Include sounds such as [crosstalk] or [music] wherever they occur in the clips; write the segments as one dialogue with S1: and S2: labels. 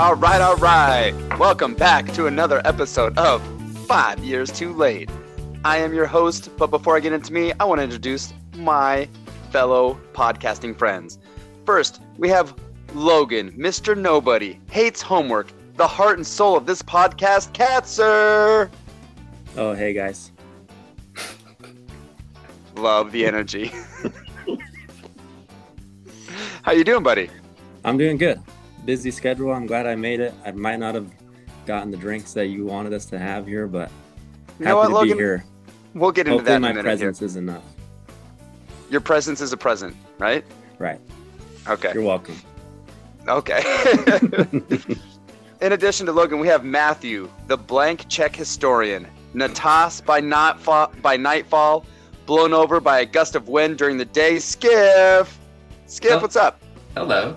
S1: All right, all right. Welcome back to another episode of Five Years Too Late. I am your host, but before I get into me, I want to introduce my fellow podcasting friends. First, we have Logan, Mr. Nobody, hates homework, the heart and soul of this podcast, Katzer.
S2: Oh, hey guys.
S1: Love the energy. [laughs] How you doing, buddy?
S2: I'm doing good. Busy schedule. I'm glad I made it. I might not have gotten the drinks that you wanted us to have here, but happy
S1: You know what,
S2: to
S1: Logan?
S2: be here.
S1: We'll get into
S2: Hopefully,
S1: that in a
S2: my
S1: minute.
S2: presence is enough.
S1: here. Your presence is a present, right?
S2: Right.
S1: Okay.
S2: You're welcome.
S1: Okay. [laughs] In addition to Logan, we have Matthew, the blank check historian, Natas by nightfall, by nightfall, blown over by a gust of wind during the day. Skiff, Skiff,
S3: Oh.
S1: what's up?
S3: Hello.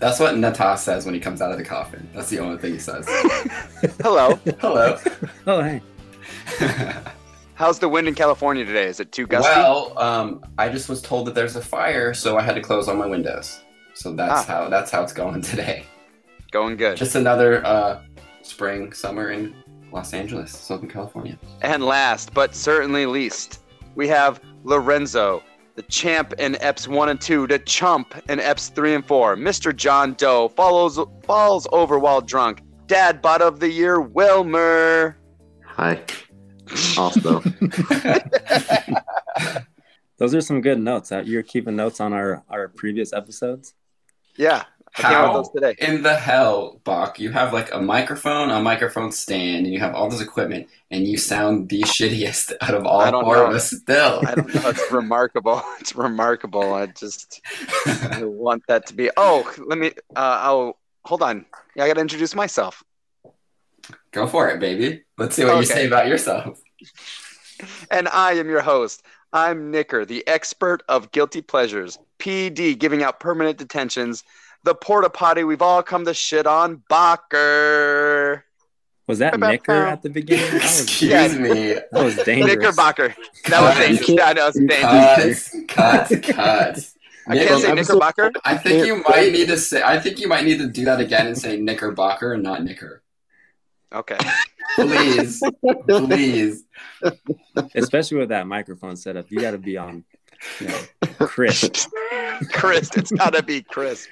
S3: That's what Natas says when he comes out of the coffin. That's the only thing he says.
S1: Hello.
S3: Hello.
S2: Oh, hey.
S1: How's the wind in California today? Is it too gusty?
S3: well, um, I just was told that there's a fire, so I had to close all my windows. So that's
S1: Ah.
S3: how that's how it's going [laughs] today.
S1: Going good.
S3: Just another uh, spring summer in Los Angeles, Southern California.
S1: And last, but certainly least, we have Lorenzo, the champ in EPS 1 and 2, the chump in EPS 3 and 4. Mr. John Doe follows, falls over while drunk. Dad bot of the year, Wilmer.
S4: Hi. Also,
S2: Those are some good notes. Uh, You're keeping notes on our, our previous episodes?
S1: [laughs] Yeah, I came out with
S3: How
S1: those today.
S3: in the hell, Bach? You have like a microphone, a microphone stand, and you have all this equipment, and you sound the shittiest [laughs] out of all
S1: I don't
S3: four of
S1: know.
S3: us. Still.
S1: I don't know. It's remarkable. [laughs] It's remarkable. I just I want that to be. Oh, let me. Uh, I'll hold on. Yeah, I got to introduce myself.
S3: Go for it, baby. Let's see what you
S1: Okay.
S3: say about yourself.
S1: And I am your host. I'm Nicker, the expert of guilty pleasures, PD giving out permanent detentions, the porta potty we've all come to shit on, Bacher.
S2: Was that
S1: Ba-ba-ba.
S2: Nicker at the beginning? That
S1: [laughs]
S2: was,
S3: Excuse
S1: Yeah.
S3: me.
S2: that was dangerous.
S1: Knickerbocker. That was dangerous. Yeah, that was dangerous.
S3: Cut, cut, cut.
S1: I can't
S3: Nick-
S1: say
S4: I'm so-
S1: Knickerbocker.
S3: I think you might need to say. I think you might need to do that again and say Knickerbocker and not Knicker.
S1: Okay.
S3: Please, please.
S2: Especially with that microphone setup. You got to be on you know, crisp.
S1: Chris, it's gotta be Chris.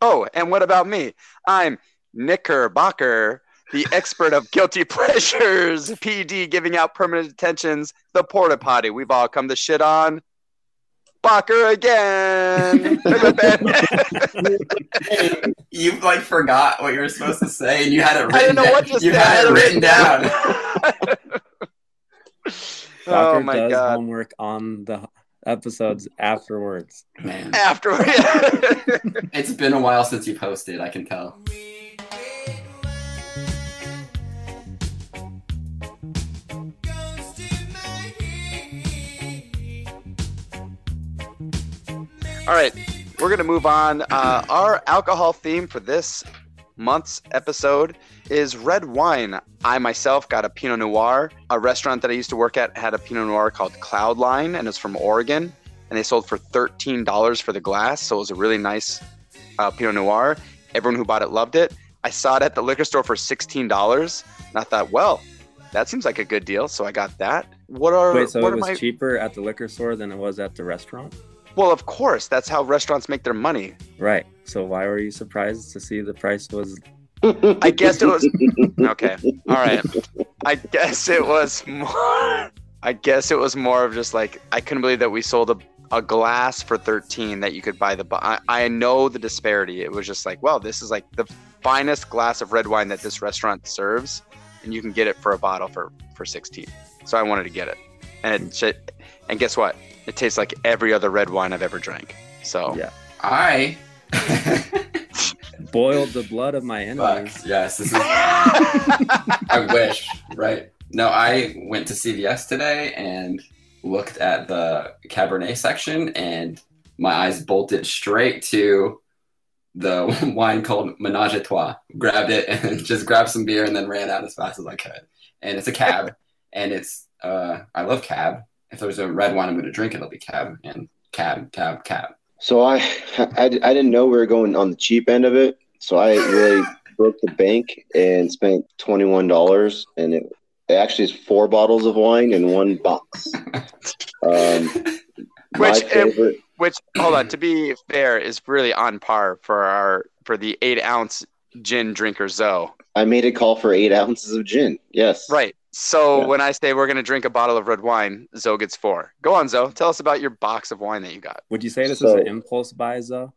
S1: Oh, and what about me? I'm Knickerbocker, the expert of guilty [laughs] pleasures, PD giving out permanent detentions, the porta potty we've all come to shit on. Bocker again.
S3: [laughs] You like forgot what you were supposed to say, and you had it written.
S1: I didn't know
S3: down.
S1: what just
S3: you had it written down.
S1: [laughs] [laughs] oh
S2: Doctor
S1: my
S2: does
S1: god.
S2: homework on the episodes afterwards.
S3: Man,
S1: After [laughs]
S3: it's been a while since you posted. I can tell.
S1: All right, we're going to move on. Uh, our alcohol theme for this month's episode is red wine. I myself got a Pinot Noir. A restaurant that I used to work at had a Pinot Noir called Cloud Line, and it's from Oregon. And they sold for $13 for the glass. So it was a really nice uh, Pinot Noir. Everyone who bought it loved it. I saw it at the liquor store for $16. And I thought, well, that seems like a good deal. So I got that. What are,
S2: Wait, so
S1: what
S2: it
S1: are
S2: was
S1: my-
S2: cheaper at the liquor store than it was at the restaurant?
S1: Well, of course, that's how restaurants make their money.
S2: Right. So why were you surprised to see the price was
S1: I guess it was okay. All right. I guess it was more. I guess it was more of just like I couldn't believe that we sold a, a glass for thirteen that you could buy the. bo- I, I know the disparity. It was just like, wow, this is like the finest glass of red wine that this restaurant serves, and you can get it for a bottle for for sixteen. So I wanted to get it, and it, sh- and guess what? It tastes like every other red wine I've ever drank. So
S2: Yeah.
S3: [laughs] I.
S2: boiled the blood of my
S3: Fuck.
S2: enemies?
S3: Yes, this is I wish, right? No, I went to CVS today and looked at the Cabernet section, and my eyes bolted straight to the [laughs] wine called Menage a Trois. Grabbed it and [laughs] just grabbed some beer, and then ran out as fast as I could. And it's a cab, and it's uh, I love cab. If there's a red wine I'm going to drink, it'll be cab and cab, cab, cab.
S4: so I, I, I didn't know we were going on the cheap end of it. So I really
S5: [laughs] broke the bank and spent twenty one dollars, and it, it actually is four bottles of wine in one box. Um,
S1: [laughs]
S5: my
S1: Which, um,
S5: favorite,
S1: Which hold on, to be fair, is really on par for our for the eight ounce gin drinker Zoe.
S5: I made a call for eight ounces of gin. Yes,
S1: Right. So
S5: Yeah.
S1: when I say we're gonna drink a bottle of red wine, Zoe gets four. Go on, Zoe. Tell us about your box of wine that you got.
S2: Would you say this
S5: So-
S2: is an impulse buy, though?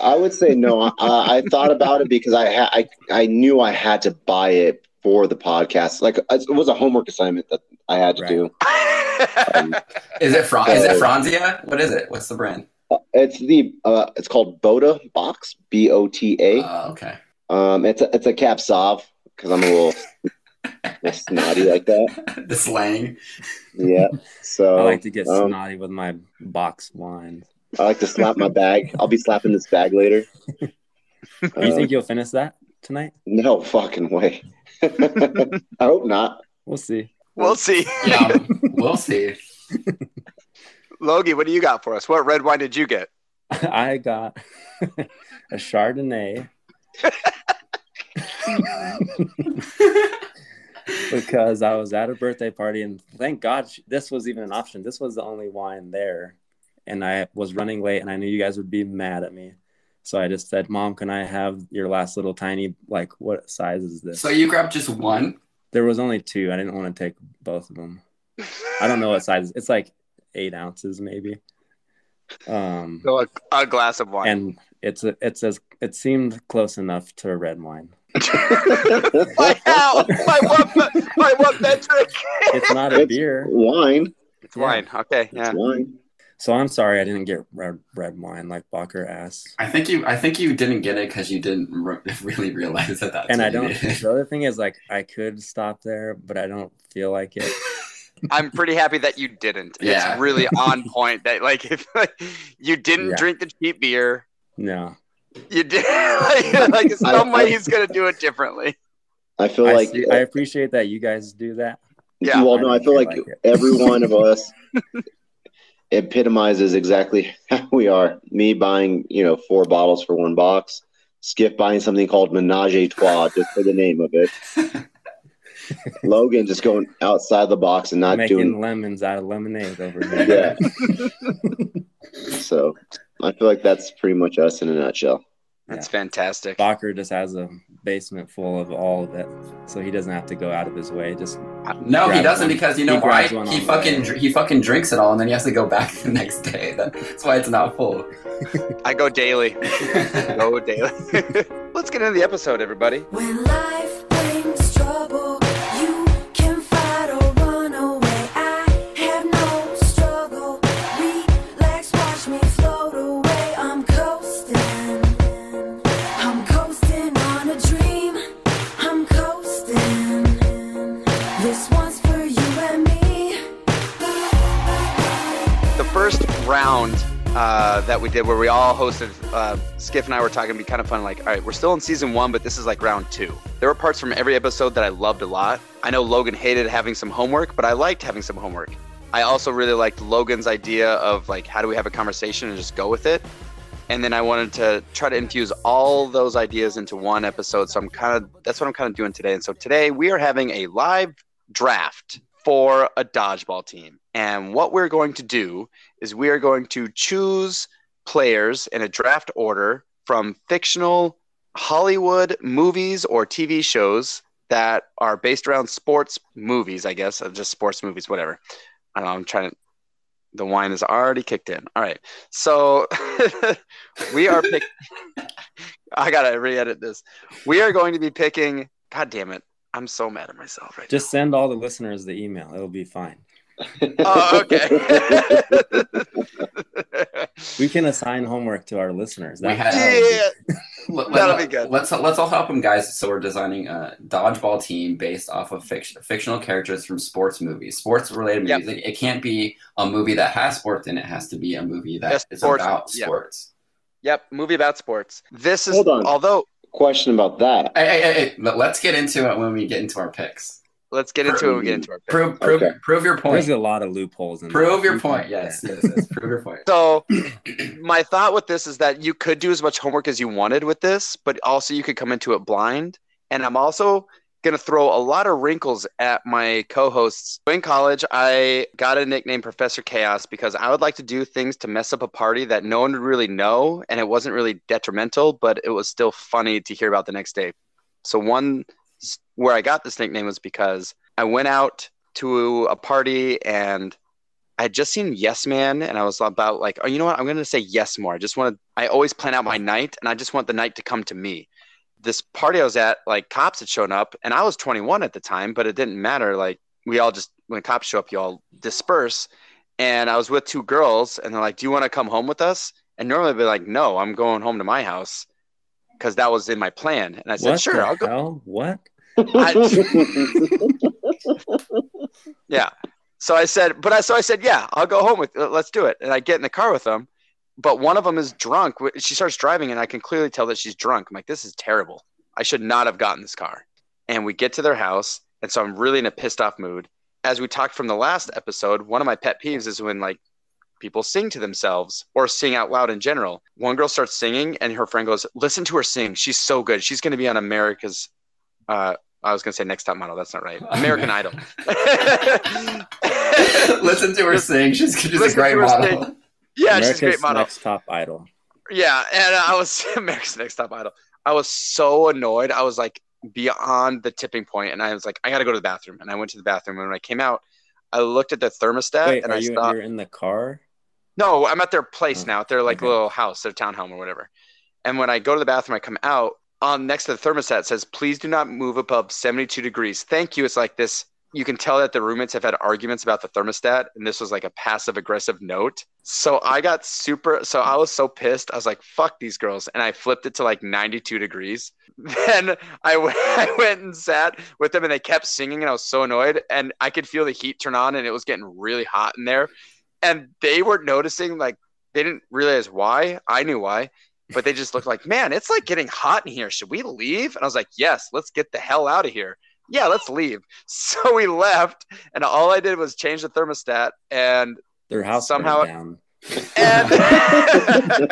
S5: I would say no. I, I thought about it because I, ha- I I knew I had to buy it for the podcast. Like uh, it was a homework assignment that I had to
S2: Right.
S5: do. Um,
S3: Is it Fra- Is
S5: So-
S3: it Franzia? What is it? What's the brand?
S5: it's the uh, it's called Bota Box B O T A.
S3: Uh, okay. [laughs]
S5: Um, it's a, it's a Capsov because I'm
S2: [laughs]
S5: a little, little snotty like that.
S3: the slang.
S5: Yeah. So
S2: I like to get
S5: um,
S2: snotty with my box wine.
S5: I like to slap my bag. I'll be slapping this
S2: [laughs]
S5: bag later.
S2: you
S5: Uh,
S2: think you'll finish that tonight?
S5: no fucking way. [laughs] I hope not.
S2: We'll see.
S1: [laughs] We'll see.
S3: Yeah, [laughs] we'll see.
S1: [laughs] Logie, what do you got for us? What red wine did you get?
S2: [laughs] I got a
S3: [laughs]
S2: Chardonnay because I was at a birthday party, and thank God sh- this was even an option. This was the only wine there, and I was running late, and I knew you guys would be mad at me, so I just said, "Mom, can I have your last little tiny? Like, what size is this?"
S3: So you grabbed just one.
S2: there was only two. I didn't want to take both of them. I don't know what size. It's like eight ounces, maybe. Um,
S1: So a, a glass of [laughs] wine.
S2: and it's a, it's as it seemed close enough to a red wine.
S1: by how? By what? me- By what metric?
S5: [laughs]
S2: It's not a
S5: It's-
S2: beer.
S5: [laughs] Wine.
S1: It's wine. Okay.
S5: It's
S1: Yeah.
S5: wine.
S2: So I'm sorry I didn't get red red wine like Bacher asked.
S3: I think you. I think you didn't get it because you didn't re- [laughs] really realize that. That's
S2: And
S3: what
S2: I
S3: you
S2: don't.
S3: needed.
S2: The other thing is like I could stop there, but I don't feel like it.
S1: I'm pretty happy that you didn't.
S3: Yeah.
S1: It's really on point that like if like, you didn't
S2: Yeah.
S1: drink the cheap beer,
S2: No,
S1: you did [laughs] like, like
S5: I-
S1: somebody's gonna do it differently.
S5: I feel
S2: I,
S5: like
S2: see- I appreciate that you guys do that.
S1: Yeah.
S5: well,
S2: I
S5: no,
S2: don't
S5: I feel
S2: really
S5: like,
S2: like it.
S5: every one of us epitomizes exactly how we are. Me buying, you know, four bottles for one box. Skip buying something called Menage a Trois just for the name of it. Logan just going outside the box and not
S2: Making [laughs]
S5: doing
S2: lemons out of lemonade
S5: [laughs]
S2: over here.
S5: yeah. so I feel like that's pretty much us in a nutshell.
S1: That's fantastic.
S2: Bacher just has a basement full of all of it, so he doesn't have to go out of his way. Just
S3: No,
S2: Grabs
S3: he doesn't
S2: one.
S3: because you know
S2: He
S3: why?
S2: grabs one
S3: He
S2: on the
S3: fucking
S2: way.
S3: dr- he fucking drinks it all, and then he has to go [laughs] back the next day. That- That's why it's not full.
S1: I go [laughs] daily. Go daily. [laughs] Let's get into the episode, everybody.
S6: When life brings trouble, you can fight or run away. I have no struggle. Relax, watch me float away. I'm coasting. I'm coasting on a dream. I'm coasting. This one's for you and me.
S1: the first round uh, that we did where we all hosted uh, skiff and i were talking it'd be kind of fun like all right we're still in season one but this is like round two there were parts from every episode that i loved a lot i know logan hated having some homework but i liked having some homework i also really liked logan's idea of like how do we have a conversation and just go with it and then i wanted to try to infuse all those ideas into one episode so i'm kind of that's what i'm kind of doing today and so today we are having a live draft for a dodgeball team and what we're going to do is we are going to choose players in a draft order from fictional Hollywood movies or TV shows that are based around sports movies, I guess, or just sports movies, whatever. I don't know. I'm trying to. The wine is already kicked in. All right. So [laughs] we are pick. [laughs] I got to re edit this. We are going to be picking. God damn it. I'm so mad at myself right
S2: just send all the listeners the email. It'll be fine.
S1: Oh,
S5: [laughs]
S1: okay.
S2: We can assign homework to our listeners.
S3: We
S2: That-
S3: had-
S2: that would be-
S1: yeah.
S3: Let-
S1: That'll
S3: let-
S1: be good.
S3: Let's let's all help him, guys. So we're designing a dodgeball team based off of fiction, fictional characters from sports movies, sports related
S1: Yep.
S3: movies. Like, It can't be a movie that has sports in it. it has to be a movie that is
S1: Yes, sports,
S3: about
S1: yeah.
S3: sports.
S1: Yep, movie about sports. This is
S5: Hold on.
S1: although
S5: Question about that.
S3: Hey, hey, hey, hey, let- let's get into it when we get into our picks.
S1: let's get into it. when We get into our pick.
S3: Prove prove
S5: Okay.
S3: prove your
S2: There's
S3: point.
S2: a lot of loopholes in
S3: Prove
S2: there.
S3: your point. Yes, yes, yes. Prove your point.
S1: So my thought with this is that you could do as much homework as you wanted with this, but also you could come into it blind. And I'm also going to throw a lot of wrinkles at my co hosts. In college, I got a nickname Professor Chaos because I would like to do things to mess up a party that no one would really know. And it wasn't really detrimental, but it was still funny to hear about the next day. So, one s- where I got this nickname was because I went out to a party and I had just seen Yes Man, and I was about like, oh, you know what? I'm going to say yes more. I just want to. I always plan out my night, and I just want the night to come to me. This party I was at, like cops had shown up, and I was 21 at the time, but it didn't matter. Like we all just when cops show up, you all disperse. And I was with two girls, and they're like, "Do you want to come home with us?" And normally I'd be like, "No, I'm going home to my house," because that was in my plan. And I said,
S2: what
S1: "Sure,
S2: the
S1: I'll go."
S2: hell? What?
S1: Yeah. So I said, but I so I said, yeah, I'll go home with. Let's do it. And I get in the car with them, but one of them is drunk. She starts driving, and I can clearly tell that she's drunk. I'm like, this is terrible. I should not have gotten this car. And we get to their house, and so I'm really in a pissed off mood. As we talked from the last episode, one of my pet peeves is when like people sing to themselves or sing out loud in general. One girl starts singing, and her friend goes, "Listen to her sing. She's so good. She's going to be on America's." Uh, I was going to say next top model. That's not right. American Idol.
S3: [laughs]
S1: [laughs]
S3: Listen to her sing. She's, she's a
S1: Listen
S3: great
S1: to her
S3: model.
S1: yeah, she's
S2: America's
S1: a great model.
S2: Next top idol.
S1: Yeah, and I was [laughs] America's Next Top Idol. I was so annoyed. I was like beyond the tipping point, and I was like, I gotta go to the bathroom. And I went to the bathroom, and when I came out, I looked at the thermostat,
S2: Wait,
S1: and
S2: are
S1: I
S2: you
S1: stopped.
S2: you're in the car?
S1: No, I'm at their place
S2: Oh,
S1: now, at their like
S2: okay.
S1: little house, their townhome or whatever. And when I go to the bathroom, I come out on next to the thermostat it says, "Please do not move above 72 degrees." Thank you. It's like this. You can tell that the roommates have had arguments about the thermostat, and this was like a passive aggressive note. So I got super. So I was so pissed. I was like, "Fuck these girls," and I flipped it to like 92 degrees. [laughs] Then I went, [laughs] I went and sat with them, and they kept singing, and I was so annoyed. And I could feel the heat turn on, and it was getting really hot in there. And they were noticing like they didn't realize why. I knew why, but they just looked like, man, it's like getting hot in here. Should we leave? And I was like, yes, let's get the hell out of here. Yeah, let's leave. [laughs] So we left, and all I did was change the thermostat, and
S2: Their house
S1: Somehow-
S2: somehow down.
S1: and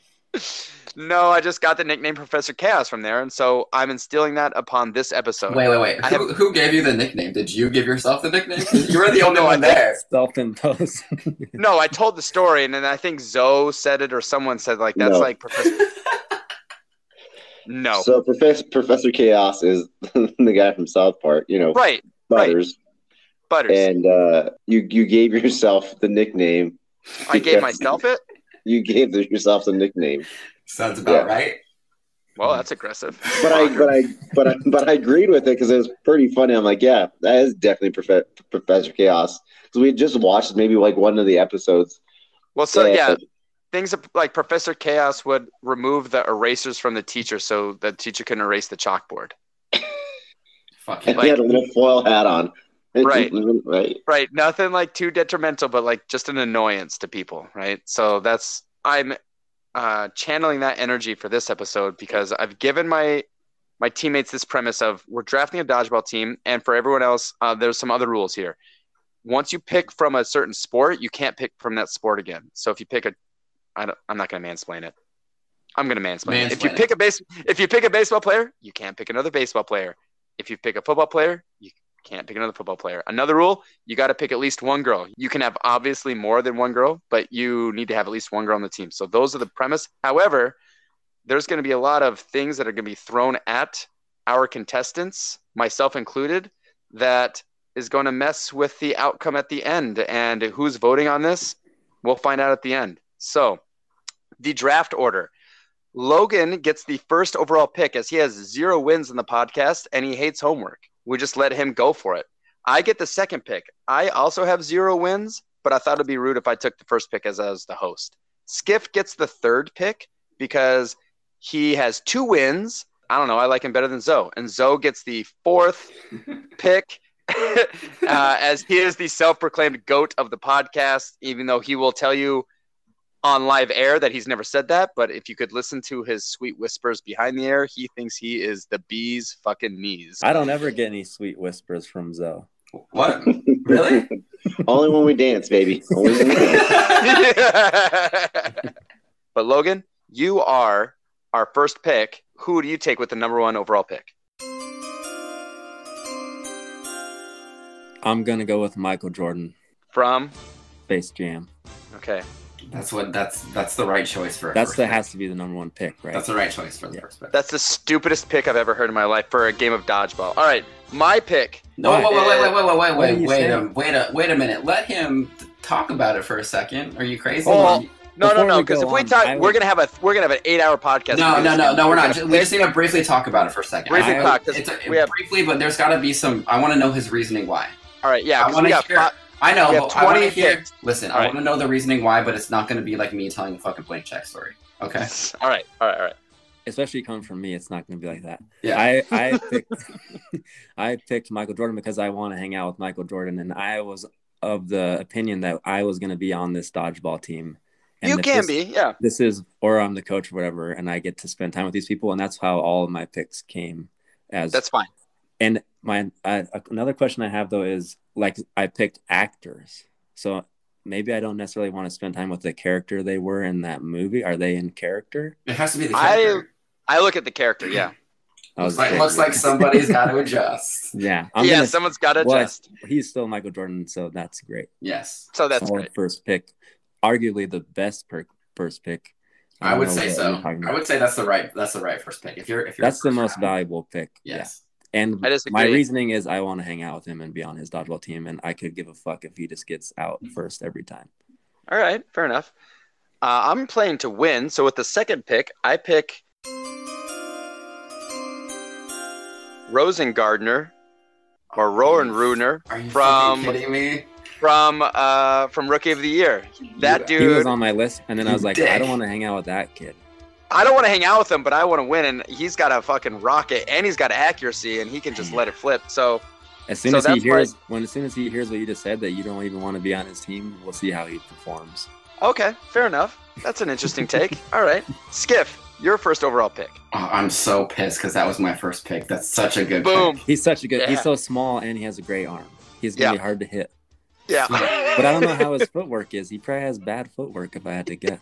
S1: [laughs] no, I just got the nickname Professor Chaos from there, and so I'm instilling that upon this episode.
S3: Wait, wait, wait.
S1: I
S3: Who, who gave you the nickname? Did you give yourself the nickname? You were the only one there.
S2: [laughs] Self-imposed.
S1: No, I told the story, and then I think Zoe said it or someone said like that's
S5: No.
S1: like Professor. no,
S5: So Professor Professor Chaos is [laughs] the guy from South Park, you know,
S1: right,
S5: Butters,
S1: Butters.
S5: and uh, you you gave yourself the nickname.
S1: I
S5: Yeah.
S1: gave myself it.
S5: You gave the- yourself the nickname.
S3: Sounds about
S5: Yeah.
S3: right.
S1: Well, that's aggressive.
S5: But I but
S1: [laughs]
S5: I but I, but I agreed with it because it was pretty funny. I'm like, yeah, that is definitely Profe- Professor Chaos because we had just watched maybe like one of the episodes.
S1: Well, so
S5: Yeah.
S1: yeah, things like Professor Chaos would remove the erasers from the teacher so the teacher can erase the chalkboard.
S3: Fucking
S5: And
S1: Like-
S5: he had a little foil hat on.
S1: Right.
S5: right.
S1: Right. Nothing like too detrimental, but like just an annoyance to people. Right. So that's, I'm uh, channeling that energy for this episode because I've given my, my teammates this premise of we're drafting a dodgeball team. And for everyone else, uh, there's some other rules here. Once you pick from a certain sport, you can't pick from that sport again. So if you pick a, I don't, I'm not going to mansplain it. I'm going to mansplain, it. If you
S3: Mansplain it.
S1: pick a base, if you pick a baseball player, you can't pick another baseball player. If you pick a football player, you can't pick another football player. Another rule, you got to pick at least one girl. You can have obviously more than one girl, but you need to have at least one girl on the team. So those are the premise. However, there's going to be a lot of things that are going to be thrown at our contestants, myself included, that is going to mess with the outcome at the end. And who's voting on this? We'll find out at the end. So, the draft order. Logan gets the first overall pick as he has zero wins in the podcast and he hates homework. We just let him go for it. I get the second pick. I also have zero wins, but I thought it'd be rude if I took the first pick as I was the host. Skiff gets the third pick because he has two wins. I don't know. I like him better than Zoe. And Zoe gets the fourth pick [laughs] uh, as he is the self proclaimed goat of the podcast, even though he will tell you on live air that he's never said that. But if you could listen to his sweet whispers behind the air, he thinks he is the bee's fucking knees.
S2: I don't ever get any sweet whispers from Zoe.
S3: What? Really?
S5: Only when we dance, baby. Only when
S1: [laughs]
S5: we dance.
S1: but Logan, you are our first pick. Who do you take with the number one overall pick?
S2: I'm gonna go with Michael Jordan,
S1: From
S2: Space Jam.
S1: okay,
S3: that's what that's that's the right choice for. a
S2: That's
S3: first
S2: the
S3: pick.
S2: has to be the number one pick, right?
S3: That's the right choice for the
S2: Yeah.
S3: first pick.
S1: that's the stupidest pick I've ever heard in my life for a game of dodgeball. All right, my pick.
S3: No, wait, wait, wait, wait, wait, wait,
S2: What are
S3: wait,
S2: you
S3: wait, wait, a,
S2: saying?
S3: wait, a, wait a minute. Let him talk about it for a second. Are you crazy?
S1: Oh, No,
S2: Before
S1: no, no.
S2: we
S1: Because
S2: go
S1: if we
S2: on,
S1: talk,
S2: I
S1: we're
S2: would-
S1: gonna have a we're gonna have an eight-hour podcast.
S3: no,
S1: for
S3: no,
S1: this
S3: no,
S1: game.
S3: no. We're not.
S1: gonna
S3: Ju- We
S1: pick-
S3: just need to briefly talk about it for a second.
S1: Briefly
S3: I-
S1: talk, 'cause
S3: It's a,
S1: we have-
S3: briefly, but there's got to be some. I want to know his reasoning why.
S1: All right, yeah.
S3: I
S1: 'cause
S3: wanna
S1: we got
S3: hear-
S1: fi-
S3: I know.
S1: We have
S3: but I want to
S1: 20
S3: hear.
S1: picks.
S3: Listen, I
S1: Alright.
S3: want to know the reasoning why, but it's not going to be like me telling a fucking blank check story. Okay.
S1: [laughs] All right, all right, all right.
S2: especially coming from me, it's not going to be like that.
S3: Yeah.
S2: I
S1: [laughs]
S2: I picked [laughs] I picked Michael Jordan because I want to hang out with Michael Jordan, and I was of the opinion that I was going to be on this dodgeball team. And
S1: you
S2: that
S1: can
S2: this,
S1: be, yeah.
S2: This is, or I'm the coach, or whatever, and I get to spend time with these people, and that's how all of my picks came. As
S1: That's fine.
S2: and my I, another question I have though is like I picked actors, so maybe I don't necessarily want to spend time with the character they were in that movie. Are they in character?
S3: It has to be the
S1: I-
S3: character.
S1: I look at the character, yeah,
S2: I
S3: looks
S2: was
S3: like, looks like somebody's got to adjust.
S2: yeah.
S1: yeah.
S2: gonna-
S1: someone's got to
S2: Well, I-
S1: adjust,
S2: he's still Michael Jordan, so that's great.
S3: Yes.
S1: so that's
S2: Solid
S1: great.
S2: first pick, arguably the best per- first pick.
S3: I would
S2: don't know
S3: say
S2: what
S3: so.
S2: you're talking
S3: I
S2: about.
S3: would say that's the right. That's the right first pick. If you're, if you're
S2: That's the
S3: first
S2: most
S3: round,
S2: valuable pick.
S3: Yes.
S2: Yeah. And
S1: I disagree.
S2: my reasoning is I want to hang out with him and be on his dodgeball team, and I could give a fuck if he just gets out
S3: Mm-hmm.
S2: first every time.
S1: All right, fair enough. Uh, I'm playing to win, so with the second pick, I pick Rosengardner or Rowan Runer
S3: Are you
S1: From-
S3: fucking kidding me?
S1: from uh, from Rookie of the Year. That
S3: You-
S2: He was
S1: dude,
S2: on my list, and then I was
S3: You
S2: like,
S3: dick.
S2: I don't want to hang out with that kid.
S1: I don't want to hang out with him, but I want to win, and he's got a fucking rocket, and he's got accuracy, and he can just let it flip. So
S2: As soon
S1: So
S2: as he
S1: that's why-
S2: hears, when as soon as he hears what you just said that you don't even want to be on his team, we'll see how he performs.
S1: okay, fair enough. That's an interesting
S2: [laughs]
S1: take. All right, Skiff, your first overall pick.
S3: Oh, I'm so pissed because that was my first pick. That's such a good
S1: Boom.
S2: He's such a good.
S1: Yeah.
S2: He's so small, and he has a great arm. He's gonna
S1: Yeah.
S2: be hard to hit.
S1: Yeah.
S2: But I don't know how his footwork is. He probably has bad footwork, if I had to guess.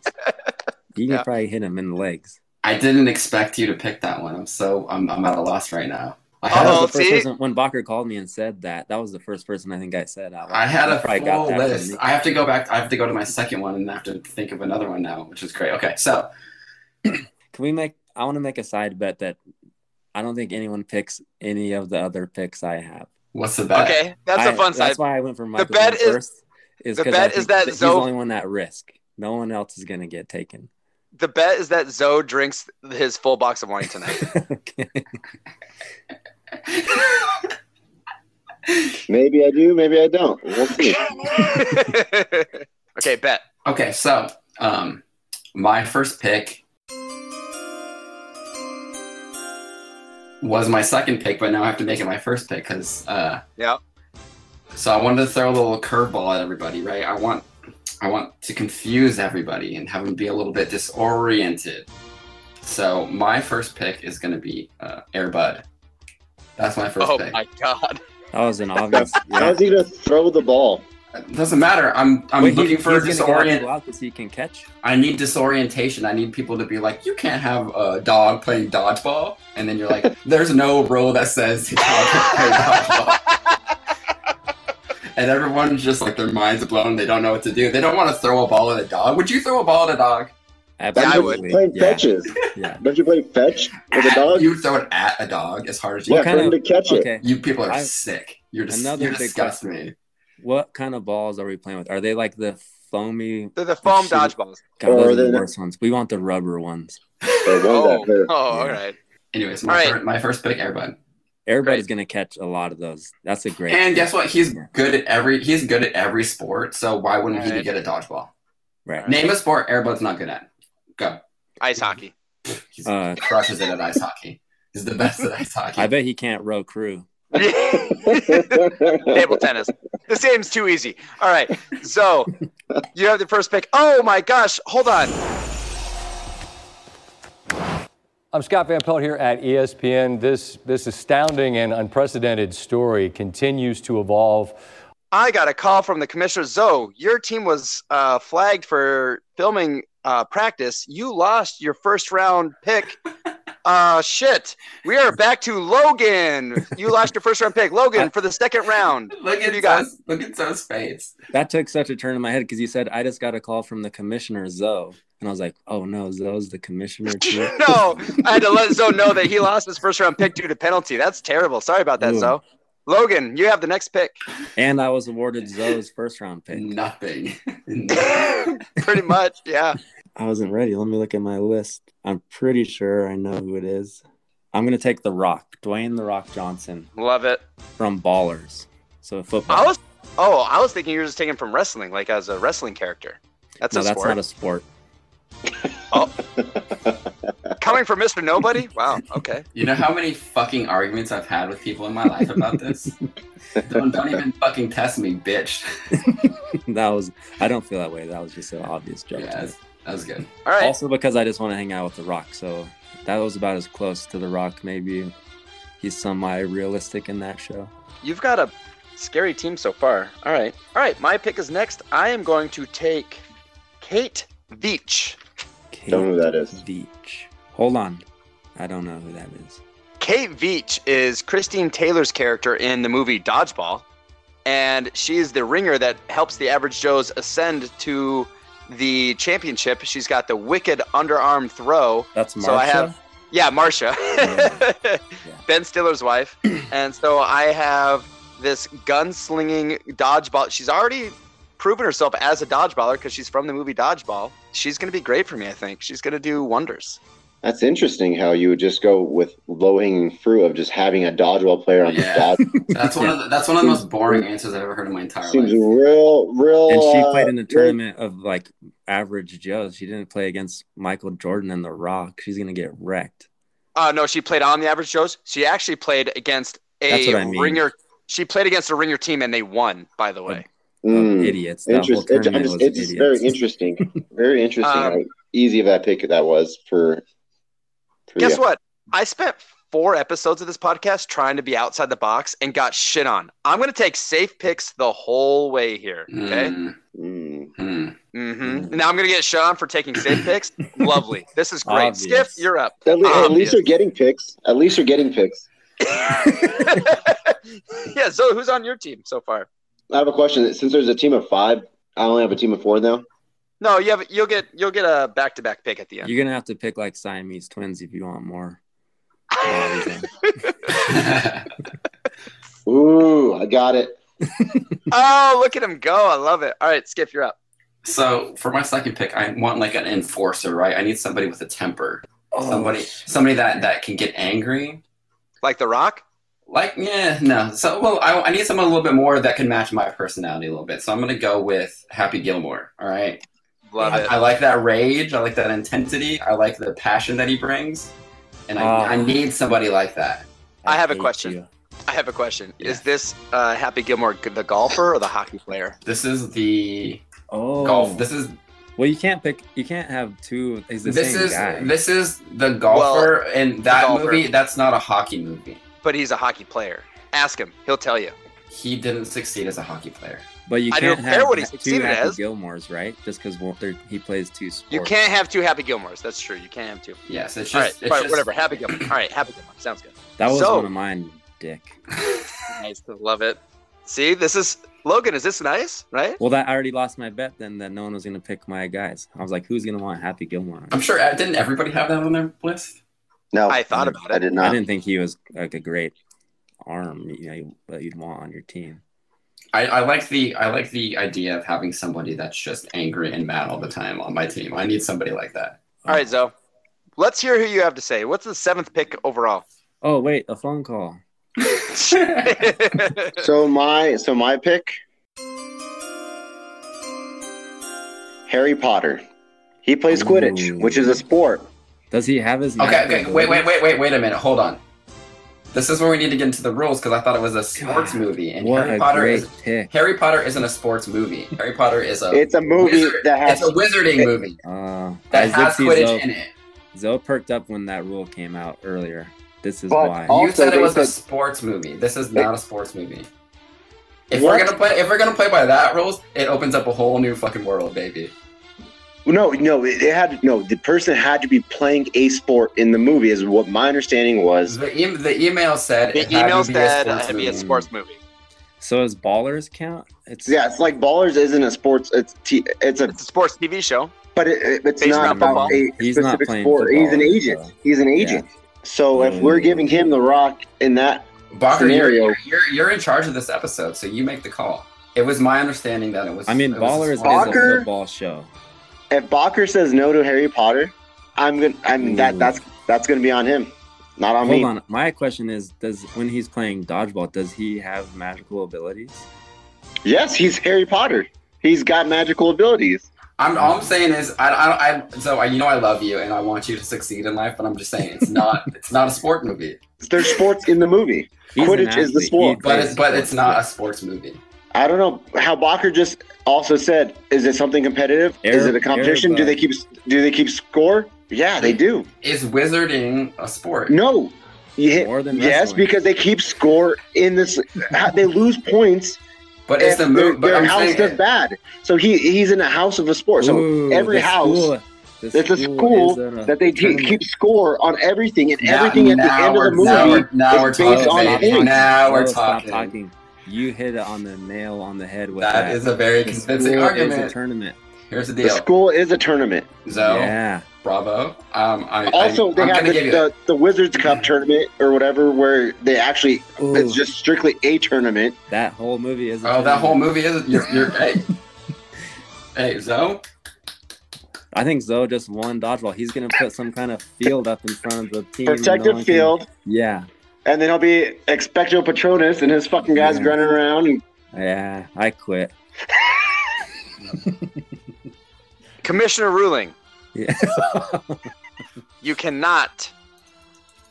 S2: You can
S1: Yeah.
S2: probably hit him in the legs.
S3: I didn't expect you to pick that one. I'm so I'm, I'm at a loss right now. I
S2: That
S3: had,
S2: was
S1: Uh-oh.
S2: the first
S1: see?
S2: person, when Bakker called me and said that, that was the first person I think I said out
S3: a, I had a
S2: Probably got that
S3: full
S2: from
S3: list.
S2: me.
S3: I have to go back. I have to go to my second one and I have to think of another one now, which is great. Okay, so
S2: Can we make? I want to make a side bet that I don't think anyone picks any of the other picks I have.
S3: what's the bet?
S1: [laughs] Okay, that's
S2: a
S1: a fun side.
S2: That's why I went for Michael the
S1: bet
S2: bet
S1: is-
S2: first. Is
S1: the
S2: 'cause I
S1: bet is
S2: think
S1: that
S2: he's
S1: Zo-
S2: the only one at risk. No one else is gonna get taken. [laughs]
S1: The bet is that Zoe drinks his full box of wine
S2: [laughs]
S1: tonight. [laughs]
S2: okay.
S3: [laughs]
S5: Maybe I do, maybe I don't. We'll see.
S1: okay, bet.
S3: okay, so um, my first pick was my second pick, but now I have to make it my first pick because uh,
S1: Yeah.
S3: So I wanted to throw a little curveball at everybody, right? I want I want to confuse everybody and have them be a little bit disoriented. So my first pick is going to be uh, Airbud. That's my first
S1: oh
S3: pick.
S1: my god.
S2: That was an obvious. yeah.
S5: How's he gonna throw the ball?
S3: It doesn't matter. I'm I'm
S2: Wait, he-
S3: looking for
S2: he's gonna get out the block
S3: disorient.
S2: 'cause he can catch.
S3: I need disorientation. I need people to be like, you can't have a dog playing dodgeball, and then you're
S2: [laughs]
S3: like, there's no rule that says dog can't play dodgeball. And everyone's just like their minds blown. They don't know what to do. They don't want to throw a ball at a dog. Would you throw a ball at a dog?
S1: I
S2: Absolutely.
S5: Play
S2: Yeah.
S5: fetches.
S2: yeah.
S5: Don't you play fetch with a dog?
S3: You throw it at a dog as hard as you
S5: yeah,
S2: What
S5: for
S3: can.
S2: kind
S5: him to
S2: of-
S5: catch it.
S2: Okay.
S3: You people are
S2: I've-
S3: sick. You're just
S2: Another
S3: you
S2: big
S3: disgust me.
S2: What kind of balls are we playing with? Are they like the foamy?
S1: They're the foam
S2: Shoot.
S1: dodgeballs.
S2: God, those are
S5: Or Oh, they're
S2: the
S5: not-
S2: worst ones. We want the rubber ones.
S5: Or one
S1: Oh,
S5: that-
S1: oh, all
S2: Yeah.
S1: right.
S3: Anyways, my,
S1: All right.
S3: fir- my first pick, Airbud.
S2: Everybody's gonna catch a lot of those. That's a great.
S3: And guess what? He's
S2: Yeah.
S3: good at every. He's good at every sport. So why wouldn't he
S1: Alright.
S3: get a dodgeball?
S2: right.
S3: Name a sport Airbud's not good at. Go.
S1: Ice hockey. [laughs]
S3: He's,
S2: Uh,
S3: he crushes it at ice hockey. He's the best at
S2: [laughs]
S3: ice hockey.
S2: I bet he can't row crew.
S1: Table tennis. This game's too easy. All right. So you have the first pick. Oh my gosh. Hold on.
S7: I'm Scott Van Pelt here at E ESPN. This, this astounding and unprecedented story continues to evolve.
S1: I got a call from the commissioner Zoe. Your team was uh, flagged for filming uh, practice. You lost your first round pick. Uh, shit. We are back to Logan. You lost your first round pick, Logan, for the second round.
S3: Look
S1: Who do
S3: at
S1: you got?
S3: Zoe's, look at Zoe's face.
S2: That took such a turn in my head because you said I just got a call from the commissioner Zoe, and I was like, "Oh no, Zoe's the commissioner too."
S1: [laughs] no, I had to let Zoe know that he lost his first round pick due to penalty. That's terrible. Sorry about that,
S2: Ooh.
S1: Zoe. Logan, you have the next
S2: [laughs]
S1: pick.
S2: and I was awarded Zoe's first round pick.
S3: Nothing. [laughs]
S1: Pretty much, yeah.
S2: I wasn't ready. Let me look at my list. I'm pretty sure I know who it is. I'm gonna take The Rock, Dwayne The Rock Johnson
S1: Love it.
S2: from Ballers. So football.
S1: I was oh, I was thinking you were just taken from wrestling, like as a wrestling character. That's
S2: no,
S1: a
S2: that's
S1: sport.
S2: not a sport.
S1: Coming from Mr. Nobody? Wow. Okay.
S3: you know how many fucking arguments I've had with people in my life about this? don't, don't even fucking test
S2: [laughs]
S3: me, bitch.
S2: that was. I don't feel that way. That was just an obvious joke. to
S3: Yeah,
S2: me.
S3: that's- that was good.
S1: All right.
S2: Also because I just want to hang out with The Rock, so that was about as close to The Rock. Maybe he's semi-realistic in that show.
S1: You've got a scary team so far. All right. All right. My pick is next. I am going to take Kate Veach.
S2: Kate
S5: Don't know who that is.
S2: Beach. Hold on, I don't know who that is.
S1: Kate Veach is Christine Taylor's character in the movie Dodgeball, and she is the ringer that helps the average Joes ascend to the championship. She's got the wicked underarm throw.
S2: That's Marsha.
S1: So I have- Yeah, Marcia. [laughs] Ben Stiller's wife.
S2: [clears throat]
S1: And so I have this gunslinging dodgeball. She's already proven herself as a dodgeballer because she's from the movie Dodgeball. She's going to be great for me, I think. She's going to do wonders.
S5: That's interesting how you would just go with low hanging fruit of just having a dodgeball player on
S3: Yeah.
S1: [laughs]
S5: the dodge.
S3: That's one of the, that's one of the most boring answers I've ever heard in my entire
S5: Seems
S3: life.
S5: real, real.
S2: And she
S5: uh,
S2: played in a
S5: real-
S2: tournament of like average Joes. She didn't play against Michael Jordan and The Rock. She's gonna get wrecked.
S1: Uh, no, she played on the average Joes. She actually played against
S2: That's
S1: a
S2: what I mean.
S1: ringer. She played against a ringer team and they won, by the way.
S5: Mm.
S2: Of idiots. That whole
S5: Interest, it,
S2: tournament
S5: I'm just,
S2: was
S5: it's just very
S2: idiots.
S5: interesting. Very interesting.
S1: Um,
S5: how easy of that pick that was for. for
S1: Guess
S5: you.
S1: what? I spent four episodes of this podcast trying to be outside the box and got shit on. I'm going to take safe picks the whole way here. Okay.
S5: Mm.
S3: Mhm.
S1: Mm-hmm. Now I'm gonna get shut on for taking
S3: [laughs]
S1: safe picks. Lovely. This is great.
S2: Obvious.
S1: Skiff, you're up. [laughs]
S5: At, le- at least
S1: Obvious.
S5: you're getting picks. At least you're getting picks.
S1: yeah. So who's on your team so far?
S5: I have a question. Since there's a team of five, I only have a team of four now.
S1: No, you have. You'll get. You'll get a back-to-back pick at the [laughs] end.
S2: You're gonna have to pick like Siamese twins if you want more.
S3: Mm-hmm.
S5: Ooh, I got it.
S1: oh, look at him go! I love it. All right, Skiff, you're up.
S3: [laughs] so for my second pick, I want like an enforcer, right? I need somebody with a temper,
S2: Oh,
S3: [laughs] somebody somebody that that can get angry.
S1: Like The Rock.
S3: Like yeah, no. So well, I, I need someone a little bit more that can match my personality a little bit. So I'm gonna go with Happy Gilmore. All right,
S1: Love
S3: I,
S1: it.
S3: I like that rage. I like that intensity. I like the passion that he brings, and I,
S2: Ah.
S3: I need somebody like that.
S1: I have a
S2: hate
S1: question.
S2: you.
S1: I have a question.
S3: Yeah.
S1: Is this uh, Happy Gilmore g- the golfer or the hockey player?
S3: This is the
S2: Oh,
S3: golf. This is
S2: well, you can't pick. You can't have two. He's the
S3: this
S2: same
S3: is
S2: guy.
S3: this is the golfer in that
S1: golfer.
S3: movie. That's not a hockey movie.
S1: But he's a hockey player. Ask him. He'll tell you.
S3: He didn't succeed as a hockey player.
S2: but you
S1: I
S2: can't
S1: don't care
S2: have
S1: what he's
S2: ha- two
S1: seen it
S2: Happy
S1: as.
S2: Gilmores, right? Just because he plays two sports.
S1: You can't have two Happy Gilmores. That's true. You can't have two.
S3: Yes, it's just,
S1: All right.
S3: it's
S1: All right.
S3: just-
S1: Whatever. Happy Gilmore. All right. Happy Gilmore. Sounds good.
S2: That was
S1: So-
S2: one of mine, Dick.
S1: Nice, love it. See, this is Logan. Is this nice? Right?
S2: Well, that I already lost my bet then that no one was gonna pick my guys. I was like, who's gonna want Happy Gilmore?
S3: [laughs] I'm sure uh, didn't everybody have that on their list?
S5: No,
S1: I thought about
S5: I
S1: it.
S5: did
S2: I
S5: not.
S2: didn't think he was like a great arm, you know, that you'd want on your team.
S3: I, I like the I like the idea of having somebody that's just angry and mad all the time on my team. I need somebody like
S5: [laughs]
S3: that.
S1: All right, Zoe. Let's hear who you have to say. What's the seventh pick overall? [laughs]
S2: Oh wait, a phone call.
S5: So my so my pick Harry Potter. He plays Quidditch,
S2: Ooh.
S5: which is a sport.
S2: Does he have his?
S3: Okay,
S2: natural
S3: okay, wait, wait,
S2: abilities?
S3: wait, wait, wait a minute. Hold on. This is where we need to get into the rules because I thought it was a sports
S2: God,
S3: movie, and
S2: What
S3: Harry
S2: a
S3: Potter
S2: great
S3: is
S2: pick.
S3: Harry Potter isn't a sports movie. Harry Potter is a
S5: It's a
S1: [laughs]
S5: movie
S3: wizard-
S5: that
S3: it's
S5: has
S3: a wizarding movie
S2: Uh,
S3: that
S2: I did
S3: has
S2: see
S3: Quidditch
S2: Zoe-
S3: in it.
S2: Zoe perked up when that rule came out earlier. This is
S5: But
S2: why.
S5: all-
S3: You said
S5: Also,
S3: it was
S5: they
S3: a
S5: said-
S3: sports movie. This is not a sports movie. If
S5: What?
S3: we're gonna play, if we're gonna play by that rules, it opens up a whole new fucking world, baby.
S5: No, no, it, it had no. The person had to be playing a sport in the movie, is what my understanding was.
S3: The, e- the email said
S1: The
S3: it had to
S1: email
S3: be a
S1: said
S3: sports
S1: it had to be a
S3: movie.
S1: sports movie.
S2: So is ballers count? It's
S5: Yeah, it's like Ballers isn't a sports. It's t, it's a,
S1: It's a sports TV show.
S5: but it, it- it's
S1: Based
S5: not
S1: around
S5: about
S1: football.
S5: a
S2: He's not
S5: specific
S2: playing
S5: sport. He's an
S2: football,
S5: agent.
S2: so-
S5: He's an agent. So if we're
S2: Mm.
S5: giving him the rock in that,
S3: Barker, you're,
S5: scenario.
S3: you're you're- you're in charge of this episode, so you make the call. It was my understanding that it was.
S2: I mean,
S3: it was
S2: ballers is
S3: sports
S2: a
S5: Barker?
S3: movie.
S2: football show.
S5: if Balker says no to Harry Potter, I'm gonna. I'm that.
S2: Ooh.
S5: That's that's gonna be on him, not on
S2: Hold
S5: me.
S2: on. My question is: Does when he's playing dodgeball, does he have magical abilities?
S5: Yes, he's Harry Potter. He's got magical abilities.
S3: I'm all I'm saying is I I, I so I, you know I love you and I want you to succeed in life, but I'm just saying it's not [laughs] it's not a sport movie,
S5: There's sports in the movie.
S2: He's an
S5: Quidditch is the
S2: athlete. He
S5: sport.
S3: but
S2: plays
S3: it's but
S2: sports.
S3: it's not a sports movie.
S5: I don't know how Balker just also said. Is it something competitive? is
S2: Air-
S5: it a competition?
S2: air,
S5: do
S2: uh,
S5: they keep Do they keep score? Yeah, they do.
S3: Is wizarding a sport?
S5: No. You hit-
S2: More than
S5: yes,
S2: wrestling.
S5: because they keep score in this. how- they lose points.
S3: but it's
S5: if
S3: the
S5: their,
S3: movie. But
S5: their
S3: I'm
S5: house
S3: saying
S5: does bad. So he he's in a house of a sport. So
S2: Ooh,
S5: every
S2: the
S5: house.
S2: school- the
S5: It's a school that they te- keep score on everything, and everything at the
S3: now
S5: end of the
S3: we're- now
S5: movie.
S3: we're- now
S5: is
S3: we're
S5: based
S3: talking,
S5: on
S3: baby.
S5: things.
S3: Oh, Now we're
S2: stop
S3: talking.
S2: talking. You hit it on the nail on the head with that.
S3: that is a very
S2: The school
S3: convincing
S2: Is a
S3: argument.
S2: tournament.
S3: Here's the
S5: The
S3: deal.
S5: school is a tournament.
S3: So
S2: Yeah.
S3: bravo. Um, I,
S5: Also,
S3: I,
S5: they
S3: I'm
S5: have
S3: gonna
S5: the,
S3: give you
S5: the, the Wizards Cup tournament or whatever, where they actually
S2: Ooh,
S5: it's just strictly a tournament.
S2: that whole movie is. a
S3: Oh,
S2: tournament.
S3: that whole movie is you're,
S2: [laughs]
S3: you're hey. Hey, Zoe,
S2: I think Zoe just won dodgeball. He's gonna put some kind of field up in front of the team. and no
S5: Protective
S2: one can-
S5: field,
S2: Yeah,
S5: and then he'll be Expecto Patronus, and his fucking guys
S2: Yeah.
S5: running around. And
S2: yeah. I quit.
S1: Commissioner ruling.
S2: Yeah.
S1: [laughs] You cannot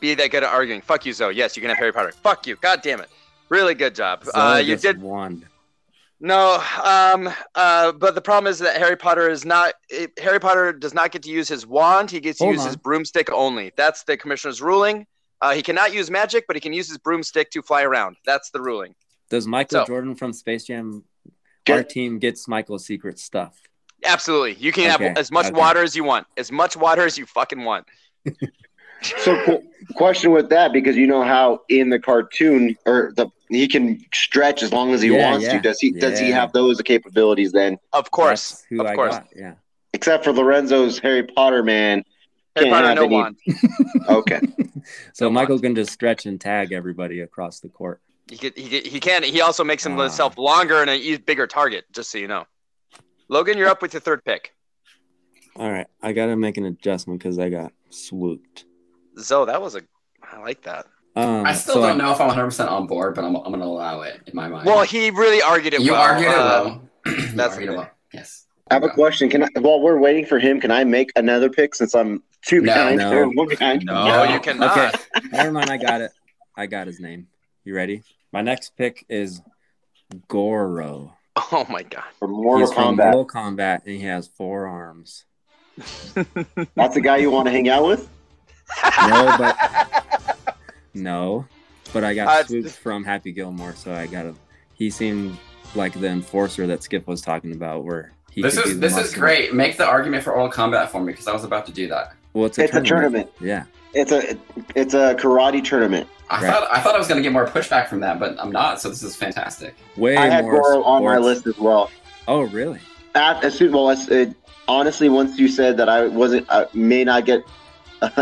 S1: be that good at arguing. Fuck you, Zoe. Yes, you can have Harry Potter. Fuck you. God damn it. Really good job. Uh,
S2: Zoe
S1: you
S2: just
S1: did
S2: won.
S1: No, um, uh, but the problem is that Harry Potter is not. It, Harry Potter does not get to use his wand. He gets to
S2: Hold
S1: use his
S2: on.
S1: broomstick only. That's the commissioner's ruling. Uh, he cannot use magic, but he can use his broomstick to fly around. That's the ruling.
S2: Does Michael
S1: So-
S2: Jordan from Space Jam? Our
S5: Get-
S2: team gets Michael's secret stuff.
S1: Absolutely, you can
S2: Okay,
S1: have as much
S2: okay.
S1: water as you want, as much water as you fucking want.
S5: so, qu- question with that because you know how in the cartoon or the he can stretch as long as he
S2: Yeah,
S5: wants
S2: yeah.
S5: to. Does he does he
S2: Yeah.
S5: have those capabilities then?
S1: Of course,
S2: That's who
S1: of
S2: I
S1: course.
S2: got. Yeah.
S5: except for Lorenzo's Harry Potter man.
S1: Harry
S5: Can't
S1: Potter
S5: have
S1: no
S5: any-
S1: wand.
S5: Okay,
S2: So Michael can just stretch and tag everybody across the court.
S1: He could, he could, he can. He also makes
S2: Ah.
S1: himself longer and a e- bigger target. Just so you know, Logan, you're up with your third pick.
S2: All right, I gotta make an adjustment because I got swooped.
S1: Zoe, that was a. I like that.
S2: Um,
S3: I still
S2: so
S3: don't know if I'm 100 percent on board, but I'm, I'm gonna allow it in my mind.
S1: Well, he really argued it
S3: you
S1: well.
S3: argued it
S1: Uh,
S3: well. [clears throat] You
S1: that's
S3: argued it
S1: okay.
S3: well. Yes.
S5: I have a question. Can I, while we're waiting for him, can I make another pick since I'm two
S3: No,
S5: behind
S2: no.
S5: or one behind?
S1: No,
S3: No.
S1: you cannot.
S2: Okay. Never mind, I got it. I got his name. You ready? My next pick is Goro.
S1: [laughs] Oh my god.
S5: For Mortal
S2: He's from
S5: Kombat,
S2: Mortal Kombat, and he has four arms.
S5: that's the guy you want to hang out with.
S2: No, but
S3: [laughs]
S2: no, but I got
S1: Uh,
S2: swooped from Happy Gilmore, so I got a. He seemed like the enforcer that Skip was talking about, where he
S3: This
S2: could be
S3: is
S2: the
S3: this is
S2: muscle.
S3: great. Make the argument for Oral Combat for me because I was about to do that.
S2: Well, it's a
S5: It's a
S2: tournament.
S5: tournament.
S2: Yeah,
S5: It's a it's a karate tournament.
S3: I
S2: Right.
S3: thought I thought I was gonna get more pushback from that, but I'm not. So this is fantastic.
S2: way
S5: I had
S2: more
S5: Goro on my
S2: sports-
S5: list as well.
S2: Oh, really?
S5: At, as soon, well, as, it, honestly, once you said that I wasn't, I may not get [laughs]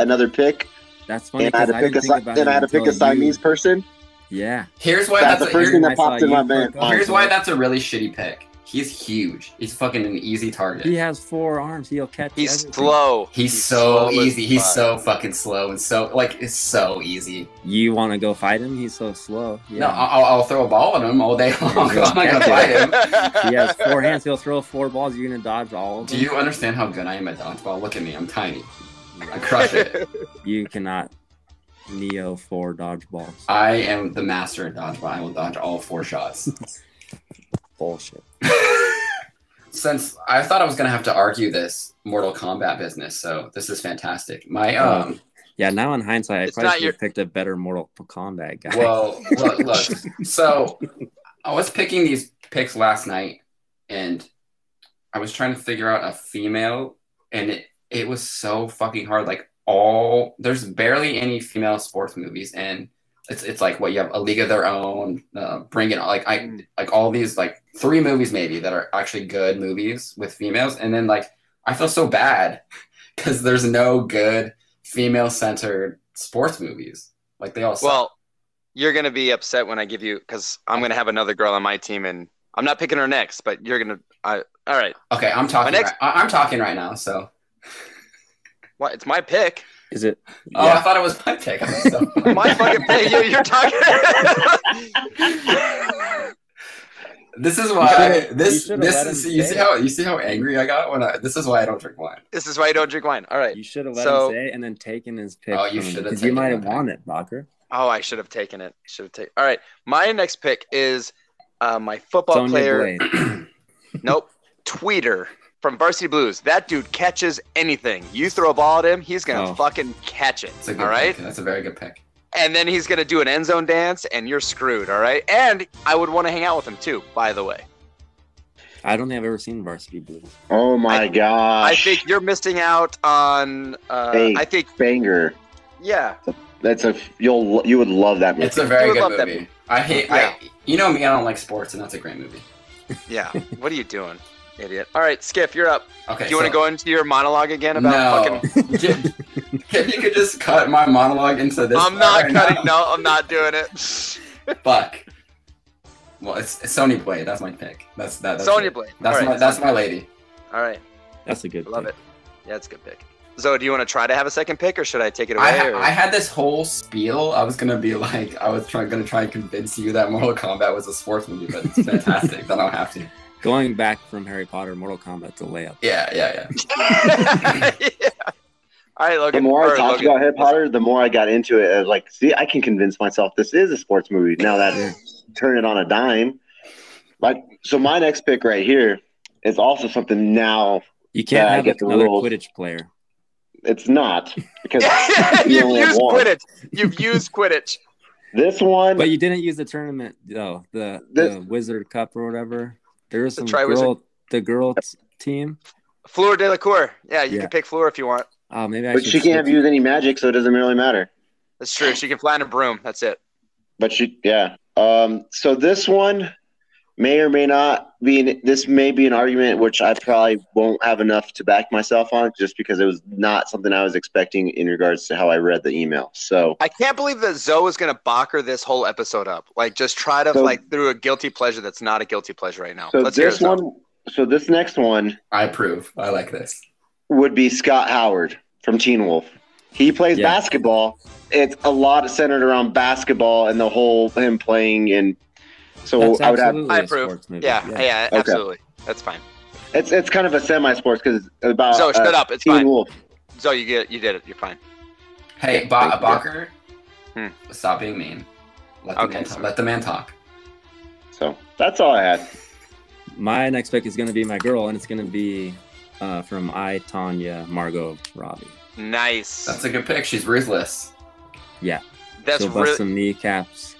S5: another pick,
S2: That's funny.
S5: and I had
S2: 'cause
S5: to pick a
S2: didn't think
S5: Si-
S2: about
S5: then
S2: it
S5: I had to pick a
S2: until you-
S5: Siamese person.
S2: Yeah,
S3: Here's why
S5: That's
S3: that's,
S5: the
S3: a,
S5: first
S3: here-
S5: thing
S2: I
S5: that
S2: saw
S5: popped in
S2: you
S5: my
S2: pick
S5: mind.
S2: up.
S3: here's why that's a really shitty pick. He's huge. He's fucking an easy target.
S2: he has four arms. He'll catch.
S1: He's
S2: everything.
S1: slow.
S3: He's, so
S1: slow as
S3: easy. He's
S1: fuck.
S3: so fucking slow and so like it's so easy.
S2: You want to go fight him? He's so slow. Yeah.
S3: No, I- I'll, I'll throw a ball at him all day [laughs] long.
S2: Yeah.
S1: [laughs]
S3: I'm not gonna fight him.
S2: he has four hands. He'll throw four balls. You're gonna dodge all of
S3: Do
S2: them.
S3: you understand how good I am at dodgeball? Look at me, I'm tiny. I crush it.
S2: You cannot neo four dodgeballs.
S3: I am the master at dodgeball. I will dodge all four shots. [laughs]
S2: Bullshit.
S3: Since I thought I was gonna have to argue this Mortal Kombat business, so this is fantastic. My
S2: Oh.
S3: um,
S2: Yeah, now in hindsight, I
S1: It's
S2: probably
S1: not
S2: should
S1: your-
S2: have picked a better Mortal Kombat guy.
S3: well, look, look. So I was picking these picks last night, and I was trying to figure out a female, and it it was so fucking hard. Like all there's barely any female sports movies, and it's it's like what you have a League of Their Own, uh, Bring It On, like I like all these like three movies maybe that are actually good movies with females, and then like I feel so bad [laughs] because there's no good female centered sports movies. Like they all suck.
S1: Well, you're gonna be upset when I give you because I'm gonna have another girl on my team, and I'm not picking her next. But you're gonna. I, all right.
S3: Okay, I'm talking.
S1: My next-
S3: right- I- I'm talking right now. So,
S1: Well, it's my pick.
S2: [laughs] Is it?
S3: oh, I
S2: yeah.
S3: thought it was my pick.
S1: [laughs]
S3: I'm so-
S1: My fucking pick. You, you're talking. [laughs]
S3: this is
S2: You
S3: why.
S2: should've- you
S3: this
S2: should've
S3: this
S2: let
S3: is
S2: him
S3: you
S2: say
S3: see
S2: it.
S3: how you see how angry I got when I. This is why I don't drink wine.
S1: this is why you don't drink wine. All right.
S2: You should have let
S1: So-
S2: him say it and then taken his pick.
S3: Oh, you
S2: from him,
S3: should have
S2: 'cause You
S3: taken
S2: might
S3: my
S2: have
S3: pick.
S2: won it, Rocker.
S1: Oh, I should have taken it. Should have taken. All right. My next pick is uh, my football
S2: It's on your
S1: player.
S2: blade.
S1: Nope. Tweeter from Varsity Blues. That dude catches anything. You throw a ball at him, he's gonna
S2: Oh.
S1: fucking catch it.
S3: It's a
S1: All
S3: good
S1: right.
S3: Pick. That's a very good pick.
S1: And then he's gonna do an end zone dance, and you're screwed. All right. And I would want to hang out with him too. By the way,
S2: I don't think I've ever seen Varsity Blues.
S5: Oh my
S1: I-
S5: gosh.
S1: I think you're missing out on. Uh,
S5: Hey.
S1: I think
S5: Banger.
S1: yeah.
S5: That's a you'll you would love that movie.
S3: It's a very
S1: would
S3: good
S1: love that
S3: movie. I hate. I you know me. I don't like sports, and that's a great movie.
S1: Yeah. what are you doing, idiot? All right, Skiff, you're up.
S3: Okay.
S1: Do you want to go into your monologue again about
S3: no.
S1: fucking?
S3: [laughs] Ju- if you could just cut my monologue into this.
S1: I'm
S3: part
S1: not
S3: right
S1: cutting.
S3: now.
S1: No, I'm not doing
S3: [laughs]
S1: it.
S3: Fuck. Well, it's, it's Sony Blade. That's my pick. That's that. That's
S1: Sonya
S3: it.
S1: Blade.
S3: That's
S1: All right.
S3: my that's my lady.
S1: All right.
S2: That's a good.
S1: Love
S2: pick.
S1: it. Yeah, it's a good pick. So, do you want to try to have a second pick, or should I take it away?
S3: I, ha-
S1: or- [laughs]
S3: I had this whole spiel. I was gonna be like, I was trying gonna try and convince you that Mortal Kombat was a sports movie, but it's fantastic. then I'll have to.
S2: Going back from Harry Potter, Mortal Kombat to layup.
S3: Yeah, yeah,
S1: [laughs] Yeah. All right,
S5: the
S1: Logan.
S5: more I
S1: or
S5: talked
S1: Logan. [laughs]
S5: about Harry Potter, the more I got into it. I was like, see, I can convince myself this is a sports movie. Now that turn it on a dime. Like so my next pick right here is also something now
S2: You can't
S5: Yeah, I
S2: have
S5: get the
S2: another
S5: rules.
S2: Quidditch player.
S5: it's not
S1: [laughs]
S5: because You
S1: You've
S5: only
S1: used
S5: have one.
S1: Quidditch. You've used Quidditch.
S5: this one
S2: But you didn't use the tournament though. The the,
S5: The-
S2: Wizard Cup or whatever. There was
S1: The
S2: some
S1: Tri-Wizard.
S2: girl. The girl t- team.
S1: Fleur de la Cour. Yeah, you
S2: Yeah.
S1: can pick Fleur if you want.
S2: Oh, maybe I
S5: but
S2: should.
S5: she can't
S2: switch.
S5: use any magic, so it doesn't really matter.
S1: That's true. She can fly in a broom. That's it.
S5: But she yeah. Um so this one may or may not be an, this may be an argument which I probably won't have enough to back myself on just because it was not something I was expecting in regards to how I read the email. So
S1: I can't believe that Zoe is going to Bocker this whole episode up. Like, just try to
S5: So-
S1: like through a guilty pleasure that's not a guilty pleasure right now.
S5: So
S1: Let's hear
S5: this
S1: it, Zoe.
S5: one, so this next one
S3: I approve. I like this.
S5: would be Scott Howard from Teen Wolf. He plays
S2: Yeah.
S5: basketball. It's a lot centered around basketball and the whole him playing and so
S2: That's
S5: I would have
S2: absolutely
S1: I
S2: a
S1: approve.
S2: sports movie.
S1: Yeah, yeah,
S5: Okay.
S1: absolutely. That's fine.
S5: it's it's kind of a semi sports because about
S1: Zoe,
S5: uh,
S1: shut up. It's
S5: Teen
S1: fine.
S5: Wolf.
S1: Zoe, you get, you did it. You're fine.
S3: Hey,
S5: thank
S3: ba-
S5: you.
S3: Bakker,
S1: Hmm.
S3: stop being mean. Let the,
S1: Okay,
S3: man,
S1: sorry.
S3: let the man talk.
S5: So that's all
S3: [laughs]
S5: I had.
S2: My next pick is gonna be my girl, and it's gonna be uh, from I Tanya Margot Robbie.
S1: Nice.
S3: That's a good pick. She's ruthless.
S1: That's
S2: She'll bust
S1: really.
S2: some kneecaps.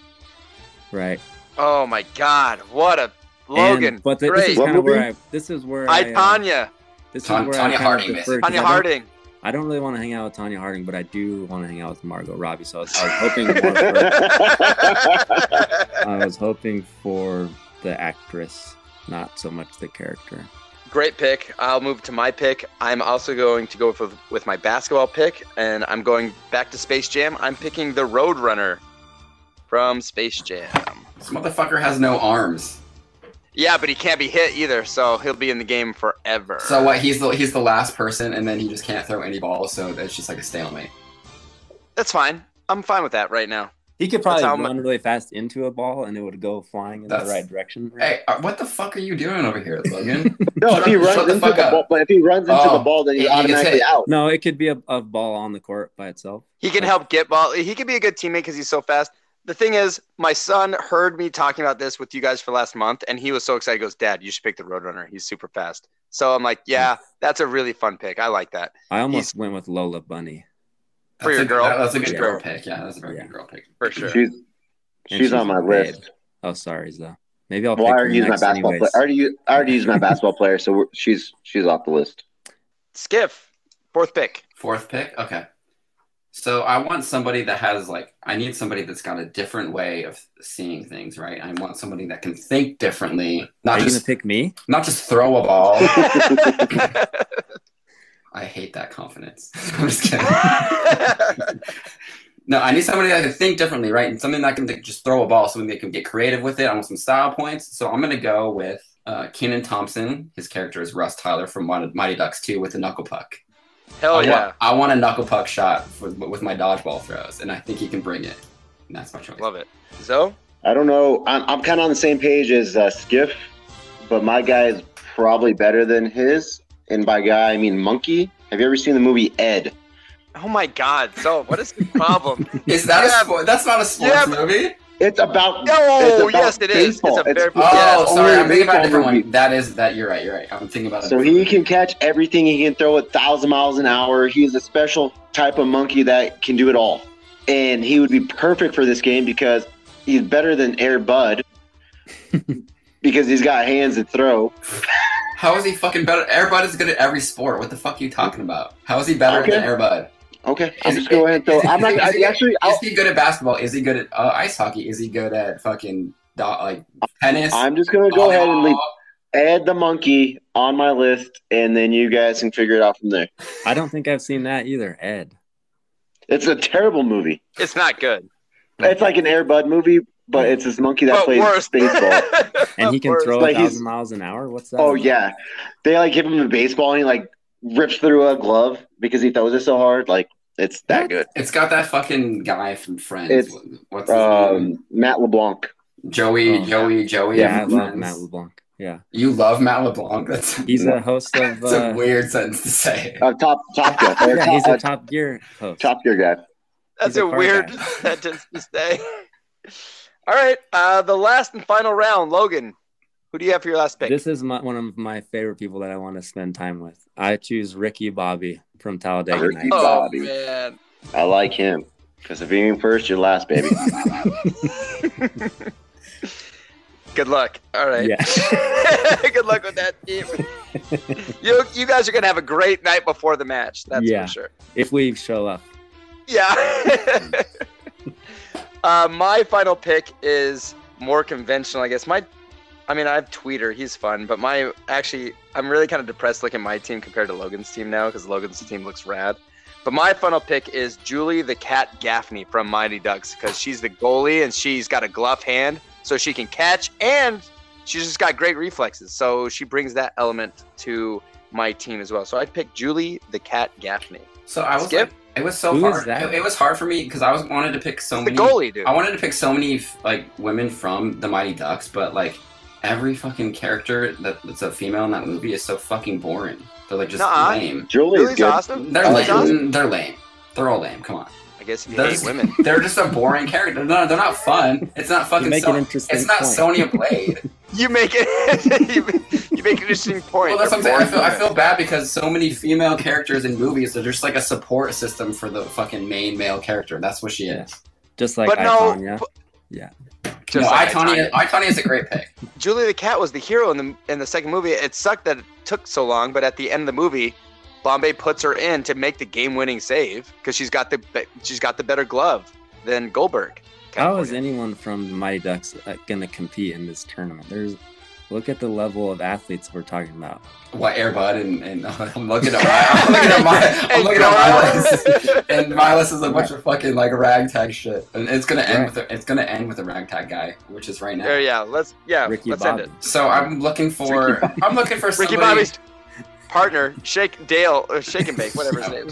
S2: Right.
S1: Oh my God! What a Logan.
S2: And, but th- this
S1: Great.
S2: is
S5: What
S2: kind of
S5: movie?
S2: where I. This is where
S1: I
S2: uh,
S1: Tanya.
S2: This
S3: Ton-
S2: is where
S3: Tanya
S2: I kind of
S3: Harding,
S2: defer, 'cause
S1: Tanya
S2: I don't-
S1: Harding.
S2: I don't really want to hang out with Tanya Harding, but I do want to hang out with Margot Robbie. So I was, I was hoping more for, I was hoping for the actress, not so much the character.
S1: [laughs] Great pick. I'll move to my pick. I'm also going to go for, with my basketball pick, and I'm going back to Space Jam. I'm picking the Road Runner from Space Jam.
S3: This motherfucker has no arms.
S1: Yeah, but he can't be hit either, so he'll be in the game forever.
S3: So what? He's the he's the last person, and then he just can't throw any balls. So that's just like a stalemate.
S1: that's fine. I'm fine with that right now.
S2: He could probably
S1: how
S2: run
S1: mu-
S2: really fast into a ball and it would go flying in
S3: That's-
S2: the right direction.
S3: Hey, uh, what the fuck are you doing over here,
S1: [laughs]
S3: Logan?
S5: No, if he
S3: Shut the
S5: runs into
S3: fuck
S5: the
S3: up.
S5: ball, but if he runs into
S3: Oh,
S5: the ball, then
S3: he
S5: he's
S3: gets
S5: automatically
S3: hit.
S5: out.
S2: No, it could be a, a ball on the court by itself.
S1: He can help get ball. He can be a good teammate because he's so fast. The thing is, my son heard me talking about this with you guys for last month, and he was so excited. He goes, Dad, you should pick the Roadrunner. He's super fast. So I'm like, Yeah, that's a really fun pick. I like that
S2: I almost went with Lola Bunny.
S1: For your
S3: That's a-
S1: girl.
S3: that- that's a good
S1: Yeah.
S3: girl pick. Yeah, that's a very
S2: Yeah.
S3: good girl pick.
S1: for sure.
S5: She's,
S2: And
S5: she's on
S2: a
S5: my
S2: babe.
S5: list.
S2: Oh, sorry, Zoe. Maybe I'll.
S5: Well, I
S2: pick
S5: already
S2: her
S5: used my
S2: next
S5: basketball.
S2: anyways.
S5: Player. I already u- I already used my basketball player, so we're, she's she's off the list.
S1: Skiff, fourth
S5: [laughs]
S1: pick.
S3: Fourth pick? Okay. So I want somebody that has like I need somebody that's got a different way of seeing things, right? I want somebody that can think differently,
S2: Are
S3: not
S2: you gonna
S3: just
S2: pick me?
S3: not just throw a ball. [laughs]
S1: All
S3: I hate that confidence. [laughs] I'm
S2: [laughs]
S3: just kidding. no, I need somebody that can think differently, right? And something that can th- just throw a ball, something that can get creative with it. I want some style points. So I'm going to go with uh, Kenan Thompson. His character is Russ Tyler from Mon- Mighty Ducks 2 with a knuckle puck. I
S1: Hell
S3: want-
S1: yeah,
S3: I want a knuckle puck shot for, with my dodgeball throws, and I think he can bring it. And that's my choice.
S1: love it. Zoe,
S5: I don't know. I'm, I'm kind of on the same page as uh, Skiff, but my guy is probably better than his. And by guy, I mean monkey. Have you ever seen the movie Ed?
S1: oh my God, Zoe, what is the problem?
S3: Is that
S1: Yeah.
S3: a sport? That's not a sports
S1: Yeah, but-
S3: movie.
S5: It's about. it's
S1: No,
S5: about
S1: yes, it is.
S5: baseball.
S1: It's a
S5: It's-
S1: very
S3: Oh,
S1: yes.
S3: sorry.
S5: only
S3: I'm thinking about a
S5: baseball
S3: different
S5: movie.
S3: one. That is that. You're right. You're right. I'm thinking about it.
S5: So he can catch everything. He can throw a thousand miles an hour. He is a special type of monkey that can do it all, and he would be perfect for this game because he's better than Air Bud because he's got hands that throw.
S3: How is he fucking better? Airbud is good at every sport. What the fuck are you talking about? How is he better
S5: Okay.
S3: than Airbud?
S5: Okay, I'm
S3: Is-
S5: just going ahead. So I'm not I, actually.
S3: Is
S5: I'll,
S3: he good at basketball? Is he good at uh, ice hockey? Is he good at fucking do- like tennis?
S5: I'm just going to go ahead and leave.
S3: volleyball?
S5: add the monkey on my list, and then you guys can figure it out from there.
S2: I don't think I've seen that either, Ed.
S5: It's a terrible movie.
S1: It's not good.
S5: It's like an Air Bud movie, but it's this monkey that
S1: But
S5: plays
S1: worse. [laughs]
S5: baseball.
S2: And he can
S1: Worse.
S2: throw a
S5: Like, he's-
S2: thousand miles an hour. What's that?
S5: Oh
S2: about?
S5: yeah, they like give him the baseball and he like rips through a glove because he throws it so hard. Like it's that good.
S3: It's got that fucking guy from Friends.
S5: It's,
S3: What's his name?
S5: Um, Matt LeBlanc.
S3: Joey,
S2: oh.
S3: Joey, Joey.
S2: Yeah, I
S3: from
S2: love
S3: Friends.
S2: Matt LeBlanc. Yeah,
S3: You love Matt LeBlanc. That's
S2: he's a host of.
S3: that's a
S2: Uh,
S3: weird sentence to say.
S5: Uh, top Top Gear.
S2: [laughs]
S5: Or
S2: yeah,
S5: top,
S2: he's
S5: uh,
S2: a Top Gear host.
S5: top Gear guy.
S1: That's
S2: He's a
S1: a
S2: car
S1: weird
S2: guy.
S1: [laughs] sentence to say. All right, uh, the last and final round, Logan. Who do you have for your last pick?
S2: This is my, one of my favorite people that I want to spend time with. I choose Ricky Bobby from Talladega
S5: Ricky
S2: Nights.
S1: oh
S2: [laughs]
S5: Bobby.
S1: man,
S5: I like him because if you ain't first, you're last, baby.
S1: good luck. All right.
S2: Yeah.
S1: [laughs] good luck with that
S2: [laughs]
S1: team. you you guys are gonna have a great night before the match. That's
S2: Yeah.
S1: for sure.
S2: If we show up,
S1: Yeah. [laughs] uh, my final pick is more conventional, I guess. My, I mean, I have Tweeter. He's fun, but my actually, I'm really kind of depressed looking at my team compared to Logan's team now because Logan's team looks rad. But my final pick is Julie the Cat Gaffney from Mighty Ducks because she's the goalie and she's got a glove hand, so she can catch and she's just got great reflexes. So she brings that element to my team as well. So I picked Julie the Cat Gaffney,
S3: So I was
S1: Skip?
S3: like, it was so
S2: Who is
S3: hard.
S2: that?
S3: It, it was hard for me because I was wanted to pick so
S1: the
S3: many
S1: goalie dude.
S3: I wanted to pick so many f- like women from the Mighty Ducks, but like every fucking character that, that's a female in that movie is so fucking boring. They're like just
S1: Nuh-uh.
S3: lame.
S5: Julie's
S1: Julie's
S5: good.
S1: awesome.
S3: They're
S1: Julie's
S3: lame.
S1: awesome.
S3: They're lame. They're all lame. Come on.
S1: I guess if you
S3: They're
S1: hate
S3: just-
S1: women.
S3: They're just a boring [laughs] character. No, they're not fun. It's not
S2: you
S3: fucking.
S2: make
S3: Son-
S2: an interesting.
S3: it's not
S2: point.
S3: Sonya Blade.
S1: [laughs] You make it. [laughs] you, make, you make an interesting point.
S3: well, that's what I'm
S1: They're
S3: saying. I feel, I
S1: boring
S3: feel bad because so many female characters in movies are just like a support system for the fucking main male character. That's what she is.
S2: Just like
S1: But
S2: I,
S1: no,
S2: Tanya.
S1: Just
S3: no,
S1: like
S3: I,
S1: Tanya.
S3: Tonya, I, Tonya is a great pick.
S1: Julie the Cat was the hero in the in the second movie. It sucked that it took so long, but at the end of the movie, Bombay puts her in to make the game-winning save because she's got the be- she's got the better glove than Goldberg.
S2: How is anyone from the Mighty Ducks uh, gonna compete in this tournament? There's, look at the level of athletes we're talking about.
S3: What Airbud and, and [laughs] I'm looking at my
S1: [laughs]
S3: I'm looking at my I'm looking at my list. And my list is a bunch of fucking like ragtag shit. And it's gonna end with a, it's gonna end with a ragtag guy, which
S1: [laughs]
S3: is right
S1: There,
S3: now.
S1: yeah. Let's yeah.
S2: Ricky
S1: let's
S2: Bobby.
S1: end it.
S3: So I'm
S1: [laughs]
S3: looking for I'm looking for somebody
S1: Ricky Bobby's partner, Shake Dale, or Shake and Bake, whatever his name.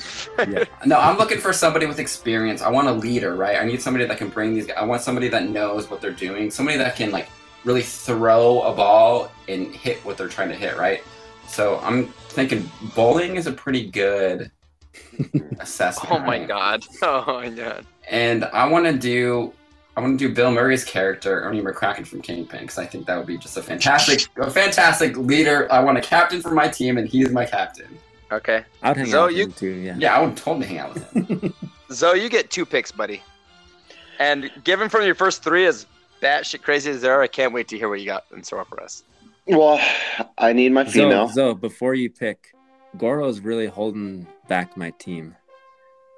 S1: is.
S3: No, I'm looking for somebody with experience. I want a leader, right? I need somebody that can bring these guys I want somebody that knows what they're doing, somebody that can like really throw a ball and hit what they're trying to hit, right? So I'm thinking bowling is a pretty good
S1: [laughs] [laughs]
S3: assessment.
S1: oh my
S3: right?
S1: god. Oh my god.
S3: and I want to do I want to do Bill Murray's character Ernie McCracken from Kingpin because I think that would be just a fantastic a fantastic leader. I want a captain for my team, and he's my captain.
S1: Okay.
S2: I'd hang
S1: So
S2: out with
S1: you-
S2: him too. Yeah.
S3: Yeah, I would totally hang out with him.
S1: Zoe, you get two picks, buddy. And given from your first three is batshit crazy as they are, I can't wait to hear what you got in store for us.
S5: Well, I need my
S2: So,
S5: female.
S2: so before you pick, Goro's really holding back my team.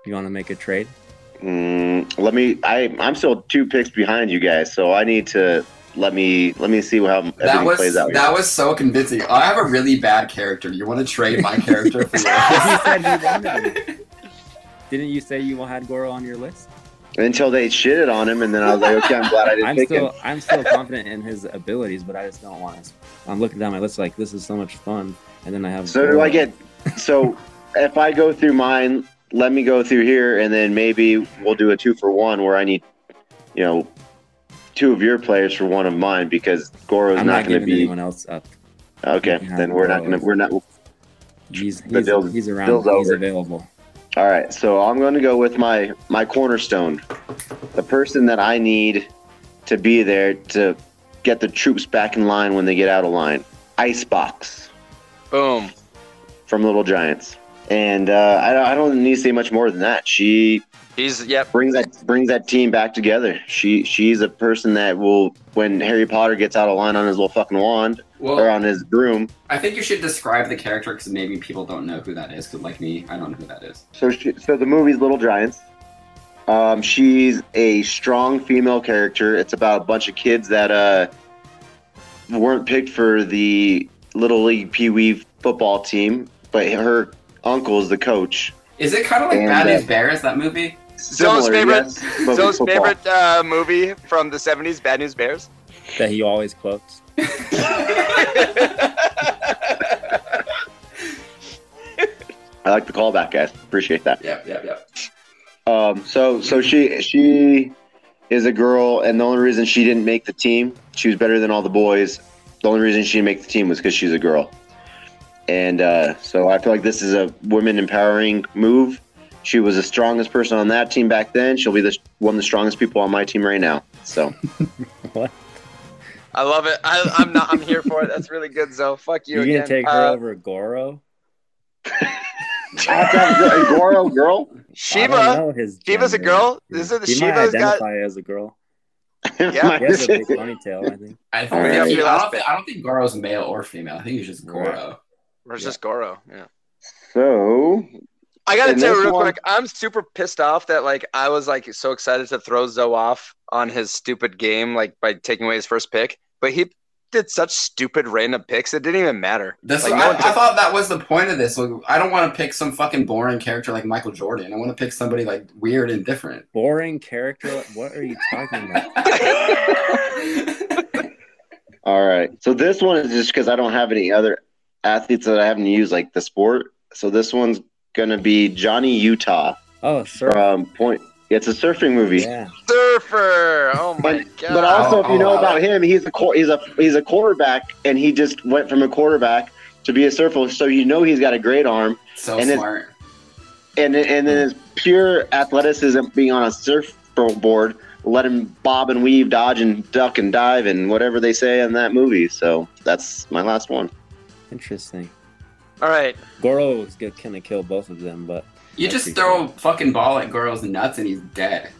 S2: You want to make a trade?
S5: Mm, let me. I I'm still two picks behind you guys, so I need to let me let me see how everything
S3: That was
S5: plays out.
S3: that was so convincing. I have a really bad character. You want to trade my character for
S5: [laughs]
S2: You said you wanted
S3: yours?
S2: Didn't you say you had Goro on your list?
S5: Until they shitted on him, and then I was like, okay, I'm
S2: [laughs]
S5: glad I didn't
S2: I'm
S5: pick him.
S2: still I'm still confident in his abilities, but I just don't want to. I'm looking down my list like this is so much fun, and then I have.
S5: So do
S2: Goro.
S5: I get? So if I go through mine, let me go through here, and then maybe we'll do a two for one where I need, you know, two of your players for one of mine because Goro's
S2: I'm
S5: not,
S2: not
S5: going to
S2: giving
S5: be
S2: anyone else up.
S5: okay.
S2: Yeah,
S5: then we're not
S2: Goro
S5: going to we're not.
S2: He's
S5: The
S2: he's,
S5: deal's-
S2: he's around.
S5: deal's
S2: He's
S5: over.
S2: available.
S5: All right, so I'm going to go with my my cornerstone, the person that I need to be there to get the troops back in line when they get out of line. Icebox.
S1: Boom.
S5: from Little Giants. And uh, I, don't- I don't need to say much more than that. She
S1: He's yep.
S5: brings that brings that team back together. She she's a person that will, when Harry Potter gets out of line on his little fucking wand or
S3: Well,
S5: on his broom.
S3: I think you should describe the character because maybe people don't know who that is. Because like me, I don't know who that is.
S5: So she, so the movie's Little Giants. Um, she's a strong female character. It's about a bunch of kids that uh, weren't picked for the Little League Pee Wee football team, but her uncle's the coach.
S3: Is it kind of like
S5: And,
S3: Bad
S5: uh,
S3: News Bears that movie?
S1: Zoe's
S5: Similar,
S1: favorite-
S5: yes, but with
S1: Zoe's
S5: football.
S1: favorite uh, movie from the 70s, Bad News Bears.
S2: That he always quotes.
S5: I like the callback, guys. Appreciate that.
S3: Yep, yep, yep.
S5: Um, so so she she is a girl, and the only reason she didn't make the team, she was better than all the boys. The only reason she didn't make the team was because she's a girl. And uh, so I feel like this is a women empowering move. She was the strongest person on that team back then. She'll be the one of the strongest people on my team right now. So
S1: I love it. I, I'm not. I'm here for it. That's really good, Zoe. Fuck you
S2: You're
S1: again. Uh,
S2: gonna take her over Goro?
S5: a Goro girl.
S2: I
S1: Shiva.
S2: don't know his
S1: Shiva's a
S2: gender.
S1: girl? This is the-
S2: he might
S1: Shiva's got-
S2: identify as a girl.
S1: Yeah.
S2: He has a big ponytail, I think.
S3: I think
S5: All right.
S3: I,
S1: Your last
S3: don't
S1: pick.
S3: think, I don't think Goro's male or female. I think he's just Goro.
S1: Where's this Goro? Yeah.
S5: [laughs] so
S1: I gotta
S5: And
S1: tell you
S5: this
S1: real
S5: one-
S1: quick, I'm super pissed off that like I was like so excited to throw Zoe off on his stupid game, like by taking away his first pick, but he did such stupid random picks it didn't even matter.
S3: That's
S1: Like, no
S3: I,
S1: one
S3: I
S1: took-
S3: thought that was the point of this. Like, I don't want to pick some fucking boring character like Michael Jordan. I want to pick somebody like weird and
S5: [laughs]
S3: different. [laughs]
S2: Boring character. What are you talking about?
S5: All right. So this one is just because I don't have any other athletes that I haven't used like the sport. So this one's gonna be Johnny Utah
S2: Oh, sir.
S5: from Point. It's a surfing movie.
S2: Yeah.
S1: Surfer.
S5: [laughs]
S1: Oh my god.
S5: But also, if you know
S3: Oh.
S5: about him, he's a quar- he's a he's a quarterback, and he just went from a quarterback to be a surfer. So you know he's got a great arm,
S3: so
S5: And it-
S3: smart.
S5: and and then his pure athleticism being on a surfboard let him bob and weave, dodge and duck and dive, and whatever they say in that movie. So that's my last one. [laughs]
S2: Interesting.
S1: All right.
S2: Goro is gonna kinda kill both of them, but
S3: You
S2: That's
S3: just
S2: pretty
S3: throw a fucking ball at Goro's nuts and he's dead.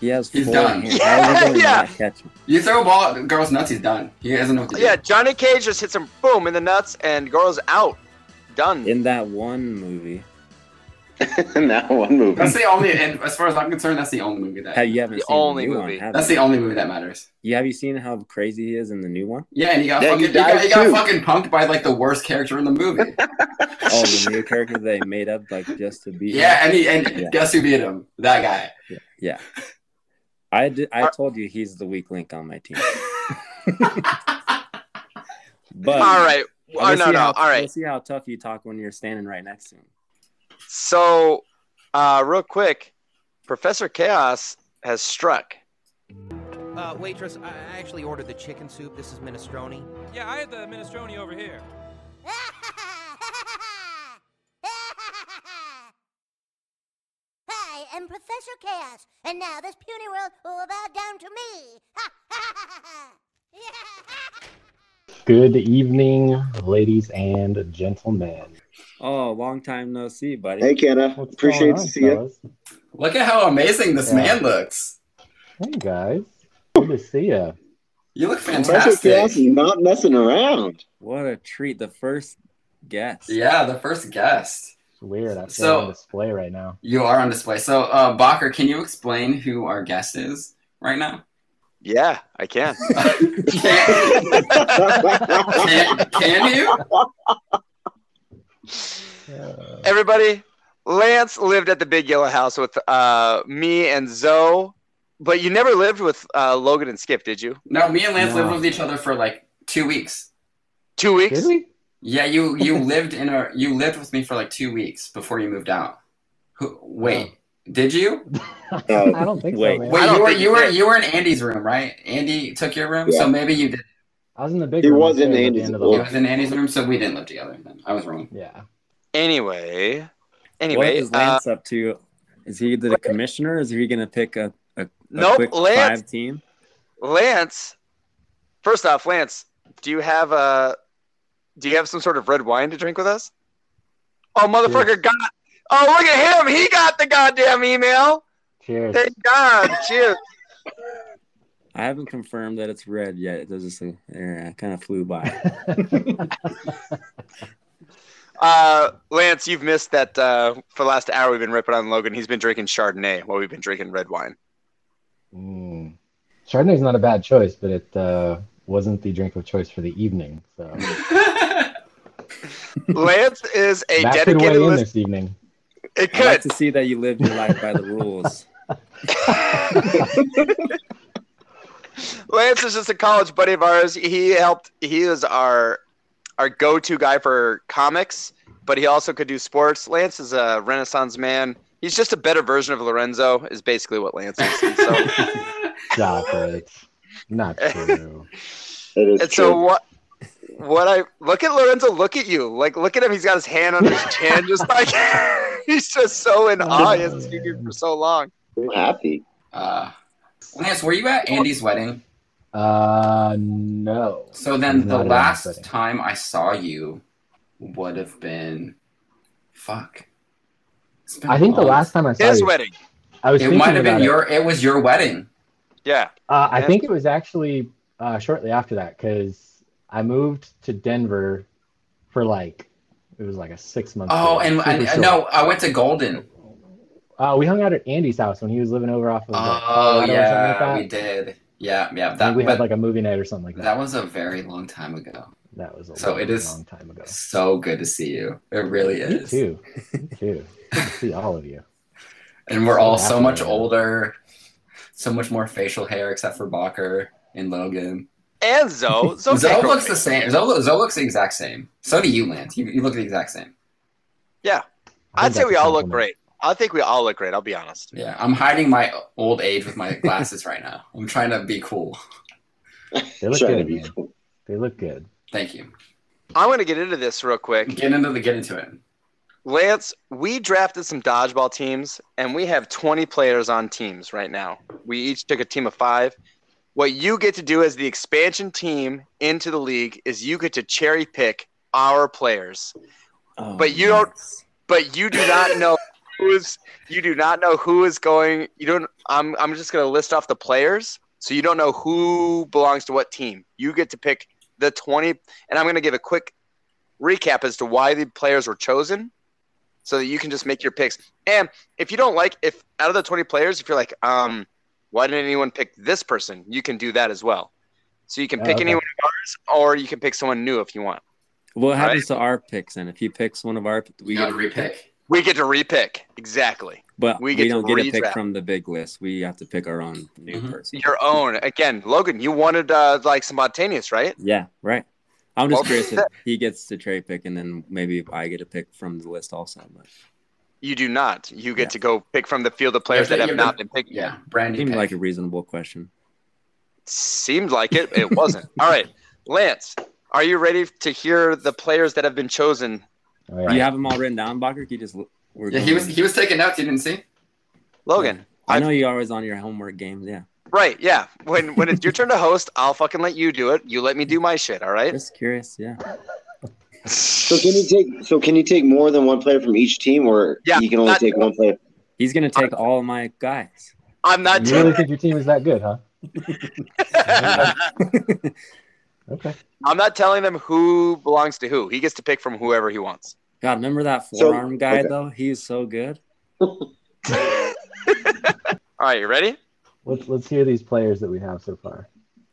S2: he has
S3: He's
S2: four
S3: done.
S2: hands. How are they gonna
S1: Yeah,
S2: not catch him?
S3: You throw a ball at Goro's nuts, he's done. He doesn't know what to do.
S1: Yeah, Johnny Cage just hits him boom in the nuts and Goro's out. Done.
S2: In that one movie.
S5: in that one movie.
S3: That's the only, and as far as I'm concerned, that's the only movie that.
S2: Have you haven't
S1: The
S2: seen
S1: only
S2: the new
S1: movie.
S2: One, have
S3: that's
S2: you?
S3: the only movie that matters.
S2: You have you seen how crazy he is in the new
S3: [laughs]
S2: one?
S3: Yeah, and he got
S5: Yeah,
S3: fucking,
S5: he
S3: he got,
S5: dies
S3: he got
S5: too.
S3: fucking punked by like the worst character in the movie.
S2: Oh, the new character they made up like just to be.
S3: yeah, and he, and
S2: Yeah.
S3: guess who beat him? That guy.
S2: I did. I
S1: Are-
S2: told you he's the weak link on my
S3: [laughs]
S2: team. but
S1: All right.
S2: We'll
S1: Oh, no,
S2: see
S1: no.
S2: how-
S1: All right.
S2: We'll see how tough you talk when you're standing right next to him.
S1: So, uh, real quick, Professor Chaos has struck.
S8: Uh, waitress, I I actually ordered the chicken soup. This is minestrone.
S9: Yeah, I had the minestrone over here.
S10: [laughs] Hi, I'm Professor Chaos, and now this puny world will bow down to me. [laughs] Ha ha ha ha!
S11: Good evening, ladies and gentlemen.
S2: Oh, long time no see, buddy.
S5: Hey, Kenna.
S11: What's
S5: Appreciate
S11: going on,
S5: to see you.
S11: fellas?
S3: Look at how amazing this
S11: Yeah.
S3: man looks.
S11: Hey guys, good to see ya.
S3: You look
S5: Professor Chaos is not messing
S1: [laughs]
S5: around. [laughs]
S2: What a treat. The first guest.
S3: Yeah, the first guest.
S11: It's weird. I
S3: So-
S11: so, on display right now.
S3: You are on display. So, uh, Bakker, can you explain who our guest is right now?
S1: Yeah, I can.
S3: can, can you?
S1: Everybody, Lance lived at the Big Yellow House with uh, me and Zoe, but you never lived with uh, Logan and Skip, did you?
S3: No, me and Lance
S1: No.
S3: lived with each other for like two weeks.
S1: Two weeks? Did
S11: we?
S3: Yeah, you
S11: [laughs]
S3: you lived in a you lived with me for like two weeks before you moved out. Who, wait, did you?
S11: Oh. [laughs] I don't think
S3: Wait,
S11: so, man.
S3: wait you were you were you were in Andy's room, right? Andy took your room, so
S11: Yeah.
S3: maybe you did.
S11: I was in the big
S3: He
S11: room
S3: was in
S11: upstairs at the
S3: Andy's
S11: end of the
S3: It
S11: hall.
S3: was in Andy's room, so we didn't live together. Then I was wrong.
S11: [laughs] Yeah.
S1: Anyway,
S2: what
S1: anyway, uh,
S2: is Lance up to? Is he the commissioner? Is he going to pick a, a, a
S1: uh, Nope,
S2: quick
S1: Lance-
S2: five team?
S1: Lance, first off, Lance, do you have a do you have some sort of red wine to drink with us? Oh, motherfucker got. Oh, look at him. He got the goddamn email.
S11: Cheers.
S1: Thank God. Cheers.
S2: I haven't confirmed that it's red yet. It doesn't say. Yeah, kind of flew by.
S1: Uh, Lance, you've missed that uh, for the last hour we've been ripping on Logan. He's been drinking Chardonnay while we've been drinking red wine.
S11: [laughs] Mm. Chardonnay's not a bad choice, but it uh, wasn't the drink of choice for the evening. So
S1: Lance is a
S11: that could
S1: dedicated
S11: weigh in
S1: listener.
S11: this evening.
S1: It
S2: I like to see that you lived your life by
S1: [laughs]
S2: the rules.
S1: [laughs] Lance is just a college buddy of ours. He helped. He is our our go to guy for comics, but he also could do sports. Lance is a Renaissance man. He's just a better version of Lorenzo. Is basically what Lance is. And so,
S11: Stop it. Not true.
S1: and so what? What I look at Lorenzo, look at you, like look at him. He's got his hand on his chin, just [laughs] like he's just so in awe. He hasn't speaking for so long.
S5: I'm happy.
S3: Uh, Lance, were you at Andy's wedding?
S11: Uh, no.
S3: So then the
S11: Not at
S3: last
S11: Andy's wedding.
S3: time I saw you would have been fuck. It's been
S11: I think the
S3: long.
S11: last time I saw you, I
S3: Oh.
S11: was
S3: it
S11: thinking
S3: might have been
S11: about it.
S3: your it was your wedding.
S1: Yeah.
S11: Uh, I
S3: Yeah.
S11: think it was actually uh, shortly after that because I moved to Denver for like it was like a six month.
S3: Oh, and, and no, I went to Golden.
S11: uh, we hung out at Andy's house when he was living over off of. like,
S3: Oh
S11: Colorado or something
S3: yeah,
S11: like that.
S3: we did. Yeah, yeah.
S11: I
S3: That
S11: think we
S3: but
S11: had like a movie night or something like that.
S3: that was a very long time ago.
S11: That was a
S3: so
S11: long,
S3: it is
S11: long time ago.
S3: [laughs] so good to see you. It really
S11: Me
S3: is,
S11: too. Me too. Good to see all of you.
S3: and we're all so
S11: Happy,
S3: much
S11: man.
S3: older, so much more facial hair except for Bakker and Logan.
S1: And
S3: [laughs]
S1: Zoe, Zoe,
S3: Zoe looks the same. Zoe, Zoe looks the exact same. So do you, Lance. You, you look the exact same.
S1: Yeah, I'd
S3: I think
S1: say
S3: that's
S1: we
S3: a
S1: all look
S3: compliment.
S1: great. I think we all look great. I'll be honest.
S3: Yeah, I'm hiding my old age
S11: [laughs]
S3: with my glasses right now. I'm trying to be cool.
S11: They look good, man. They look good.
S3: Thank you.
S1: I want to get into this real quick.
S3: Get into the get into it.
S1: Lance, we drafted some dodgeball teams, and we have 20 players on teams right now. We each took a team of five. What you get to do as the expansion team into the league is you get to cherry pick our players,
S2: Oh,
S1: but you don't. But you do not know who's. You do not know who is going. You don't. I'm. I'm just going to list off the players, so you don't know who belongs to what team. You get to pick the 20, and I'm going to give a quick recap as to why the players were chosen so that you can just make your picks. And if you don't like, if out of the 20 players, if you're like, um, why didn't anyone pick this person? You can do that as well. So you can
S2: Oh,
S1: pick
S2: okay.
S1: anyone of ours, or you can pick someone new if you want.
S2: What happens to our picks? And if he picks one of our, we get
S3: to repick.
S1: We get to repick. Exactly.
S2: But
S1: We
S2: we,
S1: get to
S2: don't get a pick
S1: redraft.
S2: from the big list. We have to pick our own new person.
S1: Your own. Again, Logan, you wanted uh, like spontaneous, right?
S2: Yeah, right. I'm just
S1: Well,
S2: curious
S1: [laughs]
S2: if
S1: that-
S2: he gets to cherry pick, and then maybe I get a pick from the list also. But
S1: You do not. You get to go pick from the field of players
S2: Yeah,
S1: that have
S2: yeah,
S1: not
S2: but-
S1: been picked.
S3: Yeah. Brand
S2: seemed like a reasonable question.
S1: Seemed like it. It wasn't. All right. Lance, are you ready to hear the players that have been chosen?
S2: Do you have them all written down, Bakker? You just we're
S3: Yeah, he was he was taking notes. You didn't see.
S1: Logan.
S2: I know you always on your homework games. Yeah,
S1: Right, yeah. When when it's your turn to host, I'll fucking let you do it. You let me do my shit, all right?
S2: Just curious, yeah.
S5: So can you take? So can you take more than one player from each team, or
S1: Yeah,
S5: you can only
S1: not-
S5: take one player?
S2: He's gonna take all my guys.
S1: [laughs] I'm not [laughs]
S11: You really think your team is that good, huh? okay.
S1: I'm not telling them who belongs to who. He gets to pick from whoever he wants.
S2: God, remember that
S1: So-
S2: forearm guy
S1: okay.
S2: though? He's so good.
S1: All right, you ready?
S11: Let's let's hear these players that we have so far.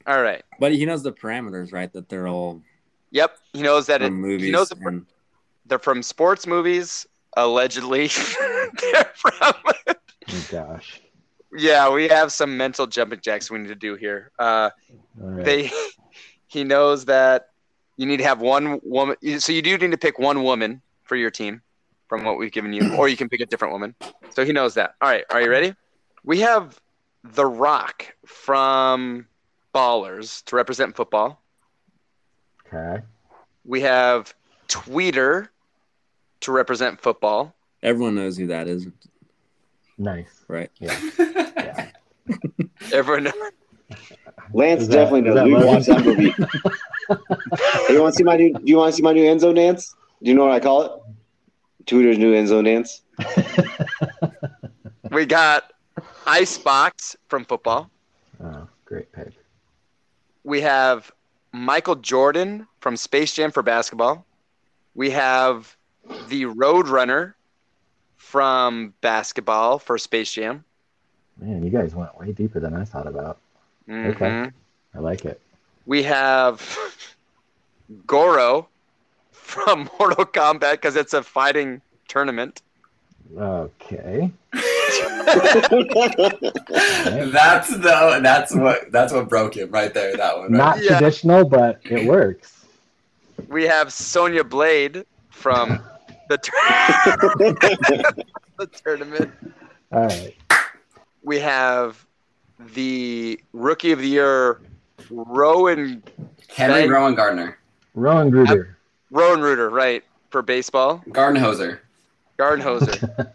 S1: All right.
S2: But he knows the parameters, right? That they're all
S1: Yep. He knows that it,
S2: from movies.
S1: he knows the-
S2: and-
S1: they're from sports movies, allegedly. [laughs] They're from-
S11: Oh, gosh.
S1: yeah, we have some mental jumping jacks we need to do here. Uh,
S11: All right.
S1: They he knows that you need to have one woman. So you do need to pick one woman for your team from what we've given you, or you can pick a different woman. So he knows that. All right, are you ready? We have The Rock from Ballers to represent football.
S11: Okay.
S1: We have Tweeter to represent football.
S2: Everyone knows who that is,
S11: Nice.
S2: right?
S11: Yeah.
S1: Everyone
S5: Lance
S11: Is that-
S5: definitely
S11: is
S5: knows.
S11: that
S5: We've
S11: Logan?
S5: watched that movie. [laughs] Hey, you want to see my new? Do you want to see my new end zone dance? Do you know what I call it? Tweeter's new end
S1: [laughs]
S5: zone dance.
S1: We got Icebox from football.
S11: Oh, great pick.
S1: We have Michael Jordan from Space Jam for basketball. We have the Road Runner from basketball for Space Jam.
S11: Man, you guys went way deeper than I thought about.
S1: Mhm.
S11: Okay. I like it.
S1: We have Goro from [laughs] Mortal Kombat because it's a fighting tournament.
S11: Okay.
S3: [laughs] that's the that's what that's what broke him right there. That one. Right?
S11: Not traditional, but it works.
S1: We have Sonya Blade from the, tur- [laughs] the tournament.
S11: All right.
S1: we have the rookie of the year, Rowan
S3: Henry
S1: Bang-
S3: Rowan Gardner,
S11: Rowan Gruber.
S1: Rowan Rooter, right, for baseball.
S3: Gardenhoser.
S1: Gardenhoser.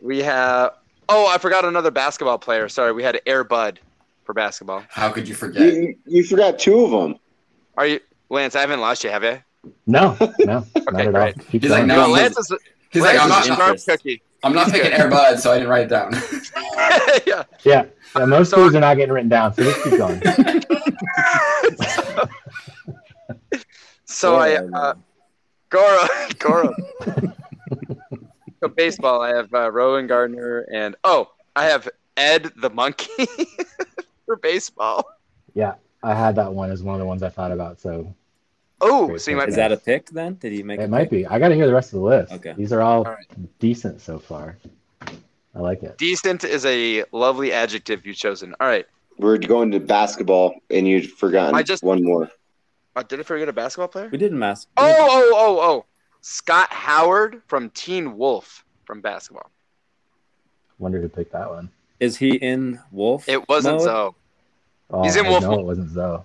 S1: we have oh, I forgot another basketball player. Sorry, we had Air Bud for basketball.
S3: How could you forget?
S5: You, you forgot two of them.
S1: Are you Lance? I haven't lost you, have you?
S11: No, no, not at all.
S1: great.
S11: Keep
S3: He's like,
S11: going.
S3: no,
S1: No,
S3: I'm,
S1: Lance
S3: not,
S1: is,
S3: he's like,
S1: Lance
S3: I'm
S1: is
S3: not-
S1: a sharp
S2: interest.
S1: cookie. [laughs]
S3: I'm not picking Air Bud, so I didn't write it down. [laughs]
S1: yeah.
S11: Yeah, yeah most
S1: Sorry.
S11: things are not getting written down, so just keep going.
S1: So I
S2: Goro,
S1: uh, Goro [laughs] Goro. so baseball, I have uh, Rowan Gardner and oh, I have Ed the monkey [laughs] for baseball.
S11: Yeah, I had that one as one of the ones I thought about, so
S1: Oh,
S11: Great
S1: so you might
S2: Is
S11: pick.
S1: be
S2: that a pick then? Did he make? a
S11: it might
S2: pick?
S11: be. I got to hear the rest of the list.
S2: Okay.
S11: These are all,
S1: All
S11: decent so far. I like it.
S1: decent is a lovely adjective you've chosen. All right,
S5: We're going to basketball, and you'd forgotten
S1: I just-
S5: one more.
S1: uh, did I forget a basketball player?
S2: We didn't mess.
S1: Oh, oh, oh, oh, Scott Howard from Teen Wolf from basketball.
S11: Wonder who picked that one.
S2: Is he in Wolf?
S1: It wasn't
S2: mode?
S1: so.
S11: Oh,
S1: He's in
S11: I
S1: Wolf-
S11: know it wasn't Zoe.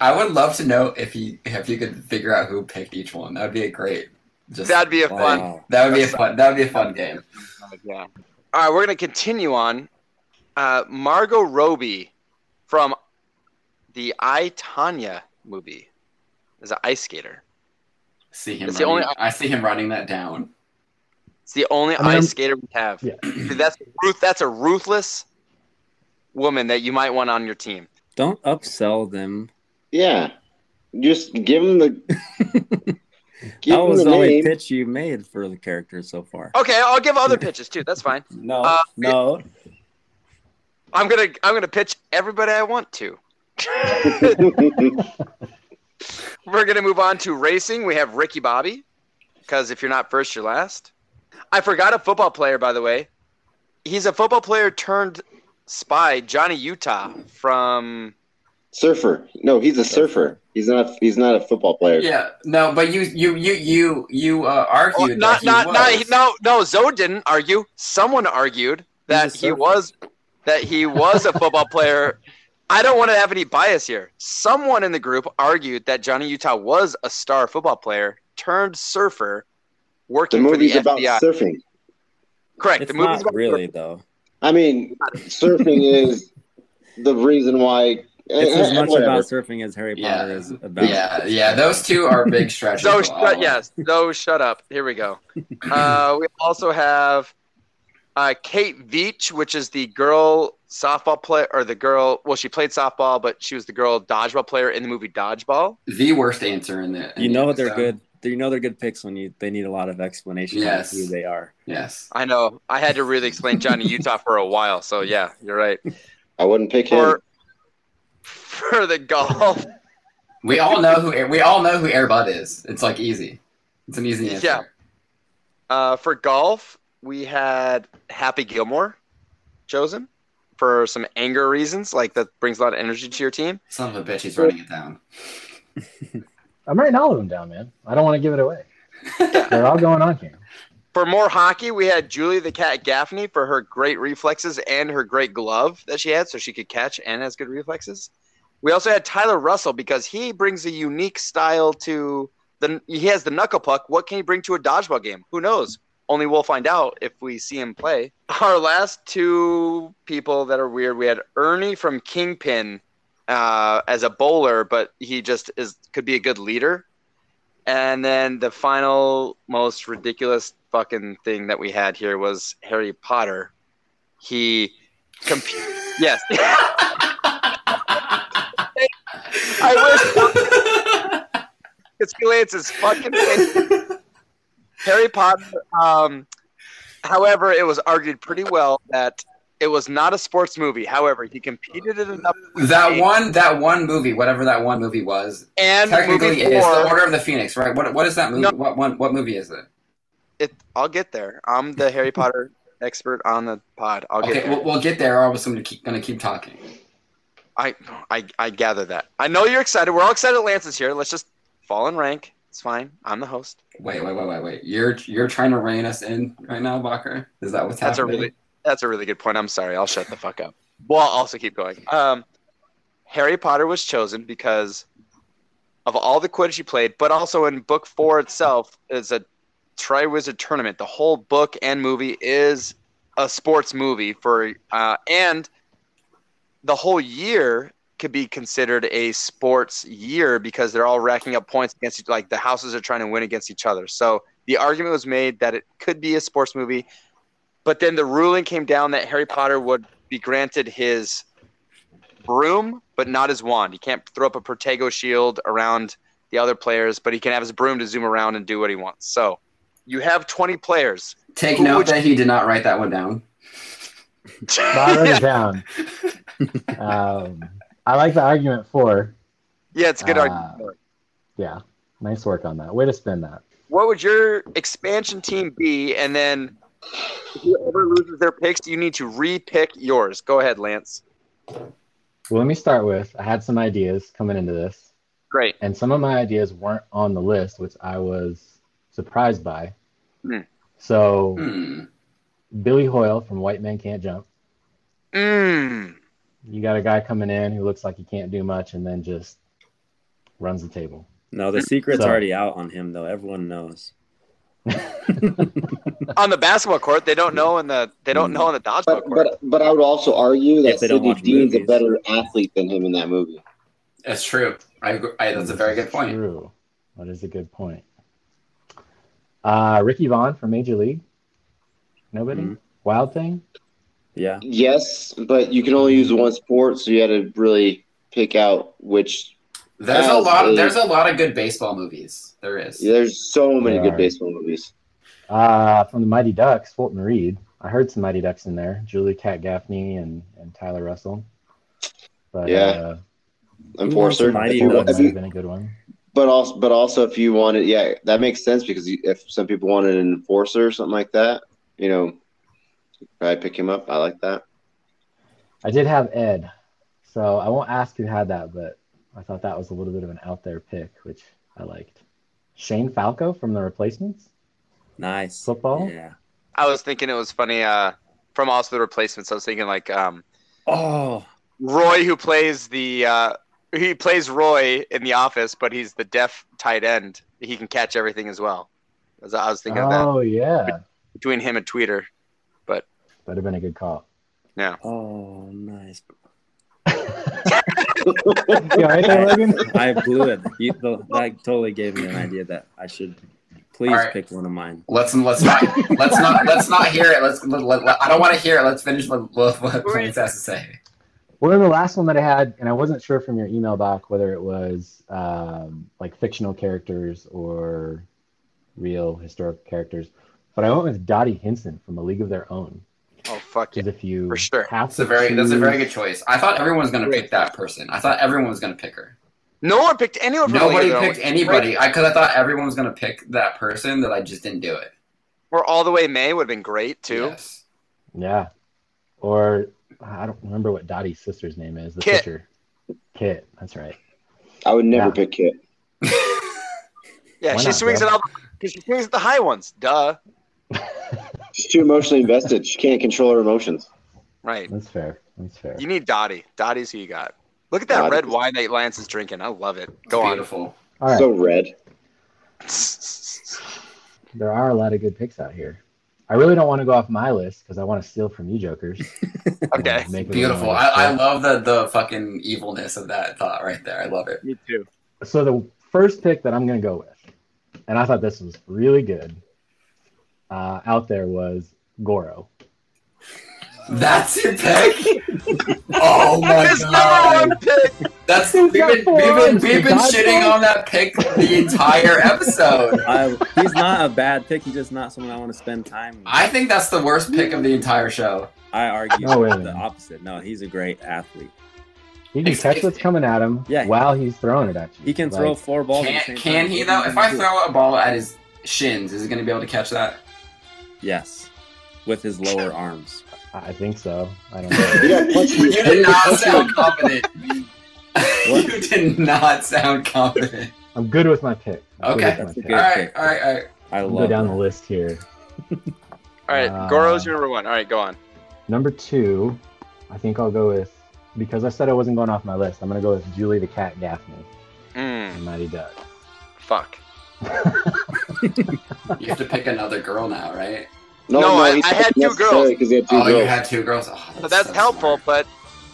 S3: I would love to know if you if you could figure out who picked each one. That would be a great. Just
S1: That'd be a
S3: like,
S1: fun.
S2: Wow.
S3: That would be a fun. That would be a fun game.
S1: Yeah. All right, we're gonna continue on. Uh, Margot Robbie from the I Tanya movie is an ice skater.
S3: See him.
S1: It's the
S3: running-
S1: only-
S3: I see him writing that down.
S1: It's the only
S11: I mean, I'm-
S1: ice skater we have. [clears throat]
S11: Yeah.
S1: Dude, that's Ruth. That's a ruthless woman that you might want on your team.
S2: Don't upsell them.
S5: Yeah, just give him the. give
S2: [laughs] That
S5: him
S2: was
S5: the
S2: the only
S5: name.
S2: pitch you made for the character so far.
S1: Okay, I'll give other pitches too. That's fine.
S2: No,
S1: Uh,
S2: no.
S1: I'm gonna I'm gonna pitch everybody I want to. We're gonna move on to racing. We have Ricky Bobby, because if you're not first, you're last. I forgot a football player, by the way. He's a football player turned spy, Johnny Utah from.
S5: [laughs] surfer. No, he's a surfer. He's not. He's not a football player.
S3: Yeah. No, but you you you you you uh,
S1: Oh,
S3: argued
S1: not
S3: that he
S1: not not
S3: was.
S1: no no Zoe didn't argue. Someone argued that
S2: He's a
S1: he
S2: surfer.
S1: was that he was a football player. I don't want to have any bias here. Someone in the group argued that Johnny Utah was a star football player turned surfer,
S5: The
S1: working for the
S5: movie's about
S1: FBI.
S5: surfing.
S1: Correct.
S2: It's
S1: the movie's
S2: not
S1: about
S2: really though.
S5: I mean, surfing
S2: [laughs]
S5: is the reason why. eh,
S1: Eh,
S2: It's as much
S5: whatever.
S2: about surfing as Harry
S3: Yeah.
S2: Potter is about.
S3: Yeah, yeah. Those two are
S1: [laughs]
S3: big stretches.
S1: So
S3: of all
S1: shut
S3: of
S1: yes. So shut up. Here we go. Uh, we also have Uh, Kate Veach, which is the girl softball player, or the girl, well, she played softball, but she was the girl dodgeball player in the movie Dodgeball.
S3: The worst answer in the. in
S2: You know
S3: the
S2: they're
S3: episode.
S2: good. You know they're good picks when you they need a lot of explanation
S3: Yes.
S2: on who they are.
S3: Yes.
S1: I know. I had to really explain Johnny Utah for a while. So, yeah, you're right.
S5: I wouldn't pick him.
S1: For, for the golf,
S3: We all know who Air- we all know who Airbud is. It's like easy. It's an easy answer.
S1: Yeah. Uh, for golf, we had Happy Gilmore chosen for some anger reasons, like that brings a lot of energy to your team.
S3: Son of a bitch, he's running
S1: [laughs]
S3: it down.
S11: I'm writing all of them down, man. I don't want to give it away. They're all going on
S1: [laughs]
S11: here.
S1: For more hockey, we had Julie the Cat Gaffney for her great reflexes and her great glove that she had, so she could catch and has good reflexes. We also had Tyler Russell because he brings a unique style to the. He has the knuckle puck. What can he bring to a dodgeball game? Who knows? Only we'll find out if we see him play. [laughs] Our last two people that are weird, we had Ernie from Kingpin uh, as a bowler, but he just is could be a good leader. And then the final most ridiculous fucking thing that we had here was Harry Potter. He comp- yes. [laughs] I wish it's Lance's fucking face. Harry Potter um however it was argued pretty well that it was not a sports movie. However, he competed in enough
S3: That one that one movie, whatever that one movie was,
S1: and
S3: technically
S1: movie
S3: it's the
S1: four-
S3: Order of the Phoenix, right? What what is that movie?
S1: No.
S3: What one what movie is it?
S1: It, I'll get there. I'm the Harry Potter expert on the pod. I'll get
S3: Okay,
S1: there.
S3: we'll, we'll get there. Or I'm just gonna keep gonna keep talking.
S1: I, I, I gather that. I know you're excited. We're all excited. Lance is here. Let's just fall in rank. It's fine. I'm the host.
S3: Wait, wait, wait, wait, wait. You're you're trying to rein us in right now, Bakker? Is that what's
S1: That's a
S3: happening?
S1: really, that's a really good point. I'm sorry. I'll shut the fuck up. Well, I'll also keep going. Um, Harry Potter was chosen because of all the Quidditch he played, but also in book four itself is a Triwizard tournament. The whole book and movie is a sports movie for, uh, and the whole year could be considered a sports year because they're all racking up points against each like the houses are trying to win against each other. So the argument was made that it could be a sports movie, but then the ruling came down that Harry Potter would be granted his broom, but not his wand. He can't throw up a Protego shield around the other players, but he can have his broom to zoom around and do what he wants. So you have 20 players.
S3: Take
S1: Who
S3: note
S1: would
S3: that he did not write that one down.
S11: Not written down. Um, I like the argument for.
S1: [laughs] Yeah, it's a good
S11: Uh,
S1: argument.
S11: Yeah, nice work on that. Way to spin that.
S1: What would your expansion team be? And then whoever loses their picks, you need to re-pick yours. Go ahead, Lance.
S11: Well, let me start with I had some ideas coming into this,
S1: Great.
S11: and some of my ideas weren't on the list, which I was surprised by.
S1: Hmm.
S11: So,
S3: Hmm.
S11: Billy Hoyle from White Men Can't Jump.
S1: Mm.
S11: You got a guy coming in who looks like he can't do much and then just runs the table.
S2: No, the secret's
S11: So-
S2: already out on him though. Everyone knows.
S1: On the basketball court, they don't know in the they don't know in the dodgeball court.
S5: But but I would also argue that
S2: If they don't
S5: Sidney
S2: watch
S5: Dean's a
S2: movies.
S5: better athlete than him in that movie.
S3: That's true. I, agree- I that's a
S11: This
S3: very
S11: is
S3: good point.
S11: True. That is a good point. Uh, Ricky Vaughn from Major League. Nobody?
S3: Mm-hmm.
S2: Mhm.
S11: Wild Thing?
S2: Yeah.
S5: Yes, but you can only use one sport, so you had to really pick out which.
S3: There's a
S5: has
S3: lot. There's a lot of good baseball movies. There is.
S5: There's so many
S11: There
S5: good
S11: are.
S5: baseball movies.
S11: Uh, from the Mighty Ducks, Fulton Reed. I heard some Mighty Ducks in there. Julie Cat Gaffney and, and Tyler Russell. But
S5: Yeah.
S11: uh,
S5: Enforcer.
S2: Mighty
S5: If
S11: Mighty
S5: you-
S11: Ducks
S5: if
S11: might
S5: you-
S11: have been a good one.
S5: But also, but also, if you wanted, yeah, that makes sense because you, if some people wanted an enforcer or something like that, you know, I pick him up. I like that.
S11: I did have Ed, so I won't ask who had that, but I thought that was a little bit of an out there pick, which I liked. Shane Falco from The Replacements,
S2: Nice.
S11: football.
S2: Yeah.
S1: I was thinking it was funny, uh, from also the replacements. I was thinking like um
S2: Oh,
S1: Roy who plays the uh he plays Roy in the office, but he's the deaf tight end. He can catch everything as well. As I was thinking of that
S11: Oh yeah,
S1: between him and Tweeter.
S11: that'd have been a
S3: [laughs]
S11: good call. [laughs]
S2: oh, nice.
S11: You all right there, Logan?
S2: I blew it. You, the, that totally gave me an idea that I should Please
S3: All right.
S2: pick one of mine.
S3: Let's
S1: [laughs]
S3: let's not let's not let's not hear it. Let's let, let- let- I don't want to hear it. Let's finish what what, what Clarence has to say.
S11: Well, then the last one that I had, and I wasn't sure from your email back whether it was um, like fictional characters or real historic characters, but I went with Dottie Hinson from A League of Their Own.
S1: Oh fuck
S11: yeah! If you
S1: for sure,
S11: have
S3: That's a very that's a very good choice. I thought everyone was gonna pick that person. I thought everyone was gonna pick her.
S1: No one picked anyone. From
S3: Nobody
S1: League of Their
S3: picked
S1: Own.
S3: anybody. I because I thought everyone was gonna pick that person that I just didn't do it.
S1: Or all the way May would have been great too.
S11: Yeah, or I don't remember what Dottie's sister's name is. The
S1: Kit.
S11: pitcher, Kit. That's right.
S5: I would never
S11: Yeah.
S5: pick Kit.
S1: Yeah,
S5: Why
S1: she
S5: not,
S1: swings
S5: bro?
S1: at all because she swings at the high ones. Duh.
S5: She's too emotionally invested. She can't control her emotions.
S1: Right.
S11: That's fair. That's fair.
S1: You need Dottie. Dottie's who you got. Look at that
S5: Dottie.
S1: red wine that Lance is drinking. I love it. Go
S3: [laughs]
S1: on. [laughs] Beautiful.
S11: All right.
S5: So red.
S11: There are a lot of good picks out here. I really don't want to go off my list because I want to steal from you, jokers.
S1: [laughs] Okay.
S11: Make it
S3: Beautiful.
S11: one
S3: I,
S11: of
S3: I
S11: those.
S3: love the the fucking evilness of that thought right there. I love it.
S1: Me too.
S11: So the first pick that I'm going to go with, and I thought this was really good, uh, out there was Goro.
S3: That's your pick. oh my
S6: His
S3: god. That's we've been, we've been,
S2: four.
S3: we've been
S2: Dodgeball?
S3: shitting on that pick the entire episode.
S2: I, he's not a bad pick. He's just not someone I want to spend time with.
S3: I think that's the worst pick of the entire show.
S2: I argue
S11: No, wait a
S2: the
S11: minute.
S2: opposite. No, he's a great athlete.
S11: He can catch what's coming at him
S2: Yeah.
S11: while he's throwing it at you.
S2: He can
S11: Like,
S2: throw four balls. at the
S3: Can,
S2: same
S3: can
S2: time.
S3: he though? If I throw a ball at his shins, is he going to be able to catch that?
S2: Yes, with his
S3: [laughs]
S2: lower
S11: [laughs]
S2: arms.
S11: I think so. I don't know.
S3: you did not sound confident. you did not sound confident.
S11: I'm good with my pick. I'm good
S3: Okay.
S11: with my pick.
S3: all right. All right. All right.
S2: I
S11: I'll
S2: love
S11: go down
S2: that.
S11: the list here.
S1: All right.
S11: Uh,
S1: Goro's your number one. All right. Go on.
S11: Number two, I think I'll go with because I said I wasn't going off my list. I'm gonna go with Julie the Cat Gaffney
S1: Mm,
S11: from Mighty Duck.
S1: fuck.
S3: You have to pick another girl now, right?
S1: No, No, no, I- he I had two necessarily girls. 'cause he had two
S3: oh, you
S1: girls.
S3: had two girls. Oh,
S1: So that's helpful, but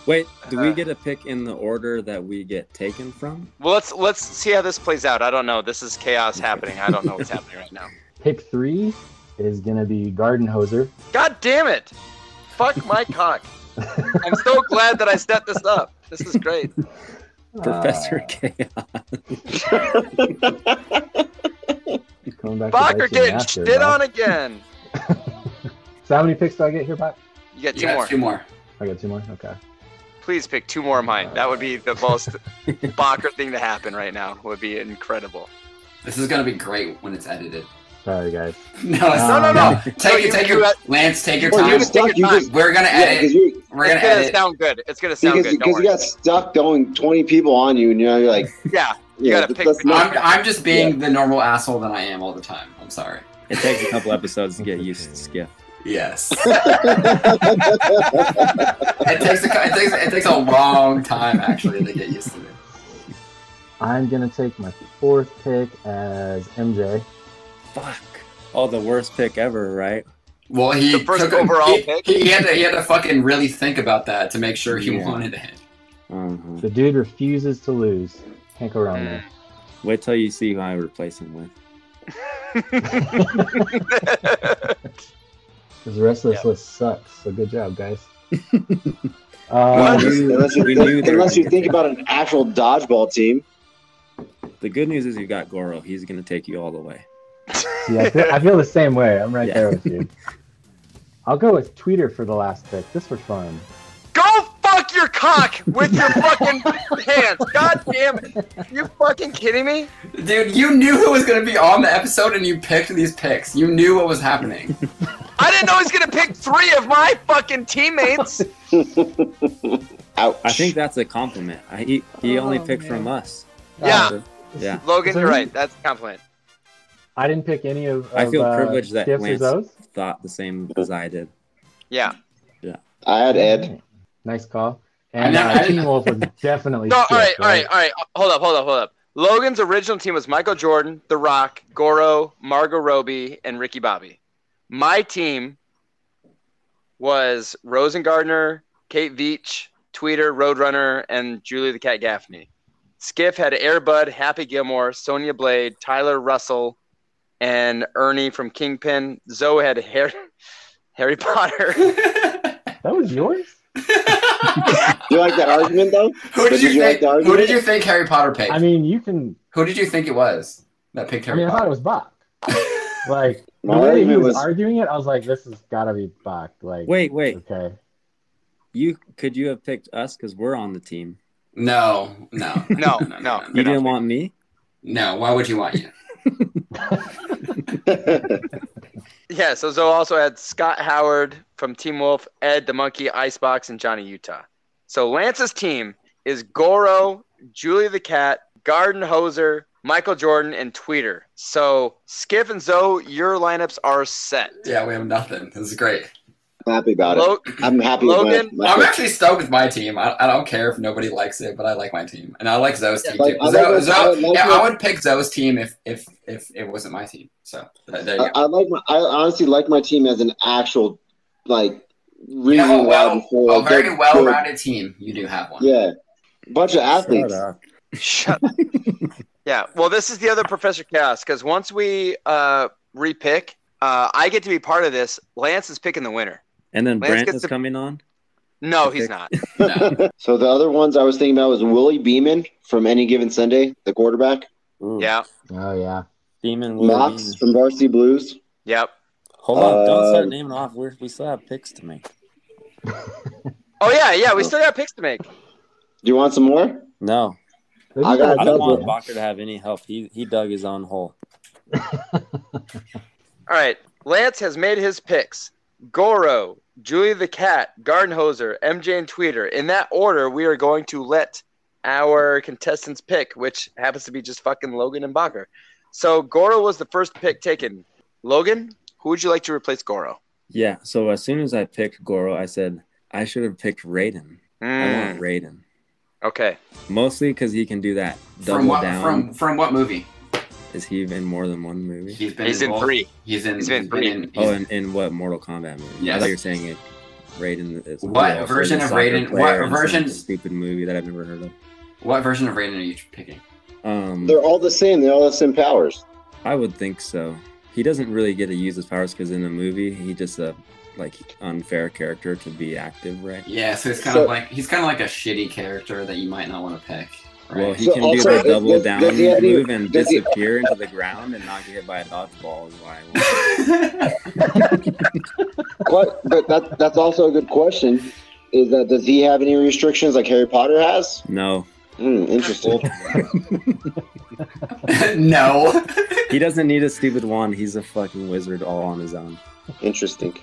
S2: Wait, do
S3: Uh.
S2: we get a pick in the order that we get taken from?
S1: well, let's let's see how this plays out. I don't know. This is chaos happening. I don't know what's happening right now.
S11: Pick three is gonna be Garden Hoser.
S1: God damn it! Fuck my cock. I'm so glad that I stepped this up. This is great.
S11: Uh.
S2: Professor Chaos.
S11: Going back to bite you
S1: Barker
S11: in the
S1: getting
S11: ass here,
S1: shit
S11: Bob.
S1: on again.
S11: So how many picks do I get here, Pat?
S1: You got two
S3: You got
S1: more.
S3: two more.
S11: I got two more. Okay.
S1: Please pick two more of mine. That would be the
S3: [laughs]
S1: most Barker thing to happen right now. Would be incredible.
S3: This is gonna be great when it's edited. [laughs]
S11: Sorry, guys.
S3: No, it's
S1: No, no, no. No,
S3: Take
S1: you-
S3: your, take
S1: you
S3: your,
S1: had-
S3: Lance. Take your
S1: Well,
S3: time.
S1: you just- Take your time.
S3: We're gonna
S5: Yeah,
S3: edit.
S5: 'cause you-
S3: We're gonna
S1: it's gonna
S3: edit.
S1: sound good. It's gonna sound
S5: Because
S1: good. Don't
S5: because
S1: worry.
S5: you got stuck going 20 people on you, and you know, you're like,
S1: Yeah, you
S5: Yeah,
S1: gotta
S5: but
S1: pick.
S5: that's
S1: the-
S5: not-
S3: I'm, I'm just being the normal asshole that I am all the time. I'm sorry.
S2: it takes a couple episodes to get used to Skiff.
S3: [laughs]
S1: [laughs]
S3: Yes. it takes a, cou- it takes it takes a long time actually to get used to it.
S11: I'm gonna take my fourth pick as MJ.
S2: Fuck. Oh, the worst pick ever, right?
S3: Well, he
S1: The first
S3: took a-
S1: overall
S3: he,
S1: pick?
S3: He had to he had to fucking really think about that to make sure he
S2: Yeah.
S3: wanted it.
S2: Mhm.
S11: The dude refuses to lose. Can't go wrong there.
S2: Wait till you see who I replace him with.
S11: Because the rest of this
S1: Yeah.
S11: list sucks. So good job, guys.
S2: Well,
S11: uh,
S5: unless,
S2: knew-
S5: unless you,
S2: we
S5: think,
S2: knew they were
S5: unless you
S2: gonna
S5: think
S2: get
S5: about an actual dodgeball team,
S2: The good news is you got Goro. He's gonna take you all the way.
S11: yeah, I feel, I feel the same way. I'm right
S2: Yeah.
S11: there
S2: [laughs]
S11: with you. I'll go with Tweeter for the last pick. This was fun.
S1: Go fuck your cock with your fucking pants. God damn it! You fucking kidding me?
S3: Dude, you knew who was gonna be on the episode and you picked these picks. You knew what was happening.
S1: I didn't know he was gonna pick three of my fucking teammates.
S5: ouch.
S2: I think that's a compliment. I, he he only
S11: Oh,
S2: picked from us.
S11: Um,
S1: Yeah,
S2: Yeah.
S1: Logan, you're right. That's a compliment.
S11: I didn't pick any of.
S2: I feel
S11: of, uh,
S2: privileged that
S11: Skiff's or
S2: Lance
S11: Zoe's.
S2: thought the same as I did.
S1: Yeah.
S5: I had Ed.
S11: Nice call.
S3: I
S11: And
S3: know, I
S11: uh,
S3: didn't-
S11: Teen
S2: [laughs]
S11: Wolf was definitely.
S1: No, all
S11: Skiff,
S1: right, all right, all right. Hold up, hold up, hold up. Logan's original team was Michael Jordan, The Rock, Goro, Margot Robbie, and Ricky Bobby. My team was Rosengartner, Kate Veach, Tweeter, Roadrunner, and Julie the Cat Gaffney. Skiff had Airbud, Happy Gilmore, Sonia Blade, Tyler Russell, and Ernie from Kingpin. Zoe had Harry, [laughs] Harry
S3: [laughs]
S1: Potter.
S11: that was yours.
S5: you like that argument though?
S3: Who did, you, think? who did you think Harry Potter picked?
S11: I mean, you can.
S3: Who did you think it was that picked
S11: I
S3: Harry
S11: mean, I
S3: Potter?
S11: thought it was
S1: [laughs]
S11: Bach. Like
S3: My
S11: the way he
S3: argument
S11: was,
S3: was-
S11: arguing it, I was like, "This has got to be Bach." Like,
S2: Wait, wait.
S11: okay.
S2: You could you have picked us because we're on the team?
S3: No, no,
S1: [laughs] no, no.
S2: You didn't want me.
S3: No, why would you want you?
S5: [laughs]
S1: Yeah, so Zoe also had Scott Howard from Team Wolf, Ed the Monkey, Icebox, and Johnny Utah. So Lance's team is Goro, Julie the Cat, Garden Hoser, Michael Jordan, and Tweeter. So Skiff and Zoe, your lineups are set.
S3: Yeah, we have nothing. This is great.
S5: I'm happy about
S1: Lo-
S5: it. I'm happy. with my-
S1: Logan?
S5: my,
S3: I'm actually stoked with my team. I, I don't care if nobody likes it, but I like my team, and I like Zoe's team
S5: Like,
S3: too.
S5: I
S3: Zoe,
S5: like what-
S3: Zoe-
S5: I would like
S3: yeah,
S5: what-
S3: I would pick Zoe's team if if if it wasn't my team. So th- there you
S5: I,
S3: go.
S5: I like my. I honestly like my team as an actual like reason
S3: You have a
S5: why I'm
S3: well,
S5: for
S3: a very
S5: good-
S3: well-rounded team. You do have one.
S5: Yeah, bunch of athletes.
S1: Shut up. [laughs] yeah, well, this is the other Professor Chaos because once we uh, repick, uh, I get to be part of this. Lance is picking the winner.
S2: And then
S1: Lance
S2: Brant
S1: gets
S2: is
S1: to-
S2: coming on.
S1: No, he's not.
S5: [laughs] so the other ones I was thinking about was Willie Beeman from Any Given Sunday, the quarterback.
S2: Hmm.
S1: Yeah.
S11: Oh yeah.
S2: Demon Willie
S5: Mox
S2: Beeman.
S5: from Varsity Blues.
S1: Yep.
S2: Hold on, don't
S5: Um,
S2: start naming off. We're, we still have picks to make.
S1: Oh yeah, yeah. We still got picks to make.
S5: Do you want some more?
S2: No,
S5: I got
S2: I
S5: a
S2: don't want
S5: couple.
S2: Bakker to have any help. He he dug his own hole.
S1: All right. Lance has made his picks. Goro, Julie the Cat, Gardenhoser, MJ, and Tweeter. In that order, we are going to let our contestants pick, which happens to be just fucking Logan and Bakker. So Goro was the first pick taken. Logan, who would you like to replace Goro?
S2: Yeah. So as soon as I picked Goro, I said I should have picked Raiden. I want Raiden
S1: Hmm, Okay.
S2: mostly because he can do that double
S3: From what
S2: down.
S3: from from what movie?
S2: Is he in more than one movie?
S3: He's been
S1: He's in
S3: both.
S1: three.
S3: He's in.
S1: He's been three.
S3: in- he's-
S2: Oh, in, in what Mortal Kombat movie? I
S3: Yes.
S2: thought you were saying it. Raiden is
S3: What
S2: also
S3: version
S2: a
S3: of
S2: soccer
S3: Raiden-
S2: player
S3: what
S2: in some
S3: version-
S2: Stupid movie that I've never heard of.
S3: what version of Raiden are you picking?
S2: Um,
S5: They're all the same. They all have the same powers.
S2: I would think so. He doesn't really get to use his powers because in the movie he just a like unfair character to be active, right?
S3: Yeah, so he's kind
S5: So-
S3: of like he's kind of like a shitty character that you might not want to pick. Right?
S2: Well, he
S5: So
S2: can do
S5: also, does-
S2: the double
S5: does-
S2: down
S5: does he have any-
S2: move and
S5: does he-
S2: disappear into the ground and not get hit by a dodgeball. Is why I
S5: [laughs]
S2: want.
S3: [laughs]
S5: What? But that, that's also a good question. Is that does he have any restrictions like Harry Potter has?
S2: No,
S5: Hmm, interesting.
S3: [laughs] no.
S2: he doesn't need a stupid wand. He's a fucking wizard all on his own.
S5: Interesting.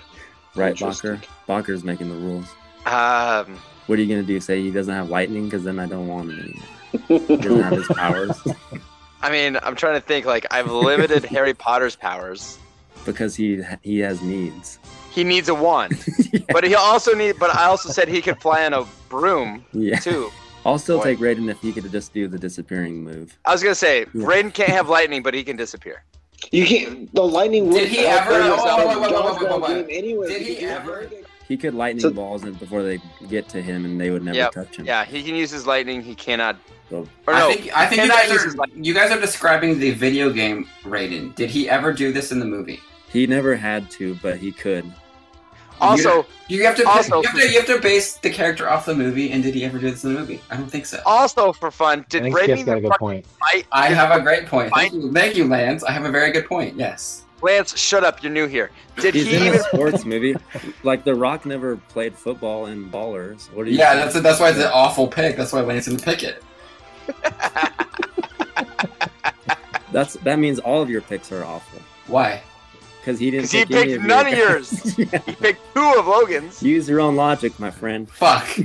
S2: Right,
S5: Interesting.
S2: Bakker? Bakker's making the rules.
S1: Um,
S2: What are you gonna do? Say he doesn't have lightning? Because then I don't want him anymore. He doesn't have his powers [laughs]
S1: I mean, I'm trying to think. Like, I've limited Harry Potter's powers.
S2: because he he has needs. [laughs]
S1: He needs a wand, but he also need. But I also said he could fly on a broom
S2: Yeah.
S1: too.
S2: I'll still
S1: Boy.
S2: take Raiden if he could just do the disappearing move.
S1: I was gonna
S11: [laughs]
S1: say Raiden can't have lightning, but he can disappear.
S5: You can't. The lightning
S3: Did
S5: wouldn't
S3: he
S5: help
S3: ever-
S5: him
S3: oh,
S5: out
S3: wait, wait,
S5: of
S3: wait,
S5: Dodgeball
S3: wait, wait, wait.
S5: game anyway.
S3: Did he ever-
S2: He could lightning
S5: So-
S2: balls it before they get to him, and they would never
S1: Yep.
S2: touch him.
S1: Yeah, he can use his lightning. He cannot.
S2: So-
S1: Or no,
S3: I think I think you
S1: cannot use
S3: guys
S1: his
S3: are
S1: lightning.
S3: you guys are describing the video game Raiden. Did he ever do this in the movie?
S2: He never had to, but he could.
S1: Also,
S3: You have to pick,
S1: Also-
S3: you, have to, you have to base the character off the movie. And did he ever do this in the movie? I don't think so.
S1: also for fun,
S11: I
S1: did
S11: think Skip's
S1: Raiden
S11: got a
S1: even
S11: good
S1: fucking
S11: point.
S1: fight?
S3: I have a great point.
S1: Fine.
S3: Thank you, thank you, Lance. I have a very good point. Yes.
S1: Lance, shut up. You're new here. Did
S2: He's
S1: he
S2: in
S1: even?
S2: a sports movie. Like The Rock never played football in Ballers. What do you?
S3: Yeah, that's that's why it's an awful pick. That's why Lance didn't pick it.
S2: that's that means all of your picks are awful
S3: Why?
S2: because he didn't.
S1: 'Cause he
S2: pick any
S1: picked
S2: of
S1: none of
S2: your-
S1: yours.
S2: Yeah.
S1: He picked two of Logan's.
S2: [laughs] Use your own logic, my friend.
S3: Fuck. [laughs] you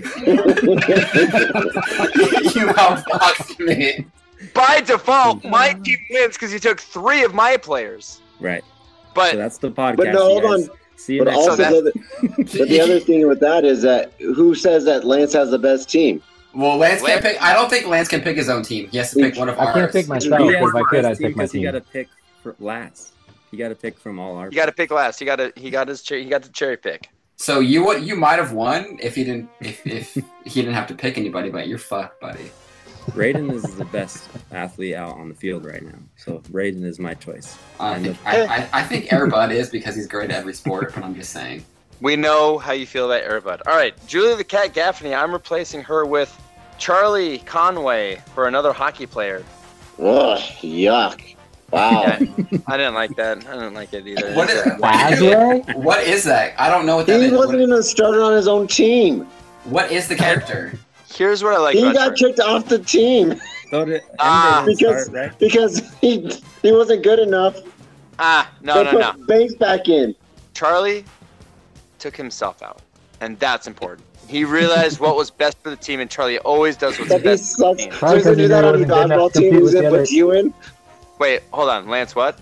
S3: outboxed me.
S1: By default,
S11: Mm-hmm.
S1: my team wins because he took three of my players.
S2: Right. So
S1: But
S2: that's the podcast.
S5: But no, hold
S2: you guys.
S5: on.
S2: See you
S5: But
S2: next
S5: also,
S2: time.
S5: the other, but the other thing with that is that who says that Lance has the best team?
S3: [laughs] Well, Lance,
S1: Lance-
S3: can't pick. I don't think Lance can pick his own team. He has to pick one of
S11: I
S3: ours.
S11: can't pick
S2: He has
S11: myself because if
S2: the
S11: I could,
S2: best
S11: I'd pick my
S2: 'cause
S11: team.
S2: You got to pick for last. You got to pick from all our.
S1: you got to pick last. He got to. He got his. Cher- he got the cherry pick.
S3: So you
S5: [laughs]
S3: would you might have won if he didn't if, if he didn't have to pick anybody, but you're fucked, buddy.
S2: Raiden is the best athlete out on the field right now, so Raiden is my choice.
S3: I
S2: And
S3: think,
S2: the-
S3: I, I, I think Airbud is because he's great at every sport, but I'm just saying.
S1: We know how you feel about Airbud. All right, Julia the Cat Gaffney. I'm replacing her with Charlie Conway for another hockey player.
S5: Ugh, yuck. Wow.
S1: I didn't like that. I didn't like it either.
S3: What
S5: [laughs]
S3: is,
S5: Bazley?
S3: what is that? I don't know what that
S5: he
S3: is.
S5: wasn't even a starter on his own team.
S3: What is the character?
S1: Here's what I like
S5: he
S1: about
S5: got kicked off the team [laughs]
S2: So did,
S1: Ah,
S5: because because he he wasn't good enough.
S1: ah, no,
S5: they
S1: no,
S5: put [laughs]
S1: no.
S5: Banks back in.
S1: Charlie took himself out, and that's important. He realized what was best for the team, and Charlie always does what's
S5: That he
S1: best.
S5: sucks.
S11: Probably
S5: He's gonna
S11: 'cause he
S5: do that
S11: knew
S5: on
S11: he
S5: his
S11: wasn't good enough
S5: dodgeball
S11: to
S5: team.
S11: compete
S5: He's
S11: with
S5: gonna
S11: the
S5: put
S11: others.
S5: you in. [laughs]
S1: Wait, hold on, Lance. What?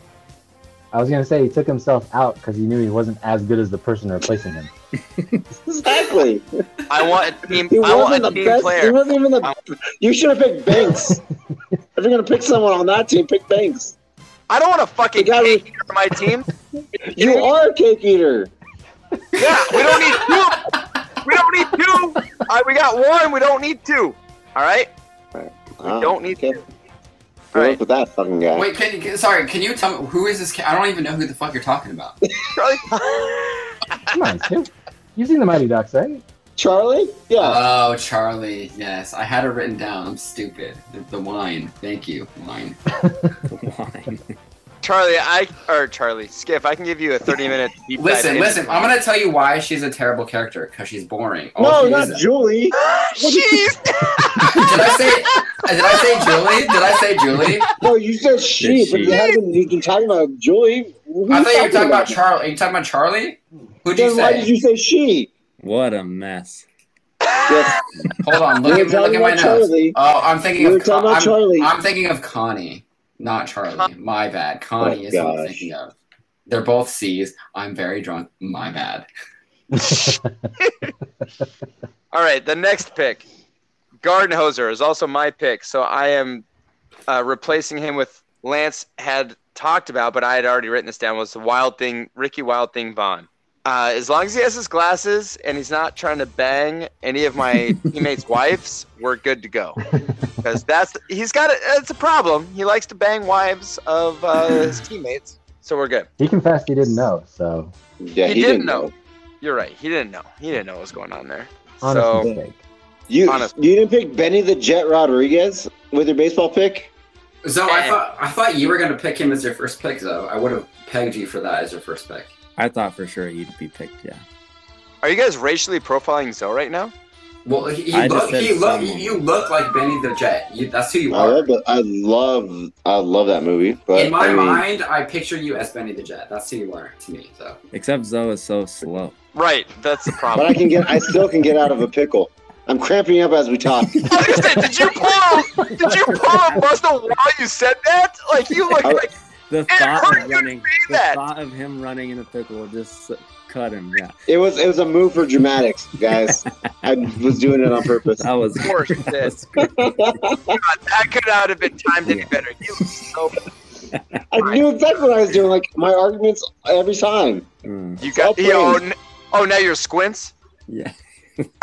S11: I was gonna say he took himself out because he knew he wasn't as good as the person replacing him.
S5: Exactly.
S1: I want
S5: [laughs]
S1: a team.
S5: He
S1: I want
S5: wasn't
S1: a
S5: the
S1: team
S5: best. He
S1: player.
S5: wasn't even the. You should have
S3: [laughs]
S5: picked Banks. if you're gonna pick someone on that team, pick Banks.
S1: I don't want to fucking
S5: The guy
S1: cake eater on my
S5: [laughs]
S1: team.
S5: You are a cake eater.
S1: Yeah, we don't need two. We don't need two. All right, we got one. We don't need two. All right.
S5: Oh,
S1: don't need
S5: okay.
S1: to.
S5: Good luck [laughs]
S1: Alright.
S5: with that fucking guy.
S3: Wait, can you, sorry, can you tell me who is this? Ca- I don't even know who the fuck you're talking about.
S1: Charlie. [laughs]
S11: Come on, [laughs] Stu. You've seen the Mighty Ducks, right?
S5: Charlie? Yeah.
S3: Oh, Charlie. Yes, I had it written down. I'm stupid. The, the wine. Thank you, wine.
S2: Why?
S1: Charlie, I or Charlie Skiff, I can give you a thirty-minute deep dive.
S3: Listen,
S1: into-
S3: listen. I'm gonna tell you why she's a terrible character. Cause she's boring.
S5: no,
S3: she
S5: not
S3: is-
S5: Julie.
S1: Jeez.
S3: Did I say? Did I say Julie? Did I say Julie?
S5: No, you said she,
S2: Did
S5: but
S2: she?
S5: you haven't been, you've been talking about Julie. Who
S3: I thought you were talking about Charlie. Are you talking about Charlie? Who'd you
S5: Then why
S3: say?
S5: did you say she?
S2: What a mess.
S5: Yes,
S3: Hold on. Look
S5: We
S3: at
S5: were
S3: me. Ah. Look
S5: talking
S3: at my
S5: about
S3: notes.
S5: Charlie.
S3: Oh, I'm thinking
S5: We were
S3: of. Con-
S5: talking about
S3: I'm,
S5: Charlie.
S3: I'm thinking of Connie, not Charlie. My bad. Connie
S5: Oh,
S3: is what I'm
S5: gosh.
S3: thinking of. They're both C's. I'm very drunk. My bad.
S1: [laughs] All right, the next pick, Garden Hoser, is also my pick. So I am uh, replacing him with Lance had talked about, but I had already written this down. Was the Wild Thing Ricky Wild Thing Vaughn? Uh, as long as he has his glasses and he's not trying to bang any of my teammates' wives, we're good to go. Because that's he's got a, it's a problem. He likes to bang wives of uh, his teammates, so we're good.
S11: He confessed he didn't know, so
S5: Yeah,
S1: He
S5: he,
S1: did
S5: didn't
S1: know.
S5: know.
S1: You're right. He didn't know. He didn't know what was going on there.
S11: honest
S1: so
S11: mistake.
S5: You
S1: Honest.
S5: you didn't pick Benny the Jet Rodriguez with your baseball pick?
S3: So I thought I thought you were gonna pick him as your first pick, though. I would have pegged you for that as your first pick.
S2: I thought for sure he'd be picked, yeah.
S1: Are you guys racially profiling Zoe right now?
S3: Well, he, he
S2: I just
S3: looked.
S2: said
S3: He looked.
S2: someone.
S3: You look like Benny the Jet. You, that's who you
S5: I
S3: are.
S5: love, the- I love I love that movie. But
S3: In my
S5: I mean,
S3: mind, I picture you as Benny the Jet. That's who you are to me. So
S2: Except Zoe is so slow.
S1: Right, [laughs] that's the
S5: but
S1: problem.
S5: I can get I still can get out of a pickle. I'm cramping up as we talk.
S1: I was gonna say, did you pull a, did you pull a muscle while you said that? Like you look
S5: I-
S1: like
S2: The
S1: It
S2: thought
S1: hurt you
S2: of
S1: to
S2: running,
S1: say
S2: the
S1: that.
S2: thought of him running in a pickle just cut him. Yeah,
S5: It was it was a move for dramatics, guys. I was doing it on purpose.
S1: [laughs]
S2: that was.
S1: Poor
S2: that
S1: shit.
S2: [laughs] was good.
S1: that could not have been timed any
S2: Yeah.
S1: better. You look so
S5: I knew exactly what I was doing. Like my arguments every [laughs] time.
S2: Mm,
S1: you got
S5: Well
S1: yo,
S5: played.
S1: n- oh now you're squints?
S2: yeah.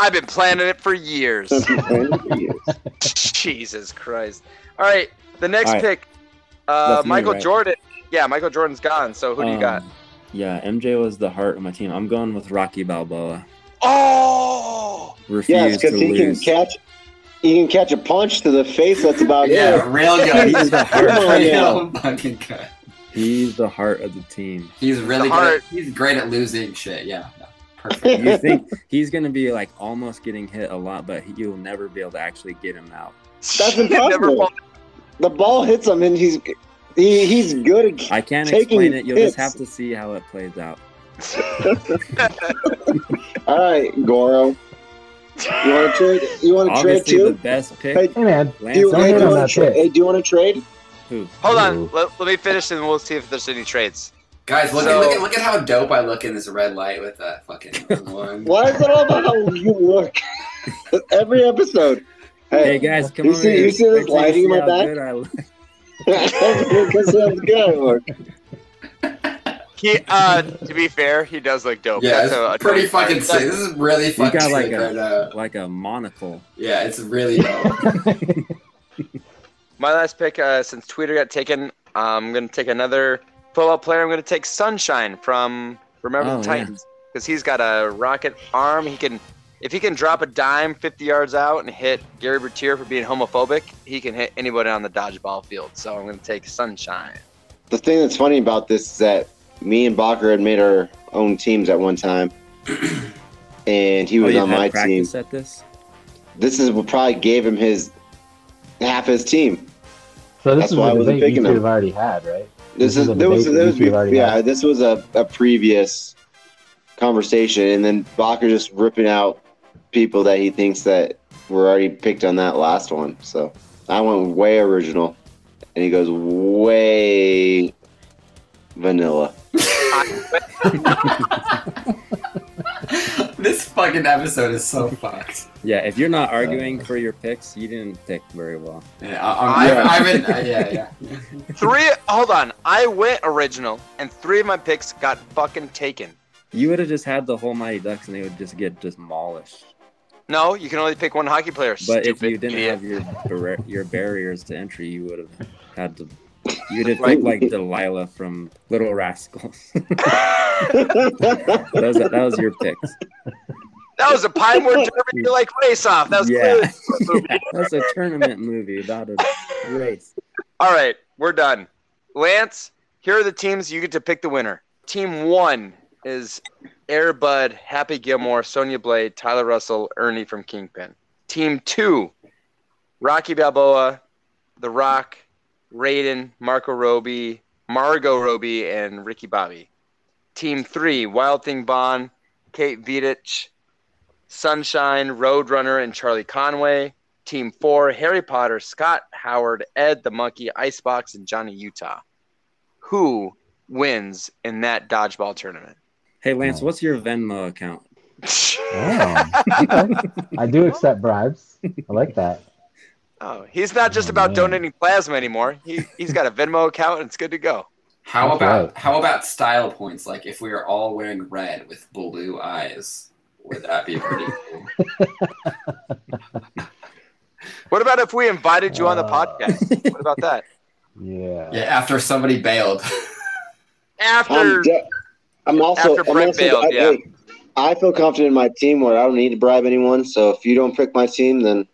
S1: I've been planning it for
S2: [laughs]
S1: years.
S5: I've been playing it for years.
S1: Jesus Christ. All right, the next
S2: All right.
S1: pick. Uh,
S2: That's me,
S1: Michael
S2: right?
S1: Jordan. Yeah, Michael Jordan's gone, so who do you got?
S2: Um, Yeah, MJ was the heart of my team. I'm going with Rocky Balboa.
S1: Oh
S5: Yes,
S2: Refuse to
S5: because he can
S2: lose.
S5: catch. He can catch a punch to the face. That's
S2: Oh,
S5: about
S3: yeah,
S5: it.
S3: real good.
S5: He's
S2: [laughs]
S3: He's
S5: the heart of the
S3: real [laughs] fucking good.
S2: He's the heart of the team.
S3: He's really
S1: The heart.
S3: good. He's great at losing shit. Yeah, no, perfect.
S2: [laughs]
S5: [laughs]
S2: You think he's gonna be like almost getting hit a lot, but he- you'll never be able to actually get him out.
S5: That's
S1: [laughs] Shit, never
S5: impossible.
S1: fall-
S5: The ball hits him, and he's he, he's good. At,
S2: I can't
S5: Taking
S2: explain it. You'll just have
S5: hits.
S2: to see how it plays out.
S5: all right, Goro. You want to trade? You want to trade
S2: Obviously, the
S5: too?
S2: best pick.
S5: Oh, Hey,
S11: Hey man,
S5: Do you,
S2: Lance
S11: don't
S5: hey,
S11: hit
S5: do you
S11: on
S5: want
S11: that
S5: to trade?
S11: pick.
S5: Hey, do you want to trade?
S2: who?
S1: Hold
S11: Ooh.
S1: on, let, let me finish and we'll see if there's any trades.
S3: Guys, look,
S1: So-
S3: at, look, at, look at how dope I look in this red light with
S2: [laughs]
S3: that fucking one.
S5: Why is it all about how you look? [laughs] Every episode.
S2: Hey
S5: Hey, [laughs]
S2: guys, come
S5: You
S2: over
S5: see-
S2: here.
S5: you see this
S2: Wait till you
S5: lighting in my
S2: how
S5: back?
S2: good I look.
S5: because that's good. Look.
S1: He, uh, to be fair, he does look dope.
S3: Yeah,
S1: That's a, a
S3: it's pretty
S1: dope card.
S3: fucking sick. This is really
S2: You
S3: fucking
S2: got like
S3: sick
S2: a
S3: right now.
S2: like a monocle. [laughs]
S3: Yeah, it's really dope.
S1: My last pick, uh, since Twitter got taken, I'm going to take another football player. I'm going to take Sunshine from Remember
S12: Oh,
S1: the
S12: yeah.
S1: Titans because he's got a rocket arm. He can, if he can drop a dime 50 yards out and hit Gary Bertier for being homophobic, he can hit anybody on the dodgeball field. So I'm going to take [laughs] Sunshine.
S5: The thing that's funny about this is that me and Bakker had made our own teams at one time, [clears throat] and he
S2: Oh,
S5: was
S2: you've
S5: on
S2: had
S5: my team.
S2: practice at this?
S5: This is what probably gave him his half his team.
S11: So this
S5: That's
S11: is
S5: why I
S11: a
S5: wasn't
S11: debate you
S5: picking
S11: two
S5: him.
S11: have already
S5: [laughs]
S11: had, right?
S5: This, is,
S11: a
S5: there was,
S11: debate
S5: there
S11: you
S5: was
S11: two have already
S5: yeah,
S11: had.
S5: this was a, a previous conversation, and then Bakker just ripping out people that he thinks that were already picked on that last one. So I went way original, and he goes way vanilla.
S3: [laughs]
S5: [laughs]
S3: this fucking episode is so fucked.
S2: Yeah, if you're
S5: Uh,
S2: not arguing for your picks, you didn't pick very well.
S3: Yeah, I- I'm- I'm- I'm in- uh, yeah,
S1: Three, hold on. I went original, and three of my picks got fucking taken.
S2: You would have just had the whole Mighty Ducks, and they would just get demolished.
S1: No, you can only pick one hockey player.
S2: But
S1: stupid
S2: if you didn't
S1: idiot.
S2: have your bar- your barriers to entry, you would have had to. You'd have
S1: Right.
S2: picked like Delilah from Little Rascals. [laughs] that was that was your picks.
S1: [laughs] That was a Pine Wood Derby like race off. That was
S2: yeah.
S1: clearly-
S2: [laughs] yeah, that's a tournament movie about a race.
S1: All right, we're done. Lance, here are the teams you get to pick the winner. Team one is Air Bud, Happy Gilmore, Sonia Blade, Tyler Russell, Ernie from Kingpin. Team two, Rocky Balboa, The Rock, Raiden, Marco Roby, Margot Roby, and Ricky Bobby. Team three, Wild Thing Bond, Kate Vidic, Sunshine, Roadrunner, and Charlie Conway. Team four, Harry Potter, Scott Howard, Ed the Monkey, Icebox, and Johnny Utah. Who wins in that dodgeball tournament? [laughs]
S2: Hey Lance, what's your Venmo account?
S11: I do accept bribes. I like that.
S1: Oh, he's not just about donating plasma anymore. He he's got a Venmo account and it's good to go.
S3: How
S1: That's
S3: about
S1: right.
S3: how about style points? Like if we are all wearing red with blue eyes, would that be pretty cool?
S1: What about if we invited you on the
S2: Uh.
S1: podcast? What about
S2: [laughs]
S1: that?
S11: Yeah.
S3: Yeah. After somebody bailed. [laughs]
S1: After
S5: I'm, de- I'm also,
S1: after
S5: I'm
S1: Brett
S5: also
S1: bailed,
S5: I,
S1: yeah.
S5: wait, I feel confident in my team where I don't need to bribe anyone. So if you don't pick my team, then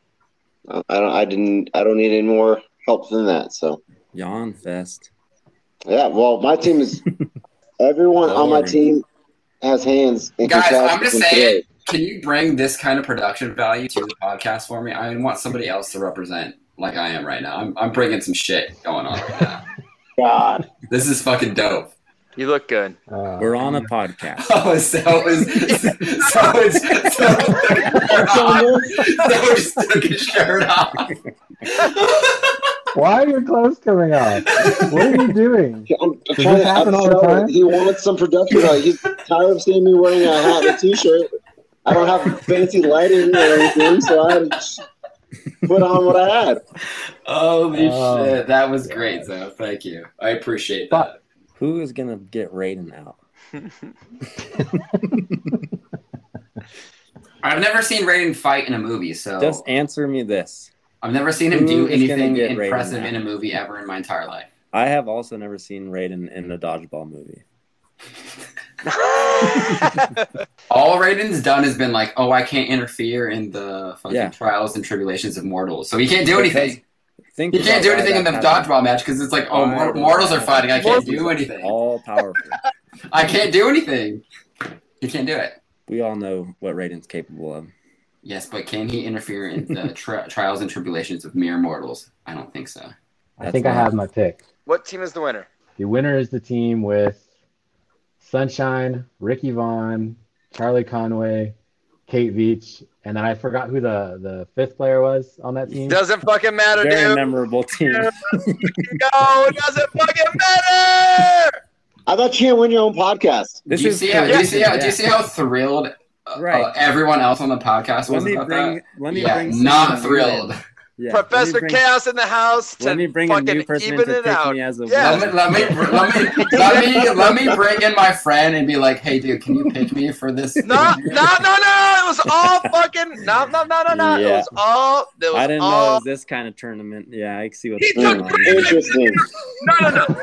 S5: I I don't. I didn't. I don't need any more help than that. So
S2: Yawn fest.
S5: yeah. Well, my team
S11: [laughs]
S5: is everyone on my
S2: Boring.
S5: team has hands. And can
S3: Guys,
S5: fly
S3: I'm just
S5: and
S3: saying,
S5: throw.
S3: can you bring this kind of production value to the podcast for me? I want somebody else to represent like I am right now. I'm, I'm bringing some shit going on right now.
S5: God,
S3: this is fucking dope. [laughs]
S1: You look good. [laughs]
S11: Uh,
S2: We're on a podcast.
S3: Oh, so it's so it's so it's so it's took his shirt off. [laughs]
S11: Why are your clothes
S2: [laughs]
S11: coming off? What are you doing?
S5: I'm, I'm
S11: Does
S5: trying
S11: this
S5: to
S11: happen all the
S5: upsell it.
S11: time?
S5: He wants some production value. He's tired of seeing me wearing a hat and a t-shirt. I don't have fancy lighting or anything, so I had to just put on what I had.
S3: Holy
S2: Oh,
S3: shit, that was great, though. Thank you. I appreciate that.
S2: Who is gonna get Raiden out?
S3: I've never seen Raiden fight in a movie, so
S2: Just answer me this.
S3: I've never seen him
S2: Who
S3: do
S2: is gonna
S3: anything
S2: get Raiden
S3: impressive
S2: out?
S3: in a movie ever in my entire life.
S2: I have also never seen Raiden in a dodgeball movie.
S3: All Raiden's done has been like, oh, I can't interfere in the fucking
S2: Yeah.
S3: trials and tribulations of mortals, so he can't do
S2: Because-
S3: anything.
S2: Think
S3: He can't
S2: about
S3: do
S2: why
S3: anything in
S2: that
S3: the
S2: happened.
S3: dodgeball match because it's like, oh,
S2: Why
S3: mor-
S2: did
S3: mortals
S2: that
S3: are fighting. I can't
S2: happen?
S3: do anything.
S2: All powerful.
S3: I can't do anything. He can't do it.
S2: We all know what Raiden's capable of.
S3: Yes, but can he interfere in
S2: [laughs]
S3: the tri- trials and tribulations of mere mortals? I don't think so.
S11: I think I have my pick.
S1: What team is the winner?
S11: The winner is the team with Sunshine, Ricky Vaughn, Charlie Conway, Kate Veach, and then I forgot who the, the fifth player was on that team.
S1: Doesn't fucking matter,
S2: Very
S1: dude.
S2: memorable team.
S1: No, doesn't fucking matter.
S5: I thought you can't win your own podcast.
S3: do you see how? Do you see how? Do you see how thrilled uh,
S5: Right.
S3: everyone else on the podcast
S2: Let
S3: was
S2: me
S3: about
S2: bring-
S3: that?
S2: let me
S3: yeah,
S2: bring someone
S3: not
S2: in.
S3: thrilled.
S2: Yeah, let me
S1: Professor
S2: bring-
S1: Chaos in the house to
S2: Let me bring a
S1: fucking
S2: new person in
S1: even
S2: to
S1: it
S2: pick
S1: out.
S2: me as a
S1: Yeah.
S2: winner.
S3: Let me, let me, let
S5: [laughs]
S3: me, let me bring in my friend and be like, "Hey, dude, can you pick me for this?"
S1: No, no, no, no! was all fucking no, no, no, no, no. It
S2: Yeah.
S1: was all. It was
S2: I didn't know it
S1: all.
S2: was this kind of tournament. Yeah, I see what's
S1: He
S11: Hmm.
S2: going
S1: took
S2: on.
S5: Interesting. [laughs]
S1: No, no, no.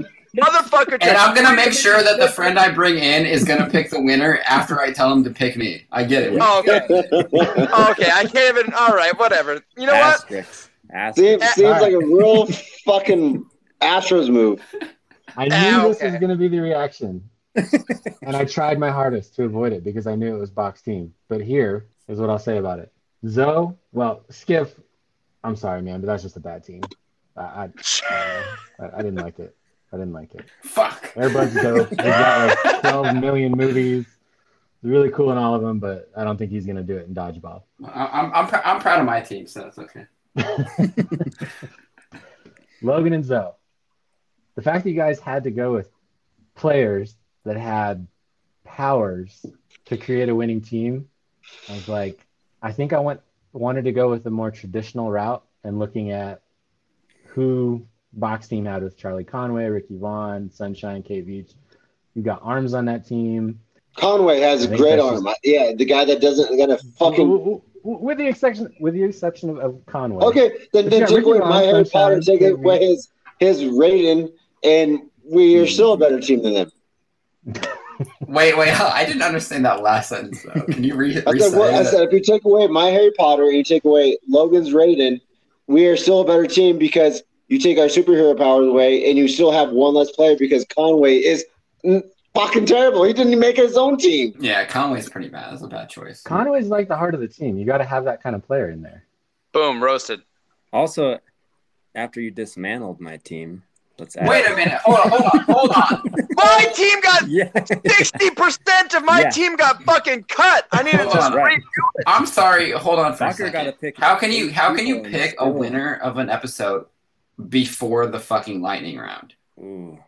S1: He- motherfucker.
S3: And
S1: took-
S3: I'm gonna make sure that the friend I bring in is gonna pick the winner after I tell him to pick me. I get it.
S1: Oh, okay. okay, I can't even. All right, whatever. You know what?
S2: Asterisks.
S5: Seems,
S2: Asterisks.
S5: seems like a real fucking Astros move.
S11: I knew
S1: Ah,
S11: this
S1: okay.
S11: was going to be the reaction, and I tried my hardest to avoid it because I knew it was box team. But here is what I'll say about it: Zoe, well, Skiff, I'm sorry, man, but that's just a bad team. I, I, I, I didn't like it. I didn't like it.
S3: Fuck.
S11: Airbud's dope. He's got like 12 million movies. He's really cool in all of them, but I don't think he's going to do it in dodgeball.
S3: I- I'm I'm, pr- I'm proud of my team, so that's okay.
S11: [laughs] Logan and Zoe. The fact that you guys had to go with players that had powers to create a winning team, I was like, I think I went wanted to go with the more traditional route and looking at who box team had with Charlie Conway, Ricky Vaughn, Sunshine, Kate Beach. You got arms on that team.
S5: Conway has
S11: I
S5: a
S11: think
S5: great
S11: that's
S5: arm. I- yeah, the guy that doesn't got a fucking.
S11: W- w- with the exception with the exception of, of Conway.
S5: Okay, then,
S11: But
S5: then
S11: yeah,
S5: take
S11: Ricky
S5: away
S11: Vaughn,
S5: my Harry Potter,
S11: Sunshine,
S5: take
S11: Kate
S5: away
S11: Reeves.
S5: his his rating, and we
S11: Hmm.
S5: are still a better team than them.
S3: Wait, wait, huh, I didn't understand that last sentence though. Can you re-
S5: I said,
S3: re-say
S5: well, I
S3: that?
S5: said, if you take away my Harry Potter and you take away Logan's Raiden, we are still a better team because you take our superhero powers away and you still have one less player because Conway is mm, fucking terrible. He didn't make his own team.
S3: Yeah, Conway's pretty bad. That's a bad choice.
S11: Conway's like the heart of the team. You got to have that kind of player in there.
S1: Boom, roasted.
S2: Also, after you dismantled my team, let's add.
S3: Wait a minute. Hold on, hold on, hold on.
S1: My team got
S2: [laughs] Yeah,
S1: sixty percent of my
S2: Yeah.
S1: team got fucking cut. I need to
S3: Hold
S1: just
S3: on.
S2: Right.
S1: redo it.
S3: I'm sorry. Hold on for a
S2: Doctor got to
S3: second.
S2: pick.
S3: How can you how can you
S2: people and
S3: pick a
S2: still-
S3: winner of an episode before the fucking lightning round?
S2: Ooh, ooh.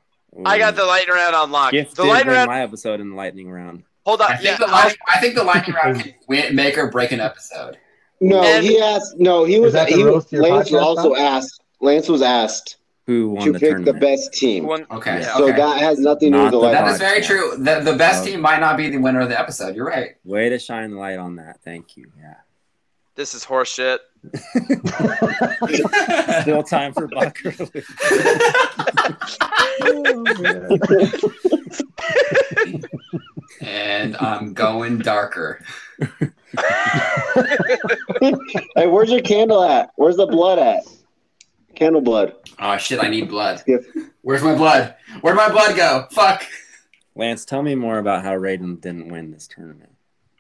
S1: I got the lightning round on lock.
S2: Gift
S1: The
S2: did
S1: lightning
S2: win
S1: round.
S2: my episode in the lightning round.
S1: Hold
S3: I
S1: on. Yeah,
S3: think the lightning, I think the lightning round can win, make or break an episode.
S5: No,
S1: And-
S5: he asked. No, he was.
S11: that the
S5: He
S11: rules
S5: was.
S11: to your
S5: Lance was
S11: podcast,
S5: also
S11: Bob?
S5: asked. Lance was asked
S2: Who won
S5: to
S2: the
S5: pick
S2: tournament?
S5: the best team.
S1: one-
S3: Okay.
S1: Yeah.
S5: So
S3: okay.
S5: that has nothing to do with
S2: Not
S5: the
S2: the
S5: lightning.
S3: that is very
S2: podcast.
S3: true. The, the best
S2: Okay.
S3: team might not be the winner of the episode.
S2: [laughs]
S3: You're right.
S2: Way to shine the light on that. Thank you. Yeah.
S1: This is horse shit.
S2: Still time for
S3: [laughs]
S2: Buckaroo.
S3: and I'm going darker.
S5: Hey, where's your candle at? Where's the blood at? Candle blood.
S3: Oh shit! I need blood.
S5: Skip.
S3: Where's my blood? Where'd my blood go? Fuck.
S2: Lance, tell me more about how Raiden didn't win this tournament.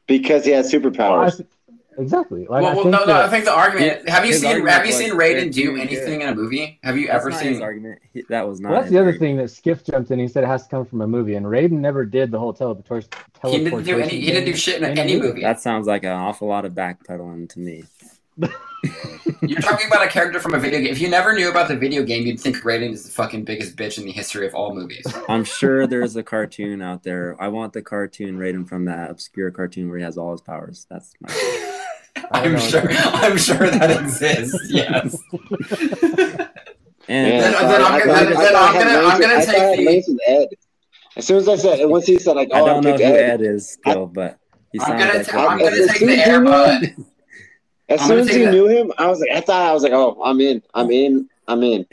S5: Because he has
S11: Well, I
S5: superpowers.
S11: th- [laughs] exactly. Like
S3: Well,
S11: I
S3: well,
S11: think
S3: no, no.
S11: that-
S3: I think the argument. Have you
S2: His
S3: seen?
S2: argument
S3: Have you
S2: was
S3: seen
S2: they're
S3: Raiden do
S2: too
S3: anything
S2: good.
S3: in a movie? Have you
S2: That's
S3: ever
S2: not
S3: seen?
S2: his argument? He- that was not.
S11: well, that's
S2: his
S11: the other
S2: argument.
S11: thing that Skiff jumped in. He said it has to come from a movie, and Raiden never did the whole teleportation.
S3: He didn't do any. He didn't do
S11: thing
S3: shit in any movie.
S2: That sounds like an awful lot of backpedaling to me.
S3: You're talking about a character from a video game. If you never knew about the video game, you'd think Raiden is the fucking biggest bitch in the history of all movies.
S2: I'm sure there's a cartoon out there. I want the cartoon Raiden from that obscure cartoon where he has all his powers. That's my.
S3: I'm
S11: know.
S3: sure. I'm sure that exists. Yes.
S2: And
S5: Man,
S3: Then-
S5: I thought-
S3: then I'm
S5: I
S3: gonna- then I'm
S5: thought- I thought I had
S3: gonna- I'm
S5: Lance-
S3: gonna
S5: I thought I
S3: take
S5: had
S3: the-
S5: Lance and Ed. As soon as I said, once he said, like,
S2: I
S5: oh, I,
S2: don't know
S5: picked
S2: who
S5: Ed.
S2: Ed is still, but he
S3: I'm
S2: sounds
S3: gonna.
S2: like.
S3: T-
S2: a-
S3: I'm gonna
S5: As- as
S3: take
S5: soon
S3: the
S5: as he
S3: air
S5: knew
S3: bud.
S5: him- As
S3: I'm
S5: soon
S3: gonna
S5: as
S3: take
S5: he
S3: that-
S5: knew him, I was like, I thought I was like, oh, I'm in, I'm in, I'm in.